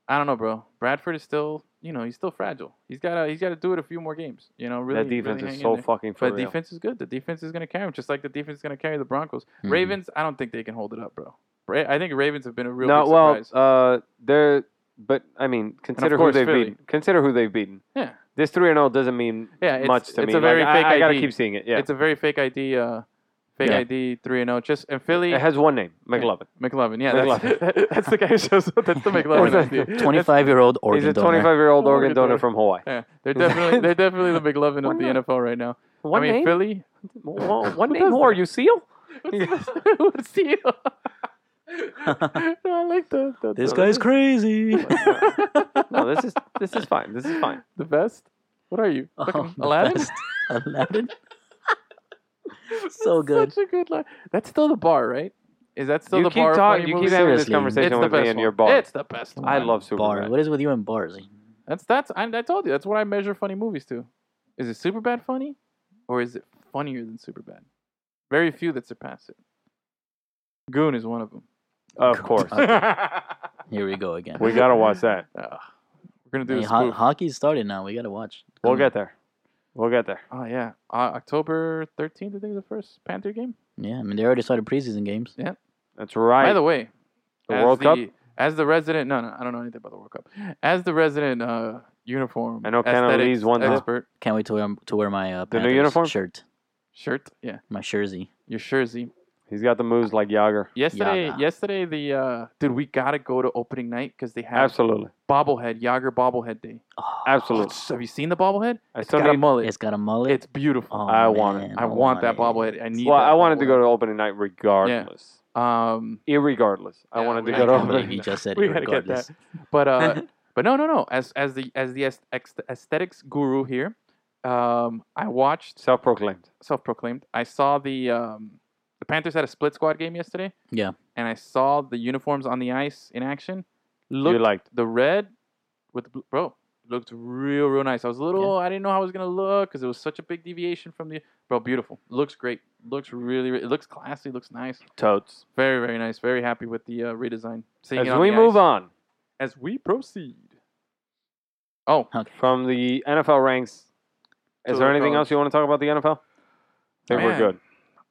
[SPEAKER 2] I don't know, bro. Bradford is still, you know, he's still fragile. He's gotta, he's gotta do it a few more games. You know, really.
[SPEAKER 1] that defense
[SPEAKER 2] really hang
[SPEAKER 1] is
[SPEAKER 2] in
[SPEAKER 1] so
[SPEAKER 2] there.
[SPEAKER 1] fucking for
[SPEAKER 2] But
[SPEAKER 1] real.
[SPEAKER 2] defense is good. The defense is gonna carry him, just like the defense is gonna carry the Broncos.
[SPEAKER 1] Mm-hmm.
[SPEAKER 3] Mhm.
[SPEAKER 2] Ravens, I don't think they can hold it up, bro. Ra- I think Ravens have been a real
[SPEAKER 1] No,
[SPEAKER 2] big
[SPEAKER 1] well,
[SPEAKER 2] surprise.
[SPEAKER 1] uh, they're but I mean, consider who
[SPEAKER 2] course,
[SPEAKER 1] they've
[SPEAKER 2] Philly.
[SPEAKER 1] beaten. Consider who they've beaten.
[SPEAKER 2] Yeah.
[SPEAKER 1] This three and zero doesn't mean
[SPEAKER 2] Yeah, it's-
[SPEAKER 1] much to
[SPEAKER 2] it's
[SPEAKER 1] me.
[SPEAKER 2] a very
[SPEAKER 1] Like, I-
[SPEAKER 2] fake
[SPEAKER 1] I, gotta
[SPEAKER 2] ID.
[SPEAKER 1] keep seeing it. Yeah,
[SPEAKER 2] It's a very fake ID, uh, fake
[SPEAKER 3] Yeah.
[SPEAKER 2] ID three and zero. Just and Philly
[SPEAKER 1] it has one name, McLovin.
[SPEAKER 2] McLovin. Yeah, That's, that's the guy who shows up. That's the McLovin ID. That's-
[SPEAKER 3] Twenty-five-year-old organ
[SPEAKER 1] He's a
[SPEAKER 3] donor.
[SPEAKER 1] 25 year old organ
[SPEAKER 2] Organ
[SPEAKER 1] donor
[SPEAKER 2] donor.
[SPEAKER 1] from Hawaii.
[SPEAKER 2] Yeah, they're definitely they're definitely the McLovin
[SPEAKER 1] One
[SPEAKER 2] of the
[SPEAKER 1] name.
[SPEAKER 2] NFL right now.
[SPEAKER 1] One
[SPEAKER 2] I mean,
[SPEAKER 1] name,
[SPEAKER 2] Philly.
[SPEAKER 1] one one
[SPEAKER 2] Who
[SPEAKER 1] name
[SPEAKER 2] does
[SPEAKER 1] more.
[SPEAKER 2] that?
[SPEAKER 1] You seal?
[SPEAKER 2] What's the no, I like the, the
[SPEAKER 3] This
[SPEAKER 2] the-
[SPEAKER 3] guy's crazy.
[SPEAKER 1] No, this is this is fine. This is fine.
[SPEAKER 2] the best. What are you?
[SPEAKER 3] Oh,
[SPEAKER 2] Fucking
[SPEAKER 3] the
[SPEAKER 2] Aladdin?
[SPEAKER 3] best. Aladdin. so good.
[SPEAKER 2] Such a good line. That's still the bar, right? Is that still
[SPEAKER 1] you
[SPEAKER 2] the
[SPEAKER 1] keep
[SPEAKER 2] bar? of
[SPEAKER 1] talking.
[SPEAKER 2] funny
[SPEAKER 1] You keep
[SPEAKER 2] movies?
[SPEAKER 1] having this
[SPEAKER 3] Seriously.
[SPEAKER 1] conversation
[SPEAKER 2] it's the
[SPEAKER 1] with me
[SPEAKER 2] best
[SPEAKER 1] and
[SPEAKER 2] one.
[SPEAKER 1] your bar.
[SPEAKER 2] It's the best one.
[SPEAKER 1] I love
[SPEAKER 3] Bar.
[SPEAKER 1] Superbad.
[SPEAKER 3] What is with you and bars?
[SPEAKER 2] That's that's I, I told you. That's what I measure funny movies to. Is it super bad funny, or is it funnier than super bad? Very few that surpass it. Goon is one of them.
[SPEAKER 1] Of course,
[SPEAKER 3] Here we go again.
[SPEAKER 1] we gotta watch that.
[SPEAKER 2] Ugh. we're gonna do
[SPEAKER 3] Hey,
[SPEAKER 2] this.
[SPEAKER 3] ho- hockey's started now. We gotta watch.
[SPEAKER 1] We'll get there. We'll get there.
[SPEAKER 2] Oh yeah, uh, October thirteenth. I think is the first Panther game.
[SPEAKER 3] Yeah, I mean they already started preseason games.
[SPEAKER 1] That's right.
[SPEAKER 2] By the way,
[SPEAKER 1] The
[SPEAKER 2] as
[SPEAKER 1] World Cup?
[SPEAKER 2] As the resident, no, no, I don't know anything about the World Cup. As the resident uh, uniform,
[SPEAKER 1] I know Canada
[SPEAKER 2] aesthetics
[SPEAKER 1] Lee's won the-
[SPEAKER 2] expert
[SPEAKER 3] Can't wait to wear to wear my uh,
[SPEAKER 1] The new
[SPEAKER 3] Panthers
[SPEAKER 1] uniform?
[SPEAKER 3] shirt,
[SPEAKER 2] shirt. Yeah,
[SPEAKER 3] my jersey.
[SPEAKER 2] your jersey.
[SPEAKER 1] He's got the moves like Yager.
[SPEAKER 2] Yesterday,
[SPEAKER 3] Yaga.
[SPEAKER 2] yesterday the uh, dude, we gotta go to opening night because they have
[SPEAKER 1] Absolutely,
[SPEAKER 2] bobblehead Yager bobblehead day.
[SPEAKER 3] Oh,
[SPEAKER 1] absolutely.
[SPEAKER 2] It's- have you seen the bobblehead?
[SPEAKER 1] I
[SPEAKER 2] It's
[SPEAKER 1] still
[SPEAKER 2] got a
[SPEAKER 1] need-
[SPEAKER 2] mullet. It's,
[SPEAKER 3] it's got a mullet.
[SPEAKER 2] beautiful.
[SPEAKER 3] Oh,
[SPEAKER 1] I want it.
[SPEAKER 3] man,
[SPEAKER 2] I want that
[SPEAKER 3] it.
[SPEAKER 2] bobblehead. I need.
[SPEAKER 1] Well,
[SPEAKER 2] that
[SPEAKER 1] I wanted to
[SPEAKER 2] bobblehead.
[SPEAKER 1] go to opening night regardless.
[SPEAKER 2] Um,
[SPEAKER 1] Irregardless, I
[SPEAKER 2] Yeah,
[SPEAKER 1] wanted to
[SPEAKER 2] we
[SPEAKER 1] go to
[SPEAKER 2] gotta
[SPEAKER 3] can't
[SPEAKER 2] go.
[SPEAKER 3] believe
[SPEAKER 1] opening.
[SPEAKER 3] he just said
[SPEAKER 2] We
[SPEAKER 3] it
[SPEAKER 2] gotta get
[SPEAKER 3] regardless.
[SPEAKER 2] But uh, but no, no, no. As as the as the aes- ex- aesthetics guru here, um, I watched
[SPEAKER 1] Self-proclaimed.
[SPEAKER 2] self-proclaimed. I saw the um, the Panthers had a split squad game yesterday.
[SPEAKER 3] Yeah.
[SPEAKER 2] And I saw the uniforms on the ice in action. Looked
[SPEAKER 1] You liked.
[SPEAKER 2] the red with the blue, bro. looked real, real nice. I was a little, I didn't know how it was gonna look because it was such a big deviation from the. Bro, beautiful. Looks great. Looks really, re- it looks classy. Looks nice.
[SPEAKER 1] Totes.
[SPEAKER 2] Very, very nice. Very happy with the uh, redesign. Seeing
[SPEAKER 1] As
[SPEAKER 2] it on
[SPEAKER 1] we
[SPEAKER 2] the
[SPEAKER 1] move
[SPEAKER 2] ice.
[SPEAKER 1] on
[SPEAKER 2] as we proceed. Oh,
[SPEAKER 1] from the NFL ranks,
[SPEAKER 2] To
[SPEAKER 1] is there
[SPEAKER 2] the
[SPEAKER 1] anything
[SPEAKER 2] college.
[SPEAKER 1] else you want to talk about the NFL? I think we're
[SPEAKER 2] Man.
[SPEAKER 1] good.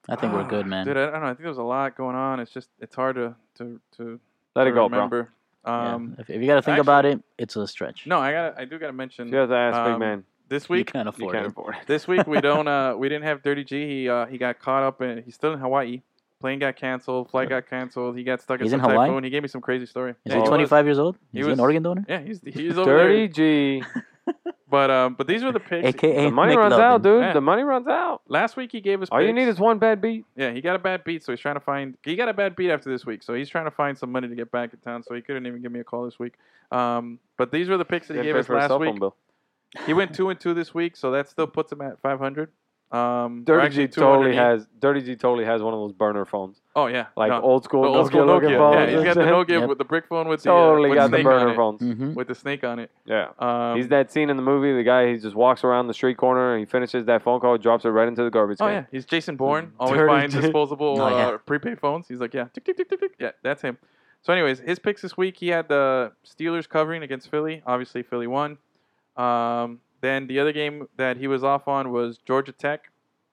[SPEAKER 3] I think we're good, man.
[SPEAKER 2] Dude, I, I don't know. I think there's a lot going on. It's just it's hard to to to,
[SPEAKER 1] Let
[SPEAKER 2] to
[SPEAKER 1] it go, bro.
[SPEAKER 2] remember.
[SPEAKER 3] Yeah.
[SPEAKER 2] Um,
[SPEAKER 3] if, if you got to think
[SPEAKER 2] actually-
[SPEAKER 3] about it, it's a stretch.
[SPEAKER 2] no, I got to I do got to mention
[SPEAKER 1] She has to ask, big
[SPEAKER 2] Um,
[SPEAKER 1] man.
[SPEAKER 2] this
[SPEAKER 3] you
[SPEAKER 2] week.
[SPEAKER 3] can't
[SPEAKER 1] You
[SPEAKER 3] afford
[SPEAKER 1] can't
[SPEAKER 3] it.
[SPEAKER 1] afford it.
[SPEAKER 2] This week we don't uh we didn't have Dirty G. He uh he got caught up in he's still in Hawaii. Plane got canceled. Flight got canceled. He got stuck in
[SPEAKER 3] He's in
[SPEAKER 2] some
[SPEAKER 3] Hawaii?
[SPEAKER 2] typhoon. He gave me some crazy story.
[SPEAKER 3] Is
[SPEAKER 2] Yeah,
[SPEAKER 3] he
[SPEAKER 2] was.
[SPEAKER 3] 25 years old? Is
[SPEAKER 2] he
[SPEAKER 3] he,
[SPEAKER 2] was-
[SPEAKER 3] an organ donor?
[SPEAKER 2] Yeah, he's he's over
[SPEAKER 1] Dirty
[SPEAKER 2] there.
[SPEAKER 1] G.
[SPEAKER 2] But um but these were the picks.
[SPEAKER 3] AKA
[SPEAKER 1] The money runs
[SPEAKER 3] McLovin.
[SPEAKER 1] out, dude.
[SPEAKER 2] Yeah.
[SPEAKER 1] The money runs out.
[SPEAKER 2] Last week he gave us.
[SPEAKER 1] All you
[SPEAKER 2] picks.
[SPEAKER 1] need is one bad beat.
[SPEAKER 2] Yeah, he got a bad beat, so he's trying to find. He got a bad beat after this week, so he's trying to find some money to get back in town. So he couldn't even give me a call this week. Um, but these were the picks that he
[SPEAKER 1] Didn't
[SPEAKER 2] gave
[SPEAKER 1] pay
[SPEAKER 2] us
[SPEAKER 1] for a
[SPEAKER 2] last
[SPEAKER 1] cell phone
[SPEAKER 2] week.
[SPEAKER 1] bill.
[SPEAKER 2] He went two and two this week, so that still puts him at five hundred. Um, or
[SPEAKER 1] Dirty
[SPEAKER 2] actually
[SPEAKER 1] G totally
[SPEAKER 2] 208.
[SPEAKER 1] has Dirty G totally has one of those burner phones,
[SPEAKER 2] Oh yeah,
[SPEAKER 1] like
[SPEAKER 2] no.
[SPEAKER 1] old school
[SPEAKER 2] the old school
[SPEAKER 1] Nokia looking
[SPEAKER 2] Nokia.
[SPEAKER 1] phones.
[SPEAKER 2] Yeah, he's got the Nokia
[SPEAKER 3] Yep.
[SPEAKER 2] with the brick phone with
[SPEAKER 1] Totally
[SPEAKER 2] the, uh,
[SPEAKER 1] got
[SPEAKER 2] with
[SPEAKER 1] the
[SPEAKER 2] snake on
[SPEAKER 1] burner
[SPEAKER 2] it.
[SPEAKER 1] phones.
[SPEAKER 3] Mm-hmm.
[SPEAKER 2] with the snake on it.
[SPEAKER 1] Yeah.
[SPEAKER 2] Um,
[SPEAKER 1] He's that scene in the movie, the guy he just walks around the street corner and he finishes that phone call, drops it right into the garbage
[SPEAKER 2] Oh
[SPEAKER 1] can.
[SPEAKER 2] yeah, he's Jason Bourne, always
[SPEAKER 1] Mm-hmm. Dirty
[SPEAKER 2] buying
[SPEAKER 1] J-
[SPEAKER 2] disposable
[SPEAKER 3] Oh, yeah.
[SPEAKER 2] uh, prepaid phones. He's like, yeah, tick, tick, tick, tick, tick. yeah, that's him. So, anyways, his picks this week, he had the Steelers covering against Philly. Obviously, Philly won. Um, then the other game that he was off on was Georgia Tech.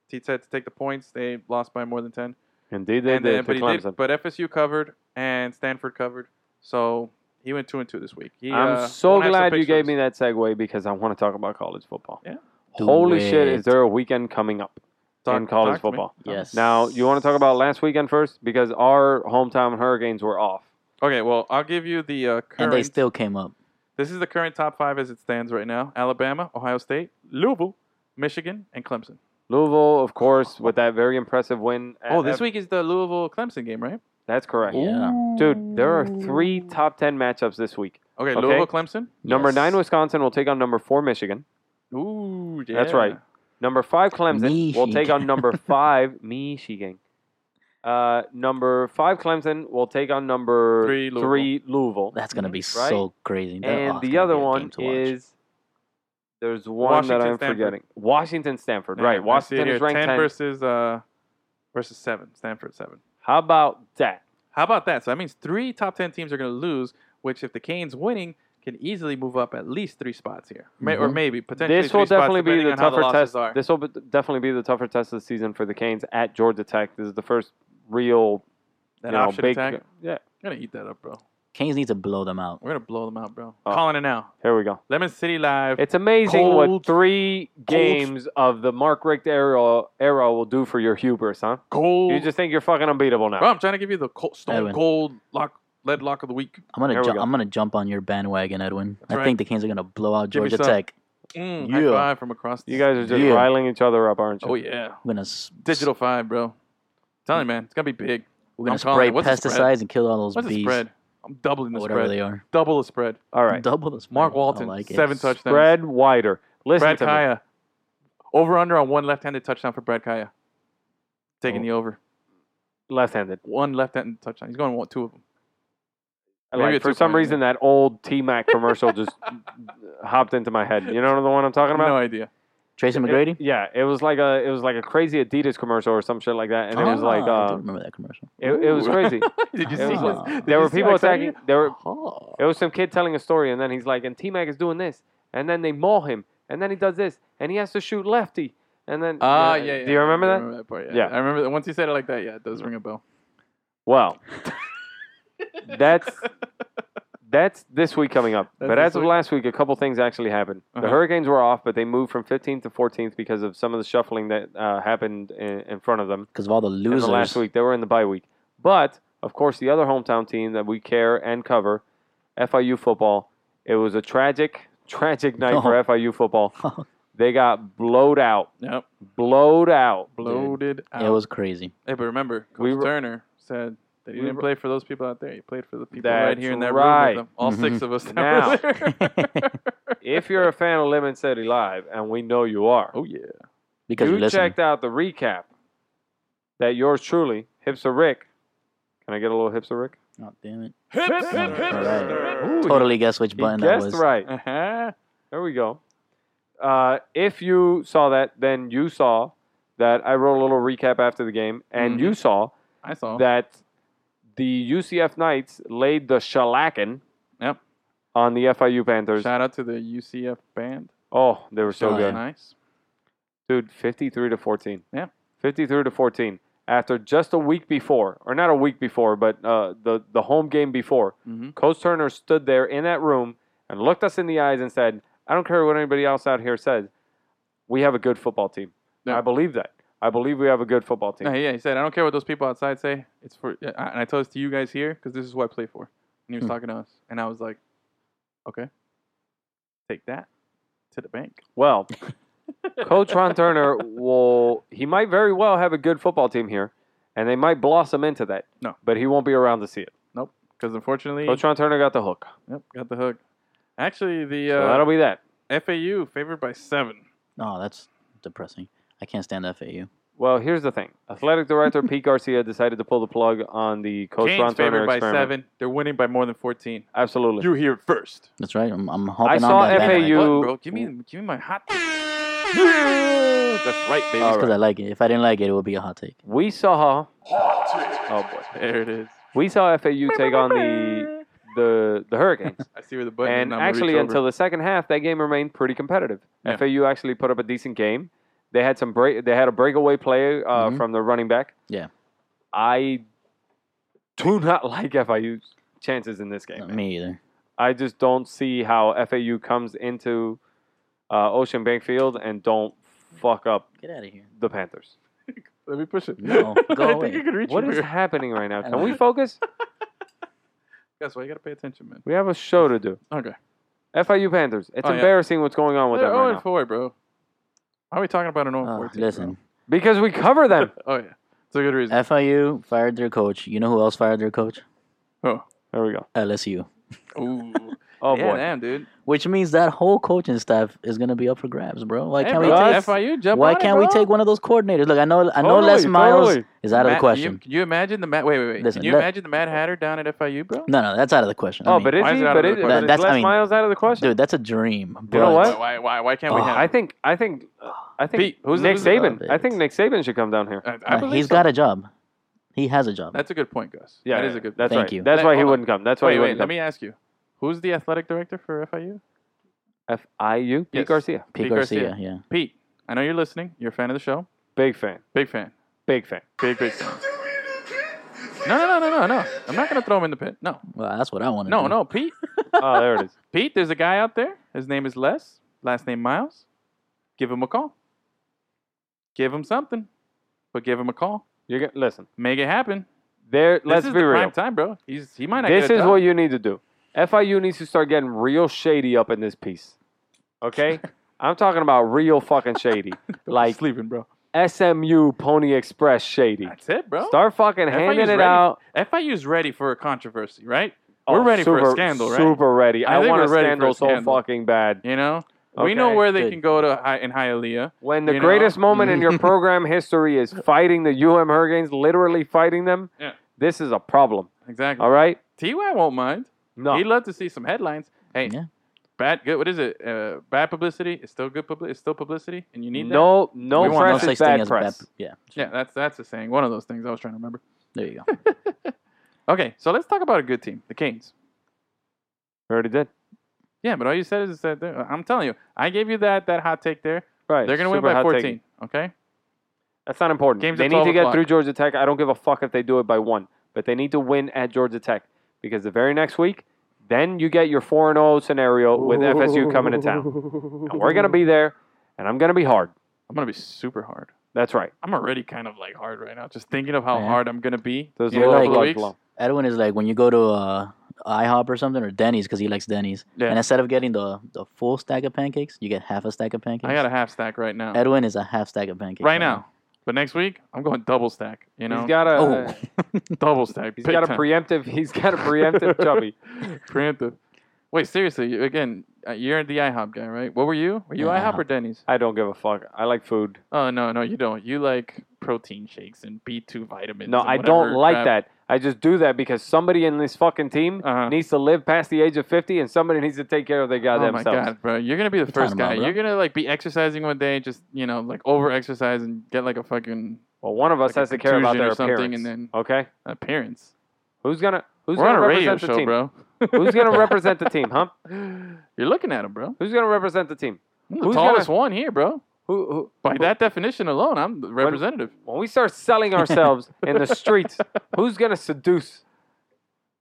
[SPEAKER 2] He said to take the points. They lost by more than ten.
[SPEAKER 1] Indeed, they
[SPEAKER 2] and
[SPEAKER 1] did.
[SPEAKER 2] then, but,
[SPEAKER 1] to
[SPEAKER 2] he
[SPEAKER 1] Clemson.
[SPEAKER 2] did, but FSU covered and Stanford covered. So he went two and two this week. He,
[SPEAKER 1] I'm
[SPEAKER 2] uh,
[SPEAKER 1] so
[SPEAKER 2] won't have some
[SPEAKER 1] glad you
[SPEAKER 2] picks for
[SPEAKER 1] gave
[SPEAKER 2] us.
[SPEAKER 1] me that segue because I want to talk about college football.
[SPEAKER 2] Yeah.
[SPEAKER 3] Do
[SPEAKER 1] Holy shit,
[SPEAKER 3] it.
[SPEAKER 1] is there a weekend coming up in college
[SPEAKER 2] Talk- talk to me.
[SPEAKER 1] football?
[SPEAKER 3] Yes.
[SPEAKER 1] Now, you want to talk about last weekend first because our hometown Hurricanes were off.
[SPEAKER 2] Okay, well, I'll give you the uh, current.
[SPEAKER 3] And they still came up.
[SPEAKER 2] This is the current top five as it stands right now: Alabama, Ohio State, Louisville, Michigan, and Clemson.
[SPEAKER 1] Louisville, of course, with that very impressive win. at
[SPEAKER 2] Oh, this
[SPEAKER 1] F-
[SPEAKER 2] week is the Louisville Clemson game, right?
[SPEAKER 1] That's correct.
[SPEAKER 3] Yeah.
[SPEAKER 1] Dude, there are three top 10 matchups this week.
[SPEAKER 2] Okay,
[SPEAKER 1] Okay.
[SPEAKER 2] Louisville Clemson.
[SPEAKER 1] Number
[SPEAKER 3] Yes.
[SPEAKER 1] nine, Wisconsin will take on number four, Michigan.
[SPEAKER 2] Ooh, yeah.
[SPEAKER 1] That's right. Number five, Clemson will take on
[SPEAKER 3] Michigan.
[SPEAKER 1] number five, Michigan. Uh, number five, Clemson will take on number
[SPEAKER 2] Three, Louisville.
[SPEAKER 1] three, Louisville.
[SPEAKER 3] That's gonna be
[SPEAKER 1] Right?
[SPEAKER 3] so crazy. They're all
[SPEAKER 1] and
[SPEAKER 3] gonna
[SPEAKER 1] the
[SPEAKER 3] be
[SPEAKER 1] other
[SPEAKER 3] a game
[SPEAKER 1] one
[SPEAKER 3] to watch.
[SPEAKER 1] is there's one that
[SPEAKER 2] Washington,
[SPEAKER 1] I'm
[SPEAKER 2] Stanford.
[SPEAKER 1] forgetting. Washington Stanford,
[SPEAKER 2] Yeah, I see
[SPEAKER 1] right?
[SPEAKER 2] it
[SPEAKER 1] Washington
[SPEAKER 2] here.
[SPEAKER 1] is ranked 10.
[SPEAKER 2] ten versus uh versus seven. Stanford seven.
[SPEAKER 1] How about that?
[SPEAKER 2] How about that? So that means three top ten teams are going to lose, which if the Canes winning can easily move up at least three spots here, May, or
[SPEAKER 3] Mhm.
[SPEAKER 2] maybe potentially.
[SPEAKER 1] Mm-hmm. This will
[SPEAKER 2] three spots,
[SPEAKER 1] definitely be
[SPEAKER 2] depending
[SPEAKER 1] the
[SPEAKER 2] on how
[SPEAKER 1] tougher
[SPEAKER 2] losses
[SPEAKER 1] test.
[SPEAKER 2] Are.
[SPEAKER 1] This will be, definitely be the tougher test of the season for the Canes at Georgia Tech. This is the first real,
[SPEAKER 2] That
[SPEAKER 1] you know,
[SPEAKER 2] option
[SPEAKER 1] big.
[SPEAKER 2] attack.
[SPEAKER 1] Yeah,
[SPEAKER 2] I'm gonna eat that up, bro.
[SPEAKER 3] Canes need to blow them out.
[SPEAKER 2] We're gonna blow them out, bro.
[SPEAKER 1] Oh.
[SPEAKER 2] Calling it now.
[SPEAKER 1] here we go.
[SPEAKER 2] Lemon City Live.
[SPEAKER 1] It's amazing what
[SPEAKER 2] Cold-
[SPEAKER 1] three games of the Mark Richt era, era will do for your hubris, huh?
[SPEAKER 2] gold.
[SPEAKER 1] You just think you're fucking unbeatable now.
[SPEAKER 2] Bro, I'm trying to give you the cold, stone
[SPEAKER 3] Edwin.
[SPEAKER 2] cold lock lead lock of the week.
[SPEAKER 3] I'm gonna
[SPEAKER 1] There we
[SPEAKER 3] ju-
[SPEAKER 1] go.
[SPEAKER 3] I'm gonna jump on your bandwagon, Edwin. I
[SPEAKER 2] right.
[SPEAKER 3] think the Canes are gonna blow out
[SPEAKER 2] Give me
[SPEAKER 3] Georgia
[SPEAKER 2] some.
[SPEAKER 3] Tech.
[SPEAKER 2] Mm,
[SPEAKER 3] Yeah.
[SPEAKER 2] High five from across. The
[SPEAKER 1] You guys are just
[SPEAKER 3] Yeah.
[SPEAKER 1] riling each other up, aren't you?
[SPEAKER 2] Oh yeah,
[SPEAKER 3] We're gonna s-
[SPEAKER 2] digital five, bro. Telling you, man, it's gonna be big.
[SPEAKER 3] We're gonna
[SPEAKER 2] I'm calling
[SPEAKER 3] spray
[SPEAKER 2] it. What's the spread?
[SPEAKER 3] pesticides and kill all those
[SPEAKER 2] What's the
[SPEAKER 3] bees.
[SPEAKER 2] spread? I'm doubling the
[SPEAKER 3] Whatever
[SPEAKER 2] spread.
[SPEAKER 3] they are.
[SPEAKER 2] Double the spread.
[SPEAKER 1] All right.
[SPEAKER 3] Double the spread.
[SPEAKER 2] Mark
[SPEAKER 3] I
[SPEAKER 2] Walton,
[SPEAKER 3] like it.
[SPEAKER 2] seven touchdowns.
[SPEAKER 1] Spread wider. Listen
[SPEAKER 2] Brad
[SPEAKER 1] to me.
[SPEAKER 2] Kaya. Over under on one left-handed touchdown for Brad Kaya.
[SPEAKER 1] Oh.
[SPEAKER 2] Taking the over.
[SPEAKER 1] Left-handed.
[SPEAKER 2] One left-handed touchdown. He's going one, two of them. Maybe
[SPEAKER 1] Like,
[SPEAKER 2] it's
[SPEAKER 1] for
[SPEAKER 2] two
[SPEAKER 1] some
[SPEAKER 2] points,
[SPEAKER 1] reason, that old T Mac commercial just hopped into my head. You know the one I'm talking about?
[SPEAKER 2] No idea.
[SPEAKER 3] Tracy
[SPEAKER 1] It-
[SPEAKER 3] McGrady.
[SPEAKER 1] yeah, it was like a it was like a crazy Adidas commercial or some shit like that, and it was
[SPEAKER 3] Ah,
[SPEAKER 1] like
[SPEAKER 3] I
[SPEAKER 1] uh,
[SPEAKER 3] do remember that commercial.
[SPEAKER 1] it, it was
[SPEAKER 2] Ooh.
[SPEAKER 1] crazy.
[SPEAKER 2] Did you
[SPEAKER 1] It
[SPEAKER 2] see?
[SPEAKER 3] was-
[SPEAKER 2] this? Did
[SPEAKER 1] There
[SPEAKER 2] you
[SPEAKER 1] were
[SPEAKER 2] see
[SPEAKER 1] people
[SPEAKER 2] how excited he
[SPEAKER 1] attacking. There were
[SPEAKER 3] Oh.
[SPEAKER 1] It was some kid telling a story, and then he's like, and T Mac is doing this, and then they maul him, and then he does this, and he has to shoot lefty, and then.
[SPEAKER 2] Ah,
[SPEAKER 1] you know,
[SPEAKER 2] yeah, yeah.
[SPEAKER 1] Uh, Do you remember
[SPEAKER 2] I
[SPEAKER 1] that?
[SPEAKER 2] Remember that part, yeah.
[SPEAKER 1] Yeah.
[SPEAKER 2] I remember that. Once he said it like that, yeah, it does ring a bell.
[SPEAKER 1] Well, that's that's this week coming up.
[SPEAKER 2] That's
[SPEAKER 1] but
[SPEAKER 2] this
[SPEAKER 1] as of
[SPEAKER 2] week.
[SPEAKER 1] last week, a couple things actually happened.
[SPEAKER 2] Uh-huh.
[SPEAKER 1] The Hurricanes were off, but they moved from 15th to 14th because of some of the shuffling that uh, happened in, in front of them.
[SPEAKER 3] Because of all the
[SPEAKER 1] in
[SPEAKER 3] losers.
[SPEAKER 1] the last week. They were in the bye week. But of course, the other hometown team that we care and cover, FIU football. It was a tragic, tragic night
[SPEAKER 3] Oh.
[SPEAKER 1] for FIU football. they got blowed out,
[SPEAKER 2] Yep.
[SPEAKER 1] blowed out.
[SPEAKER 2] Bloated out.
[SPEAKER 3] It was crazy.
[SPEAKER 2] hey, but remember, Coach
[SPEAKER 1] We were-
[SPEAKER 2] Turner said that he
[SPEAKER 1] We
[SPEAKER 2] didn't
[SPEAKER 1] were-
[SPEAKER 2] play for those people out there. He played for the people right
[SPEAKER 1] That's
[SPEAKER 2] here in that
[SPEAKER 1] right. Mm-hmm.
[SPEAKER 2] room with them. All six of us that
[SPEAKER 1] Now.
[SPEAKER 2] were there.
[SPEAKER 1] If you're a fan of Lemon City Live, and we know you are,
[SPEAKER 2] oh, yeah.
[SPEAKER 3] Because
[SPEAKER 1] you
[SPEAKER 3] you're listening.
[SPEAKER 1] checked out the recap that yours truly, Hipster Rick. Can I get a little Hipster Rick?
[SPEAKER 3] Oh, damn it.
[SPEAKER 2] Hip, hip,
[SPEAKER 3] hip,
[SPEAKER 2] hipster.
[SPEAKER 3] Totally guess which
[SPEAKER 1] He
[SPEAKER 3] button that
[SPEAKER 1] guessed
[SPEAKER 3] was.
[SPEAKER 1] right.
[SPEAKER 2] Uh-huh.
[SPEAKER 1] There we go. Uh, if you saw that, then you saw that I wrote a little recap after the game, and you saw
[SPEAKER 2] I saw.
[SPEAKER 1] that the UCF Knights laid the shellacking
[SPEAKER 2] Yep.
[SPEAKER 1] on the FIU Panthers.
[SPEAKER 2] Shout out to the UCF band.
[SPEAKER 1] Oh, they were so
[SPEAKER 3] Shellacking.
[SPEAKER 2] That was
[SPEAKER 1] good.
[SPEAKER 2] nice.
[SPEAKER 1] Dude, 53 to 14.
[SPEAKER 2] Yeah.
[SPEAKER 1] 53 to 14. After just a week before, or not a week before, but uh, the, the home game before,
[SPEAKER 2] Mm-hmm.
[SPEAKER 1] Coach Turner stood there in that room and looked us in the eyes and said, I don't care what anybody else out here says, we have a good football team.
[SPEAKER 2] Yeah.
[SPEAKER 1] I believe that. I believe we have a good football team.
[SPEAKER 2] No, yeah, he said, I don't care what those people outside say. It's for, and I tell this to you guys here because this is what I play for. And he was
[SPEAKER 3] Hmm.
[SPEAKER 2] talking to us, and I was like, okay, take that to the bank.
[SPEAKER 1] Well, Coach Ron Turner will, he might very well have a good football team here, and they might blossom into that.
[SPEAKER 2] No.
[SPEAKER 1] But he won't be around to see it.
[SPEAKER 2] Because unfortunately,
[SPEAKER 1] Coach Ron Turner got the hook.
[SPEAKER 2] yep, got the hook. Actually, the
[SPEAKER 1] So
[SPEAKER 2] uh,
[SPEAKER 1] that'll be that.
[SPEAKER 2] FAU favored by seven.
[SPEAKER 3] Oh, that's depressing. I can't stand FAU.
[SPEAKER 1] Well, here's the thing. Athletic director Pete Garcia decided to pull the plug on the Coach Ron
[SPEAKER 2] Canes
[SPEAKER 1] Turner
[SPEAKER 2] favored by
[SPEAKER 1] experiment.
[SPEAKER 2] seven. They're winning by more than 14.
[SPEAKER 1] Absolutely.
[SPEAKER 2] You hear it first.
[SPEAKER 3] That's right. I'm, I'm hopping
[SPEAKER 1] I
[SPEAKER 3] on
[SPEAKER 1] saw
[SPEAKER 3] that
[SPEAKER 1] FAU.
[SPEAKER 3] bandwagon. Oh,
[SPEAKER 2] What, bro? Give me, give me my hot. That's right, baby.
[SPEAKER 1] All
[SPEAKER 3] Because I like it. If I didn't like it, it would be a hot take.
[SPEAKER 1] we saw
[SPEAKER 2] Oh boy, there it is.
[SPEAKER 1] we saw FAU take on the the the Hurricanes.
[SPEAKER 2] I see where the button.
[SPEAKER 1] and
[SPEAKER 2] I'm gonna reach
[SPEAKER 1] actually
[SPEAKER 2] over.
[SPEAKER 1] until the second half that game remained pretty competitive.
[SPEAKER 2] Yeah.
[SPEAKER 1] FAU actually put up a decent game. They had some break they had a breakaway play uh,
[SPEAKER 2] Mm-hmm.
[SPEAKER 3] Mhm.
[SPEAKER 1] from the running back.
[SPEAKER 3] Yeah.
[SPEAKER 1] I do not like FIU's chances in this game.
[SPEAKER 3] Not
[SPEAKER 1] man.
[SPEAKER 3] me either.
[SPEAKER 1] I just don't see how FAU comes into uh, Ocean Bank Field and don't fuck up
[SPEAKER 3] Get out of here.
[SPEAKER 1] the Panthers.
[SPEAKER 2] Let me push it.
[SPEAKER 3] No, go
[SPEAKER 2] I
[SPEAKER 3] away.
[SPEAKER 2] think you can reach
[SPEAKER 1] What
[SPEAKER 2] over
[SPEAKER 1] is
[SPEAKER 2] here.
[SPEAKER 1] happening right now?
[SPEAKER 3] I
[SPEAKER 1] Can
[SPEAKER 3] don't
[SPEAKER 1] we
[SPEAKER 3] know.
[SPEAKER 1] focus?
[SPEAKER 2] That's why you gotta pay attention, man.
[SPEAKER 1] We have a show to do.
[SPEAKER 2] Okay.
[SPEAKER 1] FIU Panthers. It's
[SPEAKER 2] Oh, yeah.
[SPEAKER 1] embarrassing what's going on with
[SPEAKER 2] They're
[SPEAKER 1] them right
[SPEAKER 2] 0
[SPEAKER 1] now.
[SPEAKER 2] four, oh, bro. Why are we talking about an 0
[SPEAKER 3] Oh,
[SPEAKER 2] 4 team?
[SPEAKER 3] listen,
[SPEAKER 1] Because we cover them.
[SPEAKER 2] bro? Oh yeah, it's a good reason.
[SPEAKER 3] FIU fired their coach. You know who else fired their coach?
[SPEAKER 1] There we go.
[SPEAKER 3] LSU.
[SPEAKER 2] Oh. Ooh.
[SPEAKER 1] Oh
[SPEAKER 2] yeah,
[SPEAKER 1] boy.
[SPEAKER 2] damn, dude.
[SPEAKER 3] Which means that whole coaching staff is gonna be up for grabs, bro. Why
[SPEAKER 2] Hey,
[SPEAKER 3] can't
[SPEAKER 2] bro,
[SPEAKER 3] we
[SPEAKER 1] Russ,
[SPEAKER 3] take?
[SPEAKER 2] FIU jump
[SPEAKER 3] Why
[SPEAKER 2] on it,
[SPEAKER 3] can't we
[SPEAKER 2] bro?
[SPEAKER 3] take one of those coordinators? Look, I know, I know,
[SPEAKER 1] Totally,
[SPEAKER 3] Les Miles
[SPEAKER 1] totally.
[SPEAKER 3] is out
[SPEAKER 2] Matt,
[SPEAKER 3] of the
[SPEAKER 2] can you-
[SPEAKER 3] question.
[SPEAKER 2] Can you, imagine the Matt? Wait, wait, wait.
[SPEAKER 3] Listen,
[SPEAKER 2] can you
[SPEAKER 3] let-
[SPEAKER 2] imagine the Mad Hatter down at FIU, bro?
[SPEAKER 3] No, no, that's out of the question. I
[SPEAKER 1] Oh,
[SPEAKER 3] mean,
[SPEAKER 1] but is
[SPEAKER 2] why is
[SPEAKER 1] he?
[SPEAKER 2] it out
[SPEAKER 1] But
[SPEAKER 2] of
[SPEAKER 1] is,
[SPEAKER 2] the
[SPEAKER 1] but
[SPEAKER 3] question?
[SPEAKER 1] is
[SPEAKER 3] That's- I
[SPEAKER 1] Les
[SPEAKER 3] mean-
[SPEAKER 1] Miles out of the question?
[SPEAKER 3] dude, that's a dream.
[SPEAKER 1] You know
[SPEAKER 3] but-
[SPEAKER 1] what?
[SPEAKER 2] Why, why, why, why can't we
[SPEAKER 3] Oh,
[SPEAKER 2] have?
[SPEAKER 1] I think. I think. I think.
[SPEAKER 2] Pete, who's-
[SPEAKER 1] Nick
[SPEAKER 2] who's-
[SPEAKER 1] Saban?
[SPEAKER 3] uh,
[SPEAKER 1] I think Nick Saban should come down here.
[SPEAKER 2] I, I
[SPEAKER 3] Uh,
[SPEAKER 2] believe
[SPEAKER 3] he's
[SPEAKER 2] so.
[SPEAKER 3] got a job. He has a job.
[SPEAKER 2] That's a good point, Gus.
[SPEAKER 1] Yeah,
[SPEAKER 2] that is a good.
[SPEAKER 1] That's
[SPEAKER 2] point.
[SPEAKER 3] Thank
[SPEAKER 1] right.
[SPEAKER 3] you.
[SPEAKER 1] That's
[SPEAKER 2] Hey,
[SPEAKER 1] why he
[SPEAKER 2] hold on.
[SPEAKER 1] wouldn't come. That's why
[SPEAKER 2] Wait,
[SPEAKER 1] he
[SPEAKER 2] wait.
[SPEAKER 1] wouldn't
[SPEAKER 2] Let me ask you. Who's the athletic director for FIU?
[SPEAKER 1] come. FIU. Pete
[SPEAKER 2] Yes.
[SPEAKER 1] Garcia.
[SPEAKER 3] Pete
[SPEAKER 2] Pete
[SPEAKER 3] Garcia,
[SPEAKER 2] Garcia.
[SPEAKER 3] yeah.
[SPEAKER 2] Pete, I know you're listening. You're a fan of the show.
[SPEAKER 1] Big fan.
[SPEAKER 2] Big fan.
[SPEAKER 1] Big fan.
[SPEAKER 2] Big, big fan. No, no, no, no, no, no. I'm not gonna throw him in the pit. No,
[SPEAKER 3] Well, that's what I want to
[SPEAKER 2] no,
[SPEAKER 3] do.
[SPEAKER 2] no. Pete,
[SPEAKER 1] Oh, there it is.
[SPEAKER 2] Pete. There's a guy out there. His name is Les. Last name Miles. Give him a call. Give him something, but give him a call.
[SPEAKER 1] You're gonna, listen.
[SPEAKER 2] Make it happen.
[SPEAKER 1] There. let's
[SPEAKER 2] this is
[SPEAKER 1] be
[SPEAKER 2] the
[SPEAKER 1] real.
[SPEAKER 2] prime time, bro. He's he might not.
[SPEAKER 1] This
[SPEAKER 2] get a
[SPEAKER 1] is
[SPEAKER 2] job.
[SPEAKER 1] what you need to do. FIU needs to start getting real shady up in this piece. Okay? I'm talking about real fucking shady. like
[SPEAKER 2] sleeping, bro.
[SPEAKER 1] SMU Pony Express shady.
[SPEAKER 2] That's it, bro.
[SPEAKER 1] Start fucking
[SPEAKER 2] FIU 's
[SPEAKER 1] handing it
[SPEAKER 2] ready.
[SPEAKER 1] out.
[SPEAKER 2] FIU's ready for a controversy, right?
[SPEAKER 1] Oh,
[SPEAKER 2] We're ready for
[SPEAKER 1] super-
[SPEAKER 2] a scandal, right?
[SPEAKER 1] Super ready.
[SPEAKER 2] I
[SPEAKER 1] I,
[SPEAKER 2] think
[SPEAKER 1] want a
[SPEAKER 2] we're ready for
[SPEAKER 1] scandal,
[SPEAKER 2] a scandal.
[SPEAKER 1] so fucking bad.
[SPEAKER 2] You know, we
[SPEAKER 1] Okay,
[SPEAKER 2] know where they
[SPEAKER 3] good.
[SPEAKER 2] can go to hi- in Hialeah.
[SPEAKER 1] When the
[SPEAKER 2] You know?
[SPEAKER 1] greatest moment in your program history is fighting the UM Hurricanes, literally fighting them,
[SPEAKER 2] Yeah.
[SPEAKER 1] this is a problem.
[SPEAKER 2] Exactly.
[SPEAKER 1] All right?
[SPEAKER 2] Ty won't mind.
[SPEAKER 1] No.
[SPEAKER 2] He'd love to see some headlines. Hey,
[SPEAKER 3] Yeah.
[SPEAKER 2] bad good. What is it? Uh, bad publicity is still good. Public, it's still publicity, and you need that.
[SPEAKER 1] no no
[SPEAKER 2] We want
[SPEAKER 1] press
[SPEAKER 3] no
[SPEAKER 1] is
[SPEAKER 3] such
[SPEAKER 1] bad
[SPEAKER 3] thing as
[SPEAKER 1] press.
[SPEAKER 3] bad. Yeah,
[SPEAKER 2] Yeah, that's that's a saying. One of those things I was trying to remember.
[SPEAKER 3] there you go.
[SPEAKER 2] Okay, so let's talk about a good team, the Canes.
[SPEAKER 1] Already did.
[SPEAKER 2] Yeah, but all you said is that they're- Uh, I'm telling you, I gave you that that hot take there.
[SPEAKER 1] Right.
[SPEAKER 2] They're gonna
[SPEAKER 1] super
[SPEAKER 2] win by
[SPEAKER 1] hot take.
[SPEAKER 2] 14. Okay.
[SPEAKER 1] That's not important.
[SPEAKER 2] Game's
[SPEAKER 1] they
[SPEAKER 2] at
[SPEAKER 1] need
[SPEAKER 2] 12
[SPEAKER 1] to get
[SPEAKER 2] o'clock.
[SPEAKER 1] through Georgia Tech. I don't give a fuck if they do it by one, but they need to win at Georgia Tech because the very next week, then you get your 4 0 scenario with FSU coming to town. And we're going to be there, and I'm going to be hard.
[SPEAKER 2] I'm gonna be super hard.
[SPEAKER 1] That's right.
[SPEAKER 2] I'm already kind of like hard right now, just thinking of how
[SPEAKER 3] Yeah.
[SPEAKER 2] hard I'm gonna be.
[SPEAKER 1] Those
[SPEAKER 2] in a
[SPEAKER 3] little
[SPEAKER 2] couple of
[SPEAKER 1] blood
[SPEAKER 2] weeks.
[SPEAKER 1] flow.
[SPEAKER 3] Edwin is like when you go to uh, IHOP or something or Denny's because he likes Denny's,
[SPEAKER 2] Yeah.
[SPEAKER 3] and instead of getting the the full stack of pancakes, you get half a stack of pancakes.
[SPEAKER 2] I got a half stack right now.
[SPEAKER 3] Edwin is a half stack of pancakes.
[SPEAKER 2] right now. But next week, I'm going double stack. You know,
[SPEAKER 1] He's got a. uh,
[SPEAKER 3] Oh,
[SPEAKER 2] double stack.
[SPEAKER 1] He's
[SPEAKER 2] big
[SPEAKER 1] got a
[SPEAKER 2] time.
[SPEAKER 1] preemptive. He's got a preemptive chubby.
[SPEAKER 2] preemptive. Wait, seriously? you- Again, uh, you're the IHOP guy, right? What were you? Were you
[SPEAKER 3] Yeah,
[SPEAKER 2] IHOP or Denny's?
[SPEAKER 1] I don't give a fuck. I like food.
[SPEAKER 2] Oh no, no, you don't. You like protein shakes and B two vitamins.
[SPEAKER 1] No,
[SPEAKER 2] and
[SPEAKER 1] I don't
[SPEAKER 2] whatever
[SPEAKER 1] like
[SPEAKER 2] crap.
[SPEAKER 1] that. I just do that because somebody in this fucking team
[SPEAKER 2] Uh-huh.
[SPEAKER 1] needs to live past the age of 50 and somebody needs to take care of their guy
[SPEAKER 2] oh my
[SPEAKER 1] themselves.
[SPEAKER 2] god, bro! You're gonna be the
[SPEAKER 3] You're
[SPEAKER 2] first
[SPEAKER 3] talking about,
[SPEAKER 2] guy.
[SPEAKER 3] bro.
[SPEAKER 2] You're gonna like be exercising one day, just you know, like over exercise and get like a fucking
[SPEAKER 1] Well, one of us
[SPEAKER 2] Like a
[SPEAKER 1] has to care about
[SPEAKER 2] contusion
[SPEAKER 1] their
[SPEAKER 2] or something
[SPEAKER 1] appearance.
[SPEAKER 2] and then-
[SPEAKER 1] okay?
[SPEAKER 2] appearance.
[SPEAKER 1] Who's going to who's
[SPEAKER 2] We're on
[SPEAKER 1] gonna
[SPEAKER 2] a radio
[SPEAKER 1] represent the
[SPEAKER 2] show,
[SPEAKER 1] team?
[SPEAKER 2] bro.
[SPEAKER 1] Who's going to represent the team, huh?
[SPEAKER 2] You're looking at him, bro.
[SPEAKER 1] Who's going to represent the team?
[SPEAKER 2] I'm the
[SPEAKER 1] Who's
[SPEAKER 2] tallest one here, bro.
[SPEAKER 1] Who, who
[SPEAKER 2] By that definition alone, I'm the representative,
[SPEAKER 1] when we start selling ourselves in the streets, who's going to seduce?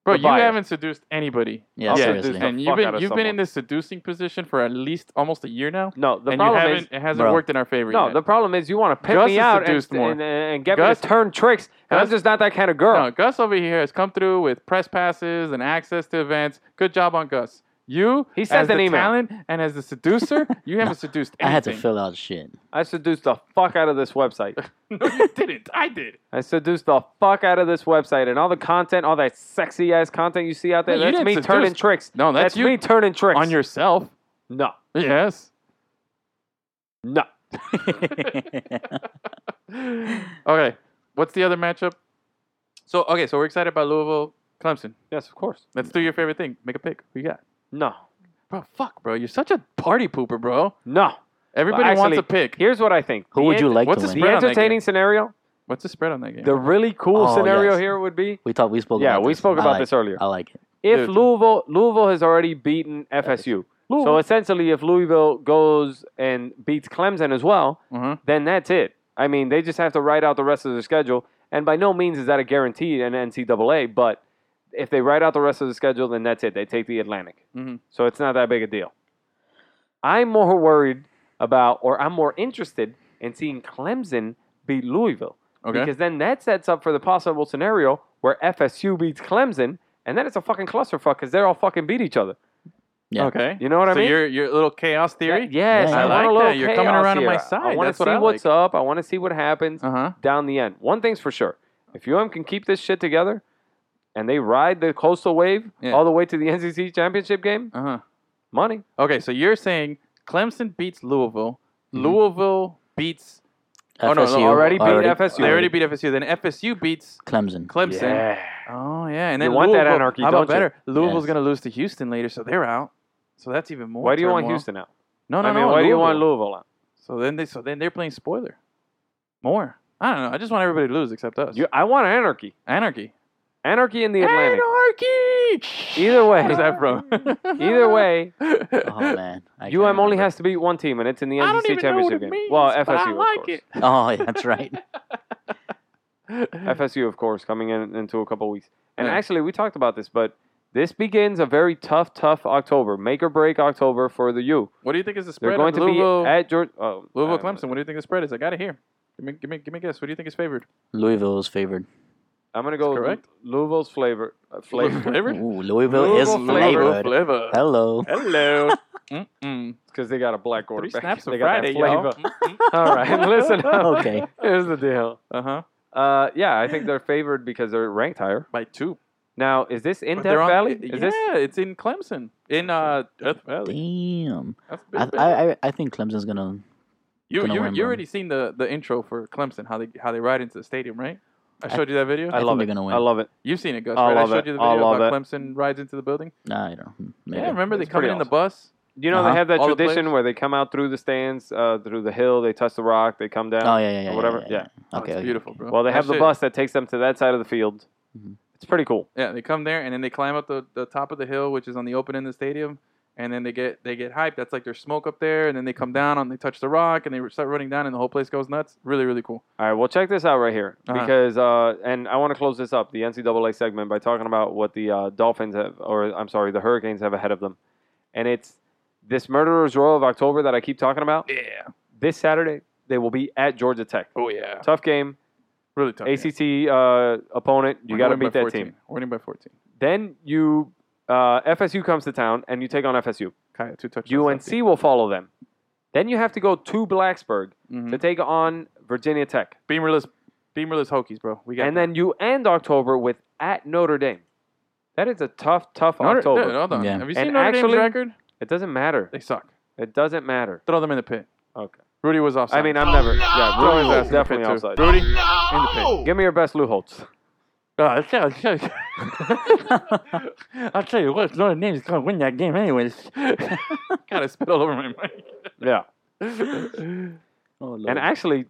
[SPEAKER 2] bro.
[SPEAKER 1] the
[SPEAKER 2] You
[SPEAKER 1] buyer.
[SPEAKER 2] haven't seduced anybody.
[SPEAKER 3] Yeah,
[SPEAKER 1] I'll
[SPEAKER 2] Yeah,
[SPEAKER 1] seduce
[SPEAKER 3] seriously.
[SPEAKER 1] the
[SPEAKER 2] and
[SPEAKER 1] fuck
[SPEAKER 2] you've been
[SPEAKER 1] out of
[SPEAKER 2] you've been in
[SPEAKER 1] someone.
[SPEAKER 2] this seducing position for at least almost a year now,
[SPEAKER 1] No, the
[SPEAKER 2] and you
[SPEAKER 1] problem
[SPEAKER 2] haven't.
[SPEAKER 1] is
[SPEAKER 2] it hasn't
[SPEAKER 3] Bro.
[SPEAKER 2] worked in our favor.
[SPEAKER 1] no.
[SPEAKER 2] yet.
[SPEAKER 1] The problem is you want to pimp
[SPEAKER 2] Gus
[SPEAKER 1] me
[SPEAKER 2] is
[SPEAKER 1] out and,
[SPEAKER 2] seduced more.
[SPEAKER 1] and, and get
[SPEAKER 2] Gus-
[SPEAKER 1] me to turn tricks, and I'm
[SPEAKER 2] Gus-
[SPEAKER 1] just not that kind of girl.
[SPEAKER 2] No, Gus over here has come through with press passes and access to events. Good job on Gus. You,
[SPEAKER 1] He sent
[SPEAKER 2] as the
[SPEAKER 1] an email.
[SPEAKER 2] talent and as the seducer, you haven't seduced anything.
[SPEAKER 3] I had to fill out shit.
[SPEAKER 1] I seduced the fuck out of this website.
[SPEAKER 2] no, you didn't. I did.
[SPEAKER 1] I seduced the fuck out of this website and all the content, all that sexy ass content you see out there.
[SPEAKER 2] No, you
[SPEAKER 1] that's
[SPEAKER 2] didn't
[SPEAKER 1] me
[SPEAKER 2] seduce-
[SPEAKER 1] turning tricks.
[SPEAKER 2] No, that's you
[SPEAKER 1] me turning tricks
[SPEAKER 2] on yourself.
[SPEAKER 1] no,
[SPEAKER 2] Yes.
[SPEAKER 1] no.
[SPEAKER 2] Okay. What's the other matchup? So okay, so we're excited about Louisville, Clemson.
[SPEAKER 1] Yes, of course,
[SPEAKER 2] Let's do your favorite thing. Make a pick. Who you got?
[SPEAKER 1] no,
[SPEAKER 2] Bro, fuck, bro. You're such a party pooper, bro.
[SPEAKER 1] no.
[SPEAKER 2] Everybody
[SPEAKER 1] Actually,
[SPEAKER 2] wants a pick.
[SPEAKER 1] Here's what I think.
[SPEAKER 3] Who
[SPEAKER 1] The
[SPEAKER 3] would you
[SPEAKER 1] en-
[SPEAKER 3] like
[SPEAKER 2] what's
[SPEAKER 3] to
[SPEAKER 2] his
[SPEAKER 1] The
[SPEAKER 3] win?
[SPEAKER 2] Spread on that
[SPEAKER 1] entertaining
[SPEAKER 2] game.
[SPEAKER 1] scenario.
[SPEAKER 2] What's the spread on that game?
[SPEAKER 1] The really cool
[SPEAKER 3] Oh,
[SPEAKER 1] scenario
[SPEAKER 3] yes.
[SPEAKER 1] here would be
[SPEAKER 3] We thought we spoke
[SPEAKER 1] Yeah,
[SPEAKER 3] about
[SPEAKER 1] we
[SPEAKER 3] this.
[SPEAKER 1] spoke
[SPEAKER 3] I
[SPEAKER 1] about
[SPEAKER 3] like
[SPEAKER 1] this
[SPEAKER 3] it.
[SPEAKER 1] earlier.
[SPEAKER 3] I like it.
[SPEAKER 1] if
[SPEAKER 2] Dude.
[SPEAKER 1] Louisville Louisville has already beaten FSU. So
[SPEAKER 2] Louisville.
[SPEAKER 1] essentially, if Louisville goes and beats Clemson as well,
[SPEAKER 2] uh-huh.
[SPEAKER 1] then that's it. I mean, they just have to write out the rest of their schedule. And by no means is that a guarantee in NCAA, but if they write out the rest of the schedule, then that's it. They take the Atlantic.
[SPEAKER 2] Mhm.
[SPEAKER 1] So it's not that big a deal. I'm more worried about, or I'm more interested in seeing Clemson beat Louisville.
[SPEAKER 2] Okay.
[SPEAKER 1] Because then that sets up for the possible scenario where FSU beats Clemson, and then it's a fucking clusterfuck because they're all fucking beat each other.
[SPEAKER 3] Yeah.
[SPEAKER 2] Okay.
[SPEAKER 1] You know what I
[SPEAKER 2] so
[SPEAKER 1] mean?
[SPEAKER 2] Your your little chaos theory.
[SPEAKER 1] That- yes,
[SPEAKER 3] Yeah.
[SPEAKER 1] I,
[SPEAKER 3] I
[SPEAKER 1] want
[SPEAKER 2] like
[SPEAKER 1] a little
[SPEAKER 2] that. You're coming
[SPEAKER 1] chaos
[SPEAKER 2] around on my
[SPEAKER 1] here. I
[SPEAKER 2] side.
[SPEAKER 1] want
[SPEAKER 2] That's
[SPEAKER 1] to
[SPEAKER 2] what
[SPEAKER 1] see
[SPEAKER 2] I
[SPEAKER 1] what's up. I want to see what happens
[SPEAKER 2] Uh huh.
[SPEAKER 1] down the end. One thing's for sure: if UM can keep this shit together, and they ride the coastal wave
[SPEAKER 2] Yeah.
[SPEAKER 1] all the way to the NCC championship game,
[SPEAKER 2] Uh huh.
[SPEAKER 1] money.
[SPEAKER 2] Okay, so you're saying Clemson beats Louisville. Louisville beats. Oh, no, no,
[SPEAKER 3] FSU
[SPEAKER 1] already beat FSU.
[SPEAKER 2] They already beat FSU. Then FSU beats
[SPEAKER 3] Clemson.
[SPEAKER 2] Clemson. Oh yeah, and
[SPEAKER 1] You
[SPEAKER 2] then
[SPEAKER 1] want that
[SPEAKER 2] Louisville-
[SPEAKER 1] anarchy,
[SPEAKER 2] how about
[SPEAKER 1] don't you?
[SPEAKER 2] better? Louisville's
[SPEAKER 3] Yes.
[SPEAKER 2] gonna lose to Houston later, so they're out. So that's even more.
[SPEAKER 1] Why do you want
[SPEAKER 2] turmoil.
[SPEAKER 1] Houston out?
[SPEAKER 2] No, no,
[SPEAKER 1] I mean,
[SPEAKER 2] no.
[SPEAKER 1] why do you want
[SPEAKER 2] Louisville.
[SPEAKER 1] Louisville out?
[SPEAKER 2] So then they, so then they're playing spoiler. More. I don't know. I just want everybody to lose except us.
[SPEAKER 1] You, I want anarchy.
[SPEAKER 2] Anarchy.
[SPEAKER 1] Anarchy in the Atlantic.
[SPEAKER 2] Anarchy.
[SPEAKER 1] Either way,
[SPEAKER 2] Where's that from?
[SPEAKER 1] either way,
[SPEAKER 3] Oh man, I can't
[SPEAKER 1] UM only
[SPEAKER 3] remember.
[SPEAKER 1] has to beat one team, and it's in the NCC
[SPEAKER 2] I don't even know what
[SPEAKER 1] championship
[SPEAKER 2] it
[SPEAKER 1] game.
[SPEAKER 2] means,
[SPEAKER 1] well, FSU,
[SPEAKER 2] but I
[SPEAKER 1] of
[SPEAKER 2] like
[SPEAKER 1] course.
[SPEAKER 2] it.
[SPEAKER 3] Oh yeah, that's right. Hmm.
[SPEAKER 1] FSU, of course, coming in into a couple weeks. And
[SPEAKER 2] Yeah.
[SPEAKER 1] actually, we talked about this, but this begins a very tough, tough October, make or break October for the U.
[SPEAKER 2] What do you think is the
[SPEAKER 1] They're
[SPEAKER 2] spread?
[SPEAKER 1] going
[SPEAKER 2] of
[SPEAKER 1] to
[SPEAKER 2] Louisville,
[SPEAKER 1] be at Georgia. Oh,
[SPEAKER 2] Louisville,
[SPEAKER 1] I don't know.
[SPEAKER 2] Clemson. What do you think the spread is? I got it here. Give me, give me, give me a guess. What do you think is favored?
[SPEAKER 3] Louisville is favored.
[SPEAKER 1] I'm going to go
[SPEAKER 2] That's
[SPEAKER 1] with
[SPEAKER 2] correct.
[SPEAKER 1] Louisville's flavor. Uh, flavor.
[SPEAKER 2] Favored?
[SPEAKER 3] Ooh, Louisville, is
[SPEAKER 1] Louisville flavor.
[SPEAKER 3] flavored.
[SPEAKER 2] Flavor.
[SPEAKER 3] Hello.
[SPEAKER 2] Hello. Mm-mm.
[SPEAKER 1] Because they got a black
[SPEAKER 2] Three
[SPEAKER 1] quarterback.
[SPEAKER 2] snaps
[SPEAKER 1] they
[SPEAKER 2] on
[SPEAKER 1] got that
[SPEAKER 2] Friday, y'all.
[SPEAKER 1] flavor. All right, listen up.
[SPEAKER 3] Okay.
[SPEAKER 1] Here's the deal.
[SPEAKER 2] Uh huh.
[SPEAKER 1] Uh, yeah, I think they're favored because they're ranked higher.
[SPEAKER 2] By two.
[SPEAKER 1] Now, is this in
[SPEAKER 2] But
[SPEAKER 1] Death
[SPEAKER 2] they're on-
[SPEAKER 1] Valley?
[SPEAKER 2] i-
[SPEAKER 1] Is
[SPEAKER 2] yeah,
[SPEAKER 1] this
[SPEAKER 2] it's in Clemson. In uh, Death Valley.
[SPEAKER 3] Damn.
[SPEAKER 2] That's a big
[SPEAKER 3] I,
[SPEAKER 2] bit.
[SPEAKER 3] I I- I think Clemson's gonna.
[SPEAKER 2] you
[SPEAKER 3] gonna
[SPEAKER 2] you,
[SPEAKER 3] win,
[SPEAKER 2] you
[SPEAKER 3] bro.
[SPEAKER 2] already seen the, the intro for Clemson, how they how they ride into the stadium, right? I
[SPEAKER 3] I-
[SPEAKER 2] showed you that video.
[SPEAKER 1] I
[SPEAKER 3] think
[SPEAKER 1] love
[SPEAKER 3] they're
[SPEAKER 1] it.
[SPEAKER 3] gonna win.
[SPEAKER 1] I love it.
[SPEAKER 2] You've seen it, Gus.
[SPEAKER 1] I
[SPEAKER 2] Right? I
[SPEAKER 1] love
[SPEAKER 2] showed
[SPEAKER 1] it.
[SPEAKER 2] you the
[SPEAKER 1] I
[SPEAKER 2] video
[SPEAKER 1] love
[SPEAKER 2] about
[SPEAKER 1] it.
[SPEAKER 2] Clemson rides into the building.
[SPEAKER 3] Nah, I don't. Maybe.
[SPEAKER 2] Yeah, remember they
[SPEAKER 1] It's
[SPEAKER 2] come
[SPEAKER 1] pretty
[SPEAKER 2] in the
[SPEAKER 1] awesome.
[SPEAKER 2] bus.
[SPEAKER 1] You know they
[SPEAKER 3] Uh-huh.
[SPEAKER 1] have that
[SPEAKER 2] All the
[SPEAKER 1] tradition
[SPEAKER 2] players.
[SPEAKER 1] where they come out through the stands, uh, through the hill, they touch the rock, they come down.
[SPEAKER 3] Oh yeah, yeah, yeah.
[SPEAKER 1] or
[SPEAKER 3] yeah,
[SPEAKER 1] whatever.
[SPEAKER 3] Yeah.
[SPEAKER 2] Oh,
[SPEAKER 3] Okay.
[SPEAKER 2] it's
[SPEAKER 3] okay.
[SPEAKER 2] beautiful, bro.
[SPEAKER 1] Well, they
[SPEAKER 2] That
[SPEAKER 1] have the
[SPEAKER 2] shit-
[SPEAKER 1] bus that takes them to that side of the field.
[SPEAKER 3] Mhm.
[SPEAKER 1] It's pretty cool.
[SPEAKER 2] Yeah, they come there and then they climb up the, the top of the hill, which is on the open end of the stadium, and then they get they get hyped. That's like their smoke up there, and then they come down and they touch the rock and they start running down, and the whole place goes nuts. Really, really cool.
[SPEAKER 1] All right, well, check this out right here
[SPEAKER 2] Uh-huh.
[SPEAKER 1] because, uh, and I want to close this up the NCAA segment by talking about what the uh, Dolphins have, or I'm sorry, the Hurricanes have ahead of them, and it's this Murderers Row of October that I keep talking about.
[SPEAKER 2] Yeah.
[SPEAKER 1] This Saturday, they will be at Georgia Tech.
[SPEAKER 2] Oh yeah.
[SPEAKER 1] Tough game,
[SPEAKER 2] Really tough. game.
[SPEAKER 1] ACT uh, opponent. You
[SPEAKER 2] We're
[SPEAKER 1] got to
[SPEAKER 2] winning
[SPEAKER 1] beat
[SPEAKER 2] by
[SPEAKER 1] that
[SPEAKER 2] 14.
[SPEAKER 1] team.
[SPEAKER 2] We're winning by 14.
[SPEAKER 1] Then you, uh, FSU comes to town, and you take on FSU.
[SPEAKER 2] Kaya, two touchdowns.
[SPEAKER 1] UNC will follow them. Then you have to go to Blacksburg
[SPEAKER 2] Mm-hmm.
[SPEAKER 1] to take on Virginia Tech.
[SPEAKER 2] Beamerless, beamerless Hokies, bro. We got.
[SPEAKER 1] And then you end October with at Notre Dame. That is a tough, tough
[SPEAKER 2] Notre,
[SPEAKER 1] October.
[SPEAKER 2] dude, hold on.
[SPEAKER 3] Yeah.
[SPEAKER 2] Have
[SPEAKER 1] And
[SPEAKER 2] you seen Notre
[SPEAKER 1] actually-
[SPEAKER 2] Dame's record?
[SPEAKER 1] It doesn't matter.
[SPEAKER 2] They suck.
[SPEAKER 1] It doesn't matter.
[SPEAKER 2] Throw them in the pit.
[SPEAKER 1] Okay.
[SPEAKER 2] Rudy was offside.
[SPEAKER 1] I mean, I'm
[SPEAKER 4] Oh,
[SPEAKER 1] never.
[SPEAKER 4] no!
[SPEAKER 1] Yeah,
[SPEAKER 2] Rudy was
[SPEAKER 1] Bruins
[SPEAKER 2] ass
[SPEAKER 1] is
[SPEAKER 2] in the pit,
[SPEAKER 1] definitely
[SPEAKER 2] too.
[SPEAKER 1] outside.
[SPEAKER 2] Rudy.
[SPEAKER 4] Oh, No!
[SPEAKER 1] Give me your best Lou Holtz.
[SPEAKER 5] I'll tell, I'll tell you. I'll tell you what, Notre Dame's going to win that game anyways.
[SPEAKER 2] Gotta spit all over my mic.
[SPEAKER 1] Yeah.
[SPEAKER 3] Oh, Lord.
[SPEAKER 1] And actually,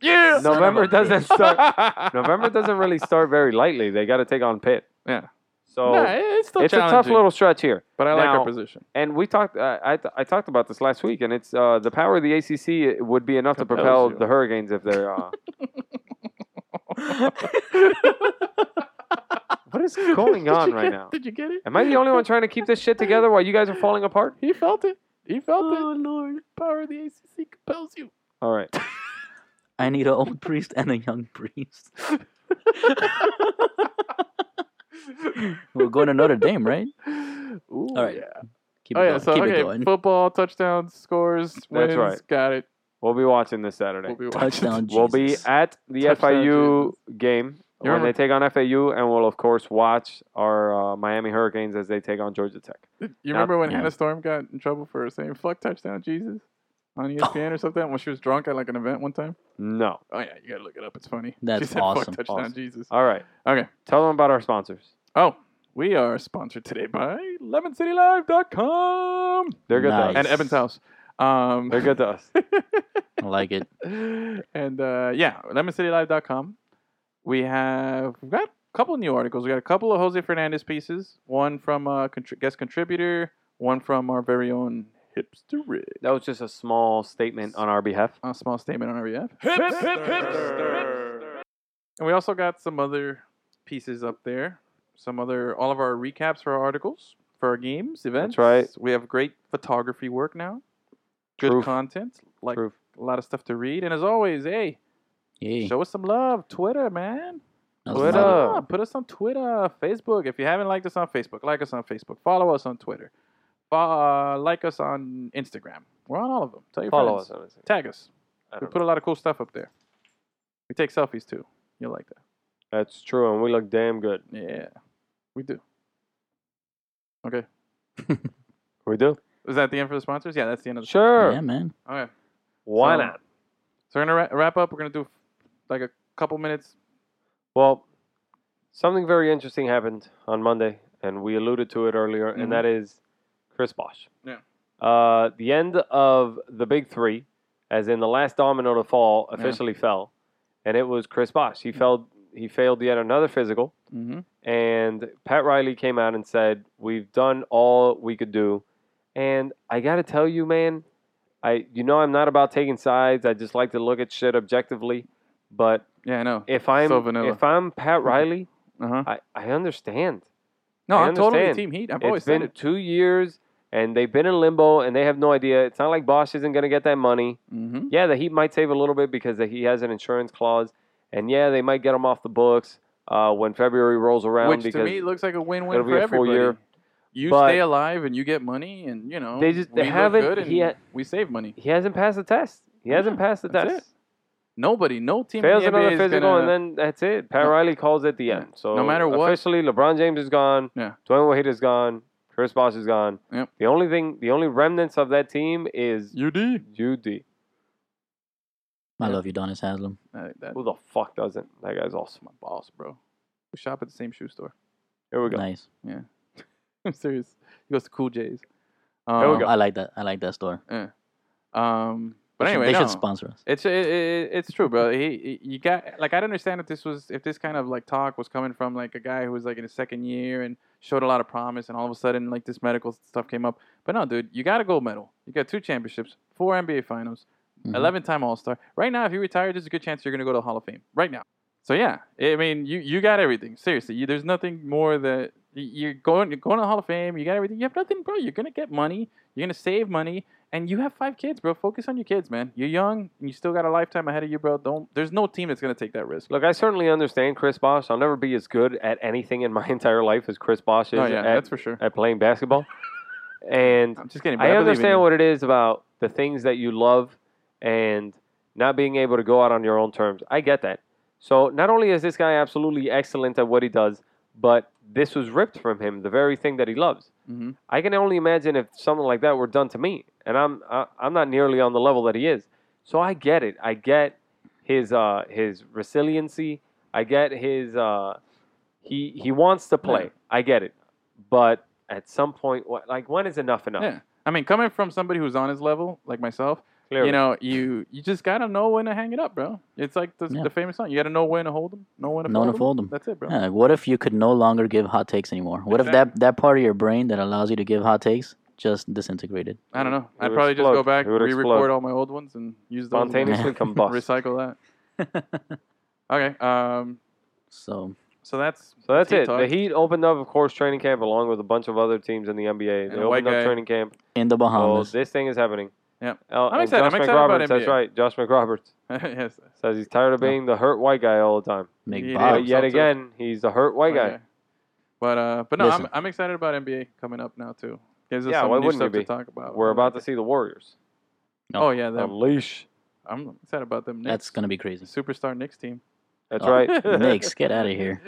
[SPEAKER 2] Yeah.
[SPEAKER 1] November
[SPEAKER 3] Son of a
[SPEAKER 1] doesn't start. November doesn't really start very lightly. They got to take on Pitt.
[SPEAKER 2] Yeah.
[SPEAKER 1] So
[SPEAKER 2] Nah, it's still
[SPEAKER 1] it's a tough
[SPEAKER 2] challenging,
[SPEAKER 1] little stretch here.
[SPEAKER 2] But I like
[SPEAKER 1] now-
[SPEAKER 2] our position.
[SPEAKER 1] And we talked. Uh, I I talked about this last week, and it's uh, the power of the ACC would be enough to
[SPEAKER 2] Compels
[SPEAKER 1] propel
[SPEAKER 2] you.
[SPEAKER 1] the Hurricanes if they're. Uh... what is going on
[SPEAKER 2] Did you
[SPEAKER 1] right
[SPEAKER 2] get-
[SPEAKER 1] now?
[SPEAKER 2] Did you get it?
[SPEAKER 1] Am I the only one trying to keep this shit together while you guys are falling apart?
[SPEAKER 2] He felt it. He felt
[SPEAKER 3] Oh,
[SPEAKER 2] it.
[SPEAKER 3] Lord.
[SPEAKER 2] Power of the ACC compels you.
[SPEAKER 1] All right.
[SPEAKER 3] I need an old priest and a young priest. We're going to Notre Dame, right?
[SPEAKER 2] Ooh,
[SPEAKER 3] All right.
[SPEAKER 2] Yeah.
[SPEAKER 3] Keep
[SPEAKER 2] Oh
[SPEAKER 3] it
[SPEAKER 2] yeah.
[SPEAKER 3] going.
[SPEAKER 2] So
[SPEAKER 3] Keep
[SPEAKER 2] okay,
[SPEAKER 3] it going.
[SPEAKER 2] football touchdowns, scores, wins.
[SPEAKER 1] right.
[SPEAKER 2] Got it.
[SPEAKER 1] We'll be watching this Saturday.
[SPEAKER 2] We'll be watching.
[SPEAKER 3] Touchdown. Jesus.
[SPEAKER 1] We'll be at the
[SPEAKER 2] Touchdown,
[SPEAKER 1] FIU game
[SPEAKER 2] You
[SPEAKER 1] when
[SPEAKER 2] remember-
[SPEAKER 1] they take on FAU, and we'll of course watch our uh, Miami Hurricanes as they take on Georgia Tech.
[SPEAKER 2] You
[SPEAKER 1] Now-
[SPEAKER 2] remember when
[SPEAKER 3] Yeah.
[SPEAKER 2] Hannah Storm got in trouble for saying "fuck touchdown Jesus" on E ESPN or something when she was drunk at like an event one time?
[SPEAKER 1] No,
[SPEAKER 2] Oh yeah, you gotta look it up. It's funny. she
[SPEAKER 3] That's
[SPEAKER 2] said,
[SPEAKER 3] awesome.
[SPEAKER 2] "Fuck touchdown
[SPEAKER 1] Awesome.
[SPEAKER 2] Jesus."
[SPEAKER 1] all right.
[SPEAKER 2] Okay.
[SPEAKER 1] Tell them about our sponsors.
[SPEAKER 2] Oh, we are sponsored today by LemonCityLive.com
[SPEAKER 1] They're good to
[SPEAKER 3] Nice.
[SPEAKER 1] us.
[SPEAKER 2] and Evan's house. Um,
[SPEAKER 1] They're good to us.
[SPEAKER 3] I like it.
[SPEAKER 2] and uh, yeah, lemoncitylive.com. We have we've got a couple of new articles. We got a couple of Jose Fernandez pieces. One from a contri- guest contributor. One from our very own hipster Rick.
[SPEAKER 1] That was just a small statement on our behalf.
[SPEAKER 2] A small statement on our behalf. And we also got some other pieces up there. Some other all of our recaps for our articles, for our games, events.
[SPEAKER 1] right.
[SPEAKER 2] We have great photography work now. Good
[SPEAKER 1] Proof.
[SPEAKER 2] content. Like
[SPEAKER 1] Proof.
[SPEAKER 2] a lot of stuff to read. And as always, hey,
[SPEAKER 3] Yay.
[SPEAKER 2] Show us some love, Twitter, man.
[SPEAKER 3] That was
[SPEAKER 1] What
[SPEAKER 3] loud.
[SPEAKER 1] up?
[SPEAKER 2] Yeah, Put us on Twitter, Facebook. If you haven't liked us on Facebook, like us on Facebook. Follow us on Twitter. Fo- Uh, like us on Instagram. We're on all of them. Tell your
[SPEAKER 1] Follow
[SPEAKER 2] friends.
[SPEAKER 1] us on Instagram.
[SPEAKER 2] Tag us.
[SPEAKER 1] I
[SPEAKER 2] We
[SPEAKER 1] don't
[SPEAKER 2] put
[SPEAKER 1] know.
[SPEAKER 2] a lot of cool stuff up there. We take selfies too. You'll like that.
[SPEAKER 1] That's true, and we look damn good.
[SPEAKER 2] Yeah, we do.
[SPEAKER 1] We do.
[SPEAKER 2] Is that the end for the sponsors? Yeah, that's the end of the.
[SPEAKER 1] Sure.
[SPEAKER 3] Yeah, man.
[SPEAKER 2] Okay,
[SPEAKER 1] Why
[SPEAKER 2] So-
[SPEAKER 1] not?
[SPEAKER 2] so we're gonna wra- wrap up. We're gonna do like a couple minutes.
[SPEAKER 1] Well, something very interesting happened on Monday, and we alluded to it earlier,
[SPEAKER 2] Mhm.
[SPEAKER 1] and that is Chris Bosch.
[SPEAKER 2] Yeah.
[SPEAKER 1] Uh, the end of the big three, as in the last domino to fall,
[SPEAKER 2] Yeah.
[SPEAKER 1] officially fell, and it was Chris Bosch. He failed. He failed yet another physical,
[SPEAKER 2] Mm-hmm.
[SPEAKER 1] and Pat Riley came out and said, "We've done all we could do." And I got to tell you, man, I you know I'm not about taking sides. I just like to look at shit objectively, but
[SPEAKER 2] Yeah, I know.
[SPEAKER 1] if I'm
[SPEAKER 2] So vanilla.
[SPEAKER 1] if I'm Pat Riley,
[SPEAKER 2] Uh huh.
[SPEAKER 1] I, I understand.
[SPEAKER 2] No,
[SPEAKER 1] I
[SPEAKER 2] I'm totally
[SPEAKER 1] understand.
[SPEAKER 2] team Heat. I've always
[SPEAKER 1] It's
[SPEAKER 2] said
[SPEAKER 1] been
[SPEAKER 2] it.
[SPEAKER 1] two years and they've been in limbo and they have no idea. It's not like Bosch isn't going to get that money.
[SPEAKER 2] Mm-hmm.
[SPEAKER 1] Yeah, the Heat might save a little bit because the, he has an insurance clause. And yeah, they might get him off the books uh, when February rolls around
[SPEAKER 2] Which to
[SPEAKER 1] because
[SPEAKER 2] me looks like a win-win
[SPEAKER 1] it'll
[SPEAKER 2] for
[SPEAKER 1] be a full
[SPEAKER 2] everybody.
[SPEAKER 1] year.
[SPEAKER 2] You
[SPEAKER 1] But-
[SPEAKER 2] stay alive and you get money, and you know
[SPEAKER 1] They just- they
[SPEAKER 2] we look
[SPEAKER 1] haven't-
[SPEAKER 2] Good and
[SPEAKER 1] he ha-
[SPEAKER 2] we save money.
[SPEAKER 1] he hasn't passed the test. He hasn't
[SPEAKER 2] Yeah,
[SPEAKER 1] passed the
[SPEAKER 2] that's
[SPEAKER 1] test.
[SPEAKER 2] Nobody, no team
[SPEAKER 1] Fails
[SPEAKER 2] in the
[SPEAKER 1] another
[SPEAKER 2] NBA is
[SPEAKER 1] physical,
[SPEAKER 2] gonna,
[SPEAKER 1] and then that's it. Pat
[SPEAKER 2] No-
[SPEAKER 1] Riley calls at the
[SPEAKER 2] Yeah.
[SPEAKER 1] end. So
[SPEAKER 2] No matter what-
[SPEAKER 1] officially, LeBron James is gone.
[SPEAKER 2] Yeah.
[SPEAKER 1] Dwayne Wade is gone. Chris Bosh is gone.
[SPEAKER 2] Yep.
[SPEAKER 1] The only thing, the only remnants of that team is
[SPEAKER 2] UD.
[SPEAKER 1] UD.
[SPEAKER 3] I love you, Donis Haslam.
[SPEAKER 2] Uh, that
[SPEAKER 1] Who
[SPEAKER 2] was
[SPEAKER 1] the fuck doesn't? That guy's awesome.
[SPEAKER 2] my boss, bro. We shop at the same shoe store.
[SPEAKER 1] Here we go.
[SPEAKER 3] Nice.
[SPEAKER 2] I'm serious. He goes to Cool J's.
[SPEAKER 1] There we
[SPEAKER 2] Um,
[SPEAKER 1] go.
[SPEAKER 3] Oh, I like that. I like that store.
[SPEAKER 2] Um, but
[SPEAKER 3] They should-
[SPEAKER 2] anyway,
[SPEAKER 3] they
[SPEAKER 2] no.
[SPEAKER 3] should sponsor us.
[SPEAKER 2] It's it, it, it's true, bro. He, he- you got like I don't understand if this was if this kind of like talk was coming from like a guy who was like in his second year and showed a lot of promise, and all of a sudden like this medical stuff came up. But no, dude, you got a gold medal. You got two championships, four NBA Finals,
[SPEAKER 1] Mm-hmm.
[SPEAKER 3] Mhm.
[SPEAKER 2] eleven-time All Star. Right now, if you retire, there's a good chance you're gonna go to the Hall of Fame. Right now. So yeah, I mean, you you got everything. Seriously, you, there's nothing more that you- you're going you're going to the Hall of Fame. You got everything. You have nothing, bro. You're gonna get money. You're gonna save money, and you have five kids, bro. Focus on your kids, man. You're young. And you still got a lifetime ahead of you, bro. Don't. There's no team that's gonna take that risk.
[SPEAKER 1] Look, I certainly understand Chris Bosh. I'll never be as good at anything in my entire life as Chris Bosh is
[SPEAKER 2] No, Oh, yeah,
[SPEAKER 1] at,
[SPEAKER 2] that's for sure.
[SPEAKER 1] at playing basketball. and
[SPEAKER 2] I'm just kidding. But
[SPEAKER 1] e I
[SPEAKER 2] I, believe in you.
[SPEAKER 1] understand what it is about the things that you love and not being able to go out on your own terms. I get that. So not only is this guy absolutely excellent at what he does, but this was ripped from him, the very thing that he loves.
[SPEAKER 2] Mhm.
[SPEAKER 1] I can only imagine if something like that were done to me, and I'm I, I'm not nearly on the level that he is. So I get it. I get his uh, his resiliency. I get his uh, He he wants to play.
[SPEAKER 2] Yeah.
[SPEAKER 1] I get it, but at some point, what like when is enough enough?
[SPEAKER 2] Yeah. I mean, coming from somebody who's on his level, like myself,
[SPEAKER 1] Clearly.
[SPEAKER 2] you know, you you just gotta know when to hang it up, bro. It's like the,
[SPEAKER 3] Yeah.
[SPEAKER 2] the famous song. You gotta know when to hold them, know when to
[SPEAKER 3] Know when
[SPEAKER 2] fold
[SPEAKER 3] to
[SPEAKER 2] 'em.
[SPEAKER 3] fold 'em.
[SPEAKER 2] That's it, bro.
[SPEAKER 3] Yeah, like, what if you could no longer give hot takes anymore? What if that, that part of your brain that allows you to give hot takes just disintegrated?
[SPEAKER 2] I don't know.
[SPEAKER 1] It
[SPEAKER 2] I'd
[SPEAKER 1] would
[SPEAKER 2] probably just
[SPEAKER 1] explode.
[SPEAKER 2] go back,
[SPEAKER 1] It would
[SPEAKER 2] re-record
[SPEAKER 1] explode.
[SPEAKER 2] all my old ones, and use those. and
[SPEAKER 1] spontaneously combust.
[SPEAKER 2] Recycle that. Okay. Um.
[SPEAKER 3] So
[SPEAKER 2] So that's
[SPEAKER 1] So that's
[SPEAKER 2] Heat
[SPEAKER 1] it.
[SPEAKER 2] talk.
[SPEAKER 1] The Heat opened up, of course, training camp along with a bunch of other teams in the NBA.
[SPEAKER 2] And
[SPEAKER 1] They
[SPEAKER 2] a white
[SPEAKER 1] opened up
[SPEAKER 2] guy.
[SPEAKER 1] training camp.
[SPEAKER 3] in the
[SPEAKER 1] So
[SPEAKER 3] Bahamas,
[SPEAKER 1] this thing is happening.
[SPEAKER 2] Yep.
[SPEAKER 1] Uh,
[SPEAKER 2] I'm
[SPEAKER 1] and
[SPEAKER 2] excited.
[SPEAKER 1] Josh
[SPEAKER 2] I'm excited
[SPEAKER 1] McRoberts,
[SPEAKER 2] about
[SPEAKER 1] That's
[SPEAKER 2] NBA.
[SPEAKER 1] right. Josh McRoberts
[SPEAKER 2] yes.
[SPEAKER 1] says he's tired of being the hurt white guy all the time.
[SPEAKER 3] make
[SPEAKER 2] he
[SPEAKER 1] But
[SPEAKER 2] Yeah,
[SPEAKER 3] Bob.
[SPEAKER 2] did.
[SPEAKER 1] yet
[SPEAKER 2] so too. Oh,
[SPEAKER 1] again, he's the hurt white guy.
[SPEAKER 2] Okay. But uh, but no, I'm,
[SPEAKER 3] Listen.
[SPEAKER 2] I'm excited about NBA coming up now too. Gives us
[SPEAKER 1] Yeah,
[SPEAKER 2] some
[SPEAKER 1] why
[SPEAKER 2] new
[SPEAKER 1] wouldn't
[SPEAKER 2] stuff
[SPEAKER 1] you
[SPEAKER 2] to
[SPEAKER 1] be?
[SPEAKER 2] talk about.
[SPEAKER 1] We're about to Um, see the Warriors
[SPEAKER 2] Oh yeah, Oh, them.
[SPEAKER 1] unleash.
[SPEAKER 2] I'm excited about them. Knicks.
[SPEAKER 3] That's gonna be crazy.
[SPEAKER 2] superstar Knicks team.
[SPEAKER 1] That's
[SPEAKER 3] Oh,
[SPEAKER 1] right.
[SPEAKER 3] Knicks, get out of here.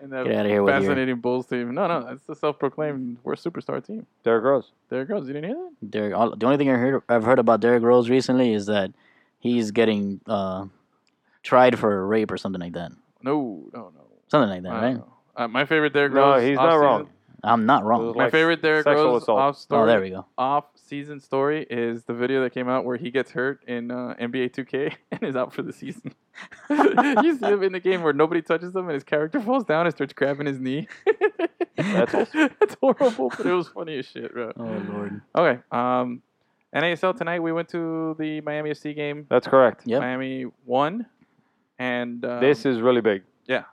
[SPEAKER 2] And that
[SPEAKER 3] Get outta here with your-
[SPEAKER 2] fascinating Bulls team. No, no, that's the self-proclaimed worst superstar team.
[SPEAKER 1] Derrick Rose.
[SPEAKER 2] There it goes. You didn't hear that?
[SPEAKER 3] Derrick, all, the only thing I heard, I've heard about Derrick Rose recently is that he's getting uh, tried for rape or something like that.
[SPEAKER 2] No, no, no.
[SPEAKER 3] Something like that,
[SPEAKER 2] I don't
[SPEAKER 3] right?
[SPEAKER 2] know. Uh, my favorite Derrick
[SPEAKER 1] No,
[SPEAKER 2] Rose.
[SPEAKER 1] he's not
[SPEAKER 2] off-season-
[SPEAKER 1] wrong.
[SPEAKER 3] I'm not
[SPEAKER 1] It was
[SPEAKER 3] wrong.
[SPEAKER 2] My
[SPEAKER 1] Like
[SPEAKER 2] favorite Derrick
[SPEAKER 1] sexual
[SPEAKER 2] Rose
[SPEAKER 1] assault.
[SPEAKER 2] off
[SPEAKER 3] Oh,
[SPEAKER 2] story.
[SPEAKER 3] there we go.
[SPEAKER 2] Off season story is the video that came out where he gets hurt in uh, NBA 2K and is out for the season. you see him in the game where nobody touches him and his character falls down and starts grabbing his knee.
[SPEAKER 1] That's
[SPEAKER 2] That's horrible, but it was funny as shit, bro.
[SPEAKER 3] Oh lord.
[SPEAKER 2] Okay. Um, NASL tonight we went to the Miami FC game.
[SPEAKER 1] That's correct.
[SPEAKER 3] Yep.
[SPEAKER 2] Miami won, and um,
[SPEAKER 1] This is really big.
[SPEAKER 2] yeah,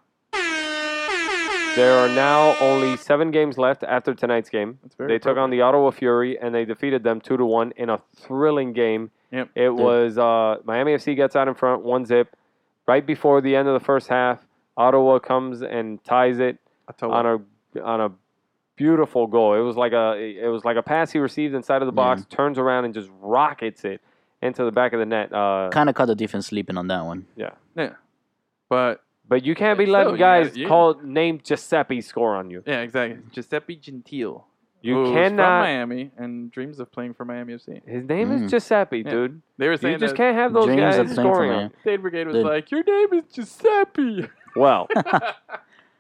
[SPEAKER 1] There are now only seven games left after tonight's game.
[SPEAKER 2] That's very
[SPEAKER 1] they took on the Ottawa Fury and they defeated them two to one in a thrilling game.
[SPEAKER 2] Yep.
[SPEAKER 1] It was uh, Miami FC gets out in front, one zip. Right before the end of the first half, Ottawa comes and ties it on
[SPEAKER 2] Ottawa.
[SPEAKER 1] a on a beautiful goal. It was like a it was like a pass he received inside of the box, turns around and just rockets it into the back of the net. Uh,
[SPEAKER 3] Kind of caught the defense sleeping on that one.
[SPEAKER 2] yeah, but
[SPEAKER 1] but you can't be
[SPEAKER 2] Still,
[SPEAKER 1] letting
[SPEAKER 2] you gotta-
[SPEAKER 1] guys
[SPEAKER 2] you-
[SPEAKER 1] call name Giuseppe score on you.
[SPEAKER 2] yeah, exactly. Giuseppe Gentile.
[SPEAKER 1] You
[SPEAKER 2] who's from
[SPEAKER 1] cannot.
[SPEAKER 2] Miami and dreams of playing for Miami FC.
[SPEAKER 1] His name
[SPEAKER 3] Mm.
[SPEAKER 1] is Giuseppe,
[SPEAKER 2] Yeah.
[SPEAKER 1] dude.
[SPEAKER 2] They were saying
[SPEAKER 1] You just
[SPEAKER 2] that
[SPEAKER 1] can't have those
[SPEAKER 3] Dreams of
[SPEAKER 1] guys
[SPEAKER 3] playing for
[SPEAKER 1] scoring. on
[SPEAKER 3] Miami.
[SPEAKER 1] you.
[SPEAKER 2] State Brigade was
[SPEAKER 3] Dude.
[SPEAKER 2] like, "Your name is Giuseppe."
[SPEAKER 1] Well,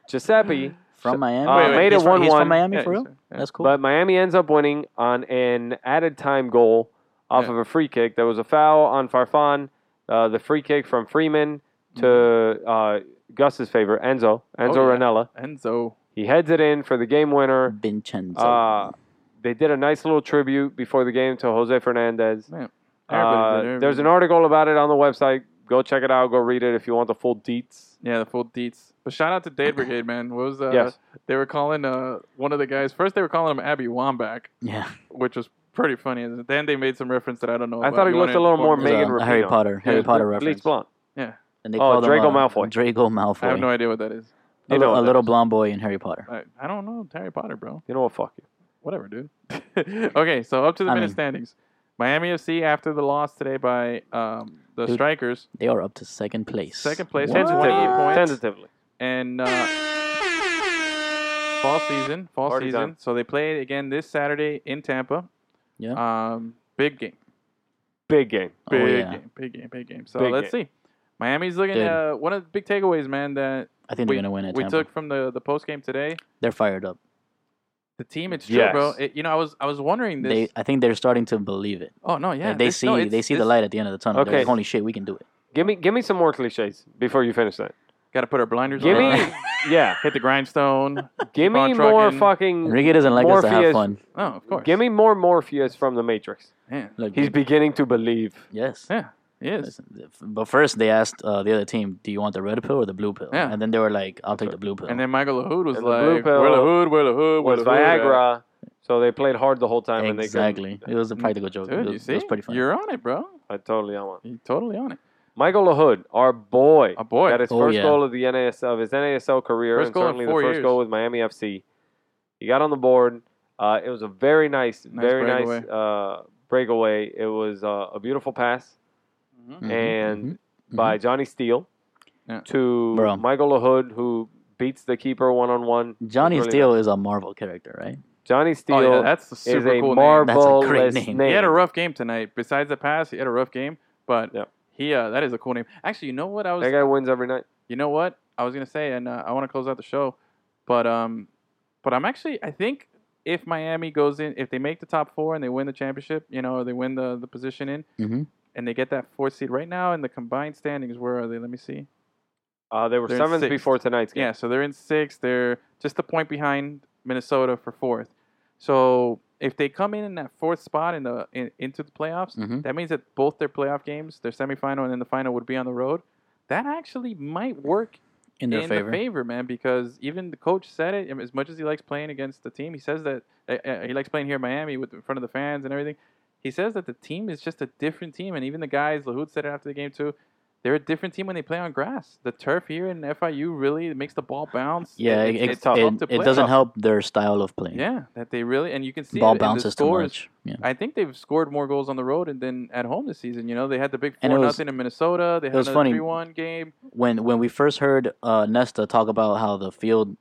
[SPEAKER 1] Giuseppe,
[SPEAKER 3] From Miami,
[SPEAKER 1] Uh,
[SPEAKER 2] made
[SPEAKER 3] he's
[SPEAKER 1] it
[SPEAKER 3] from, he's
[SPEAKER 1] 1-1.
[SPEAKER 3] from Miami
[SPEAKER 2] Yeah,
[SPEAKER 3] for real.
[SPEAKER 2] he's- yeah.
[SPEAKER 3] That's cool.
[SPEAKER 1] but Miami ends up winning on an added time goal off
[SPEAKER 2] Yeah.
[SPEAKER 1] of a free kick. There was a foul on Farfan, uh, the free kick from Freeman to uh, Gus's favor, Enzo, Enzo
[SPEAKER 2] Oh, yeah.
[SPEAKER 1] Ranella.
[SPEAKER 2] And so,
[SPEAKER 1] He heads it in for the game winner.
[SPEAKER 3] Vincenzo.
[SPEAKER 1] Uh, they did a nice little tribute before the game to Jose Fernandez.
[SPEAKER 2] yeah,
[SPEAKER 1] Uh,
[SPEAKER 2] everybody did,
[SPEAKER 1] there's an
[SPEAKER 2] everybody
[SPEAKER 1] article about it on the website. Go check it out. Go read it if you want the full deets.
[SPEAKER 2] did. yeah, the full deets. But shout out to Dade Brigade, man. What was uh,
[SPEAKER 1] Yes.
[SPEAKER 2] they were calling uh, one of the guys first? They were calling him Abby Wambach,
[SPEAKER 3] yeah,
[SPEAKER 2] which was pretty funny. And then they made some reference that I don't know.
[SPEAKER 1] I
[SPEAKER 2] about.
[SPEAKER 1] thought he
[SPEAKER 2] You wanna
[SPEAKER 1] looked a little
[SPEAKER 2] inform
[SPEAKER 1] more
[SPEAKER 2] me?
[SPEAKER 3] It was
[SPEAKER 1] Megan
[SPEAKER 3] a Harry
[SPEAKER 1] Rapinoe.
[SPEAKER 3] Potter, Harry
[SPEAKER 2] Yeah.
[SPEAKER 3] Potter
[SPEAKER 1] Bleach
[SPEAKER 3] reference.
[SPEAKER 1] Blonde.
[SPEAKER 3] And they
[SPEAKER 1] Oh,
[SPEAKER 3] called him,
[SPEAKER 1] Draco
[SPEAKER 3] uh,
[SPEAKER 1] Malfoy.
[SPEAKER 3] Draco Malfoy.
[SPEAKER 2] I have no idea what that is.
[SPEAKER 3] a,
[SPEAKER 1] You know
[SPEAKER 3] little-
[SPEAKER 1] what
[SPEAKER 3] a
[SPEAKER 1] that
[SPEAKER 3] little
[SPEAKER 1] is.
[SPEAKER 3] blonde boy in Harry Potter.
[SPEAKER 2] I, I don't know Harry Potter, bro.
[SPEAKER 1] You know what? Fuck you.
[SPEAKER 2] Whatever, dude. okay, so up to the
[SPEAKER 3] I
[SPEAKER 2] minute
[SPEAKER 3] mean-
[SPEAKER 2] standings. Miami FC after the loss today by um, the
[SPEAKER 3] Dude.
[SPEAKER 2] Strikers,
[SPEAKER 3] They are up to second place.
[SPEAKER 2] Second place.
[SPEAKER 3] What?
[SPEAKER 2] Tentative. 28
[SPEAKER 1] Tentatively.
[SPEAKER 2] points.
[SPEAKER 1] Tentatively.
[SPEAKER 2] and uh, fall season, fall
[SPEAKER 1] Party
[SPEAKER 2] season.
[SPEAKER 1] time.
[SPEAKER 2] So they play again this Saturday in Tampa. Yeah. Um, big game,
[SPEAKER 1] Big game.
[SPEAKER 3] Oh,
[SPEAKER 2] big
[SPEAKER 3] yeah.
[SPEAKER 2] game, big game, big game. So
[SPEAKER 1] Big
[SPEAKER 2] let's see. Miami's looking.
[SPEAKER 3] Dude.
[SPEAKER 2] Uh, one of the big takeaways, man, that
[SPEAKER 3] I think
[SPEAKER 2] we,
[SPEAKER 3] they're gonna win it.
[SPEAKER 2] we
[SPEAKER 3] Tampa.
[SPEAKER 2] took from the the post game today.
[SPEAKER 3] They're fired up.
[SPEAKER 2] The team, it's true,
[SPEAKER 1] Yes.
[SPEAKER 2] bro. It, you know, I was I was wondering this.
[SPEAKER 3] They, I think they're starting to believe it.
[SPEAKER 2] oh no, yeah,
[SPEAKER 3] Like, they
[SPEAKER 2] this-
[SPEAKER 3] see,
[SPEAKER 2] no,
[SPEAKER 3] they
[SPEAKER 2] it's-
[SPEAKER 3] see the
[SPEAKER 2] this-
[SPEAKER 3] light at the end of the tunnel. They're
[SPEAKER 1] Okay.
[SPEAKER 3] like, holy shit, we can do it.
[SPEAKER 1] Give me, give me some more cliches before you finish that.
[SPEAKER 2] Got to put our blinders
[SPEAKER 1] Give
[SPEAKER 2] on.
[SPEAKER 1] me, yeah,
[SPEAKER 2] hit the grindstone.
[SPEAKER 1] give
[SPEAKER 2] Keep on
[SPEAKER 1] me more
[SPEAKER 2] trucking.
[SPEAKER 1] fucking.
[SPEAKER 3] Enrique doesn't like us to have
[SPEAKER 1] Morpheus-
[SPEAKER 3] fun.
[SPEAKER 2] Oh, of course.
[SPEAKER 1] Give me more Morpheus from the Matrix.
[SPEAKER 2] Yeah.
[SPEAKER 3] Look,
[SPEAKER 1] He's beginning to believe.
[SPEAKER 3] yes.
[SPEAKER 2] Yeah. Yes.
[SPEAKER 3] Listen, But first, they asked uh, the other team, "Do you want the red pill or the blue pill?"
[SPEAKER 2] Yeah.
[SPEAKER 3] And then they were like, "I'll take the blue pill."
[SPEAKER 2] And then Michael LaHood was
[SPEAKER 1] And the blue
[SPEAKER 2] like,
[SPEAKER 1] pill
[SPEAKER 2] "Where the hood? Where the hood? Where
[SPEAKER 1] Was
[SPEAKER 2] the hood?" at?"
[SPEAKER 1] Viagra, so they played hard the whole time, and they couldn't.
[SPEAKER 3] exactly. It was a practical joke.
[SPEAKER 2] Mm, Dude,
[SPEAKER 3] it, was,
[SPEAKER 2] you see,
[SPEAKER 3] it was pretty funny.
[SPEAKER 2] you're on it, bro.
[SPEAKER 1] I totally am one.
[SPEAKER 2] You're totally on it.
[SPEAKER 1] Michael LaHood, our boy,
[SPEAKER 2] A boy.
[SPEAKER 1] got his
[SPEAKER 3] Oh,
[SPEAKER 1] first
[SPEAKER 3] yeah.
[SPEAKER 1] goal of the NAS of his NASL career,
[SPEAKER 2] First
[SPEAKER 1] and
[SPEAKER 2] goal in
[SPEAKER 1] certainly the
[SPEAKER 2] four
[SPEAKER 1] first
[SPEAKER 2] years.
[SPEAKER 1] goal with Miami FC. He got on the board. Uh, it was a very nice,
[SPEAKER 2] Nice
[SPEAKER 1] very
[SPEAKER 2] breakaway.
[SPEAKER 1] nice uh, breakaway. It was uh, a beautiful pass.
[SPEAKER 2] Mm-hmm.
[SPEAKER 3] Mhm,
[SPEAKER 1] and
[SPEAKER 3] mhm.
[SPEAKER 1] by Johnny Steele
[SPEAKER 2] Yeah.
[SPEAKER 1] to
[SPEAKER 3] Bro.
[SPEAKER 1] Michael LaHood, who beats the keeper one on one.
[SPEAKER 3] Johnny
[SPEAKER 1] really
[SPEAKER 3] Steele is a Marvel character, right?
[SPEAKER 1] Johnny Steele
[SPEAKER 2] Oh yeah, that's a
[SPEAKER 1] is
[SPEAKER 2] super
[SPEAKER 1] a
[SPEAKER 2] cool name.
[SPEAKER 3] That's a great
[SPEAKER 1] marvelous
[SPEAKER 3] name.
[SPEAKER 1] name.
[SPEAKER 2] He had a rough game tonight. Besides the pass, he had a rough game. But
[SPEAKER 1] Yep.
[SPEAKER 2] he uh, that is a cool name. Actually, you know what I was
[SPEAKER 1] That guy wins every night.
[SPEAKER 2] you know what I was gonna say, and uh, I want to close out the show. But um, but I'm actually I think if Miami goes in, if they make the top four and they win the championship, you know, they win the the position in,
[SPEAKER 3] Mhm.
[SPEAKER 2] and they get that fourth seed right now in the combined standings. Where are they? Let me see.
[SPEAKER 1] Uh, they were
[SPEAKER 2] They're in
[SPEAKER 1] seventh
[SPEAKER 2] sixth.
[SPEAKER 1] before tonight's game.
[SPEAKER 2] Yeah, so they're in sixth. They're just a point behind Minnesota for fourth. So if they come in in that fourth spot in the in, into the playoffs,
[SPEAKER 3] Mhm.
[SPEAKER 2] that means that both their playoff games, their semifinal and then the final, would be on the road. That actually might work
[SPEAKER 3] in their
[SPEAKER 2] in
[SPEAKER 3] favor.
[SPEAKER 2] the favor, man, because even the coach said it. um, As much as he likes playing against the team, he says that uh, uh, he likes playing here in Miami with in front of the fans and everything. He says that the team is just a different team, and even the guys, Lahoud said it after the game too. They're a different team when they play on grass. The turf here in FIU really makes the ball bounce.
[SPEAKER 3] yeah,
[SPEAKER 2] It-
[SPEAKER 3] it,
[SPEAKER 2] it's,
[SPEAKER 3] it,
[SPEAKER 2] it's tough
[SPEAKER 3] it-
[SPEAKER 2] to
[SPEAKER 3] it
[SPEAKER 2] play.
[SPEAKER 3] doesn't help their style of playing.
[SPEAKER 2] Yeah, that they really and you can see
[SPEAKER 3] ball
[SPEAKER 2] it in the
[SPEAKER 3] bounces too
[SPEAKER 2] scores.
[SPEAKER 3] much. Yeah.
[SPEAKER 2] I think they've scored more goals on the road and then at home this season. You know, they had the big
[SPEAKER 3] And
[SPEAKER 2] four
[SPEAKER 3] it was-
[SPEAKER 2] nothing in Minnesota. They had
[SPEAKER 3] was
[SPEAKER 2] another
[SPEAKER 3] funny.
[SPEAKER 2] three one game.
[SPEAKER 3] When when we first heard uh, Nesta talk about how the field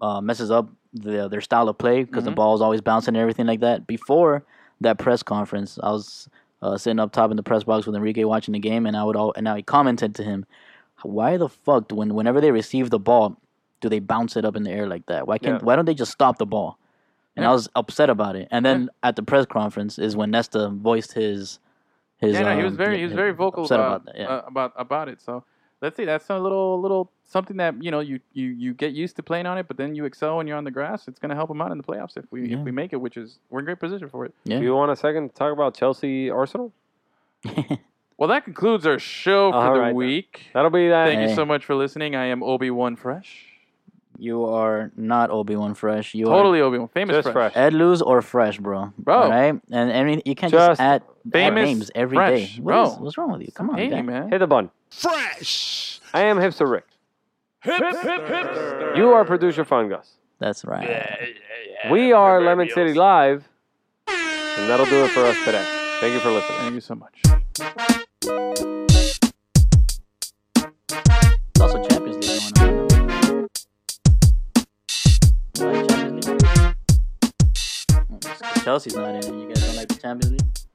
[SPEAKER 3] uh, messes up the, their style of play because the
[SPEAKER 2] Mhm.
[SPEAKER 3] ball's always bouncing and everything like that. Before that press conference, I was uh, sitting up top in the press box with Enrique watching the game, and I would all and I commented to him, "Why the fuck do- when whenever they receive the ball, do they bounce it up in the air like that? Why can't
[SPEAKER 2] Yeah.
[SPEAKER 3] why don't they just stop the ball?" And I
[SPEAKER 2] Yeah.
[SPEAKER 3] was upset about it. And then at the press conference is when Nesta voiced his his.
[SPEAKER 2] yeah, no, he
[SPEAKER 3] um,
[SPEAKER 2] was very he was
[SPEAKER 3] his-
[SPEAKER 2] very vocal
[SPEAKER 3] upset
[SPEAKER 2] about
[SPEAKER 3] about that, yeah.
[SPEAKER 2] uh, about about it. So let's see, that's a little little something that you know you you you get used to playing on it, but then you excel when you're on the grass. It's going to help him out in the playoffs if we
[SPEAKER 3] Yeah.
[SPEAKER 2] if we make it, which is we're in great position for it.
[SPEAKER 3] Yeah.
[SPEAKER 1] Do you want a second to talk about Chelsea Arsenal?
[SPEAKER 2] Well, that concludes our show for
[SPEAKER 1] All
[SPEAKER 2] the
[SPEAKER 1] right then.
[SPEAKER 2] week.
[SPEAKER 1] That'll be that.
[SPEAKER 2] Thank you
[SPEAKER 3] Hey.
[SPEAKER 2] so much for listening. I am Obi Wan Fresh,
[SPEAKER 3] You are not Obi Wan Fresh. You
[SPEAKER 2] totally Obi Wan, famous
[SPEAKER 1] Just
[SPEAKER 2] fresh.
[SPEAKER 1] fresh.
[SPEAKER 3] are Ed Luz or Fresh, bro.
[SPEAKER 2] Bro.
[SPEAKER 3] All right, and any you can't just,
[SPEAKER 1] Just
[SPEAKER 3] add, add
[SPEAKER 2] famous
[SPEAKER 3] names every day.
[SPEAKER 2] Fresh,
[SPEAKER 3] What
[SPEAKER 2] bro.
[SPEAKER 3] is- what's wrong with you? Come on,
[SPEAKER 2] Hey
[SPEAKER 3] guy.
[SPEAKER 2] man,
[SPEAKER 1] Hit the button.
[SPEAKER 4] Fresh.
[SPEAKER 1] I am Hipster Rick. You are producer Fungus.
[SPEAKER 3] That's right.
[SPEAKER 1] We are Lemon City Live. And that'll do it for us today. Thank you for listening.
[SPEAKER 2] thank you so much.
[SPEAKER 3] It's also Champions League going on. Oh, Right now. Like Champions League? Chelsea's not in it. You guys don't like the Champions League?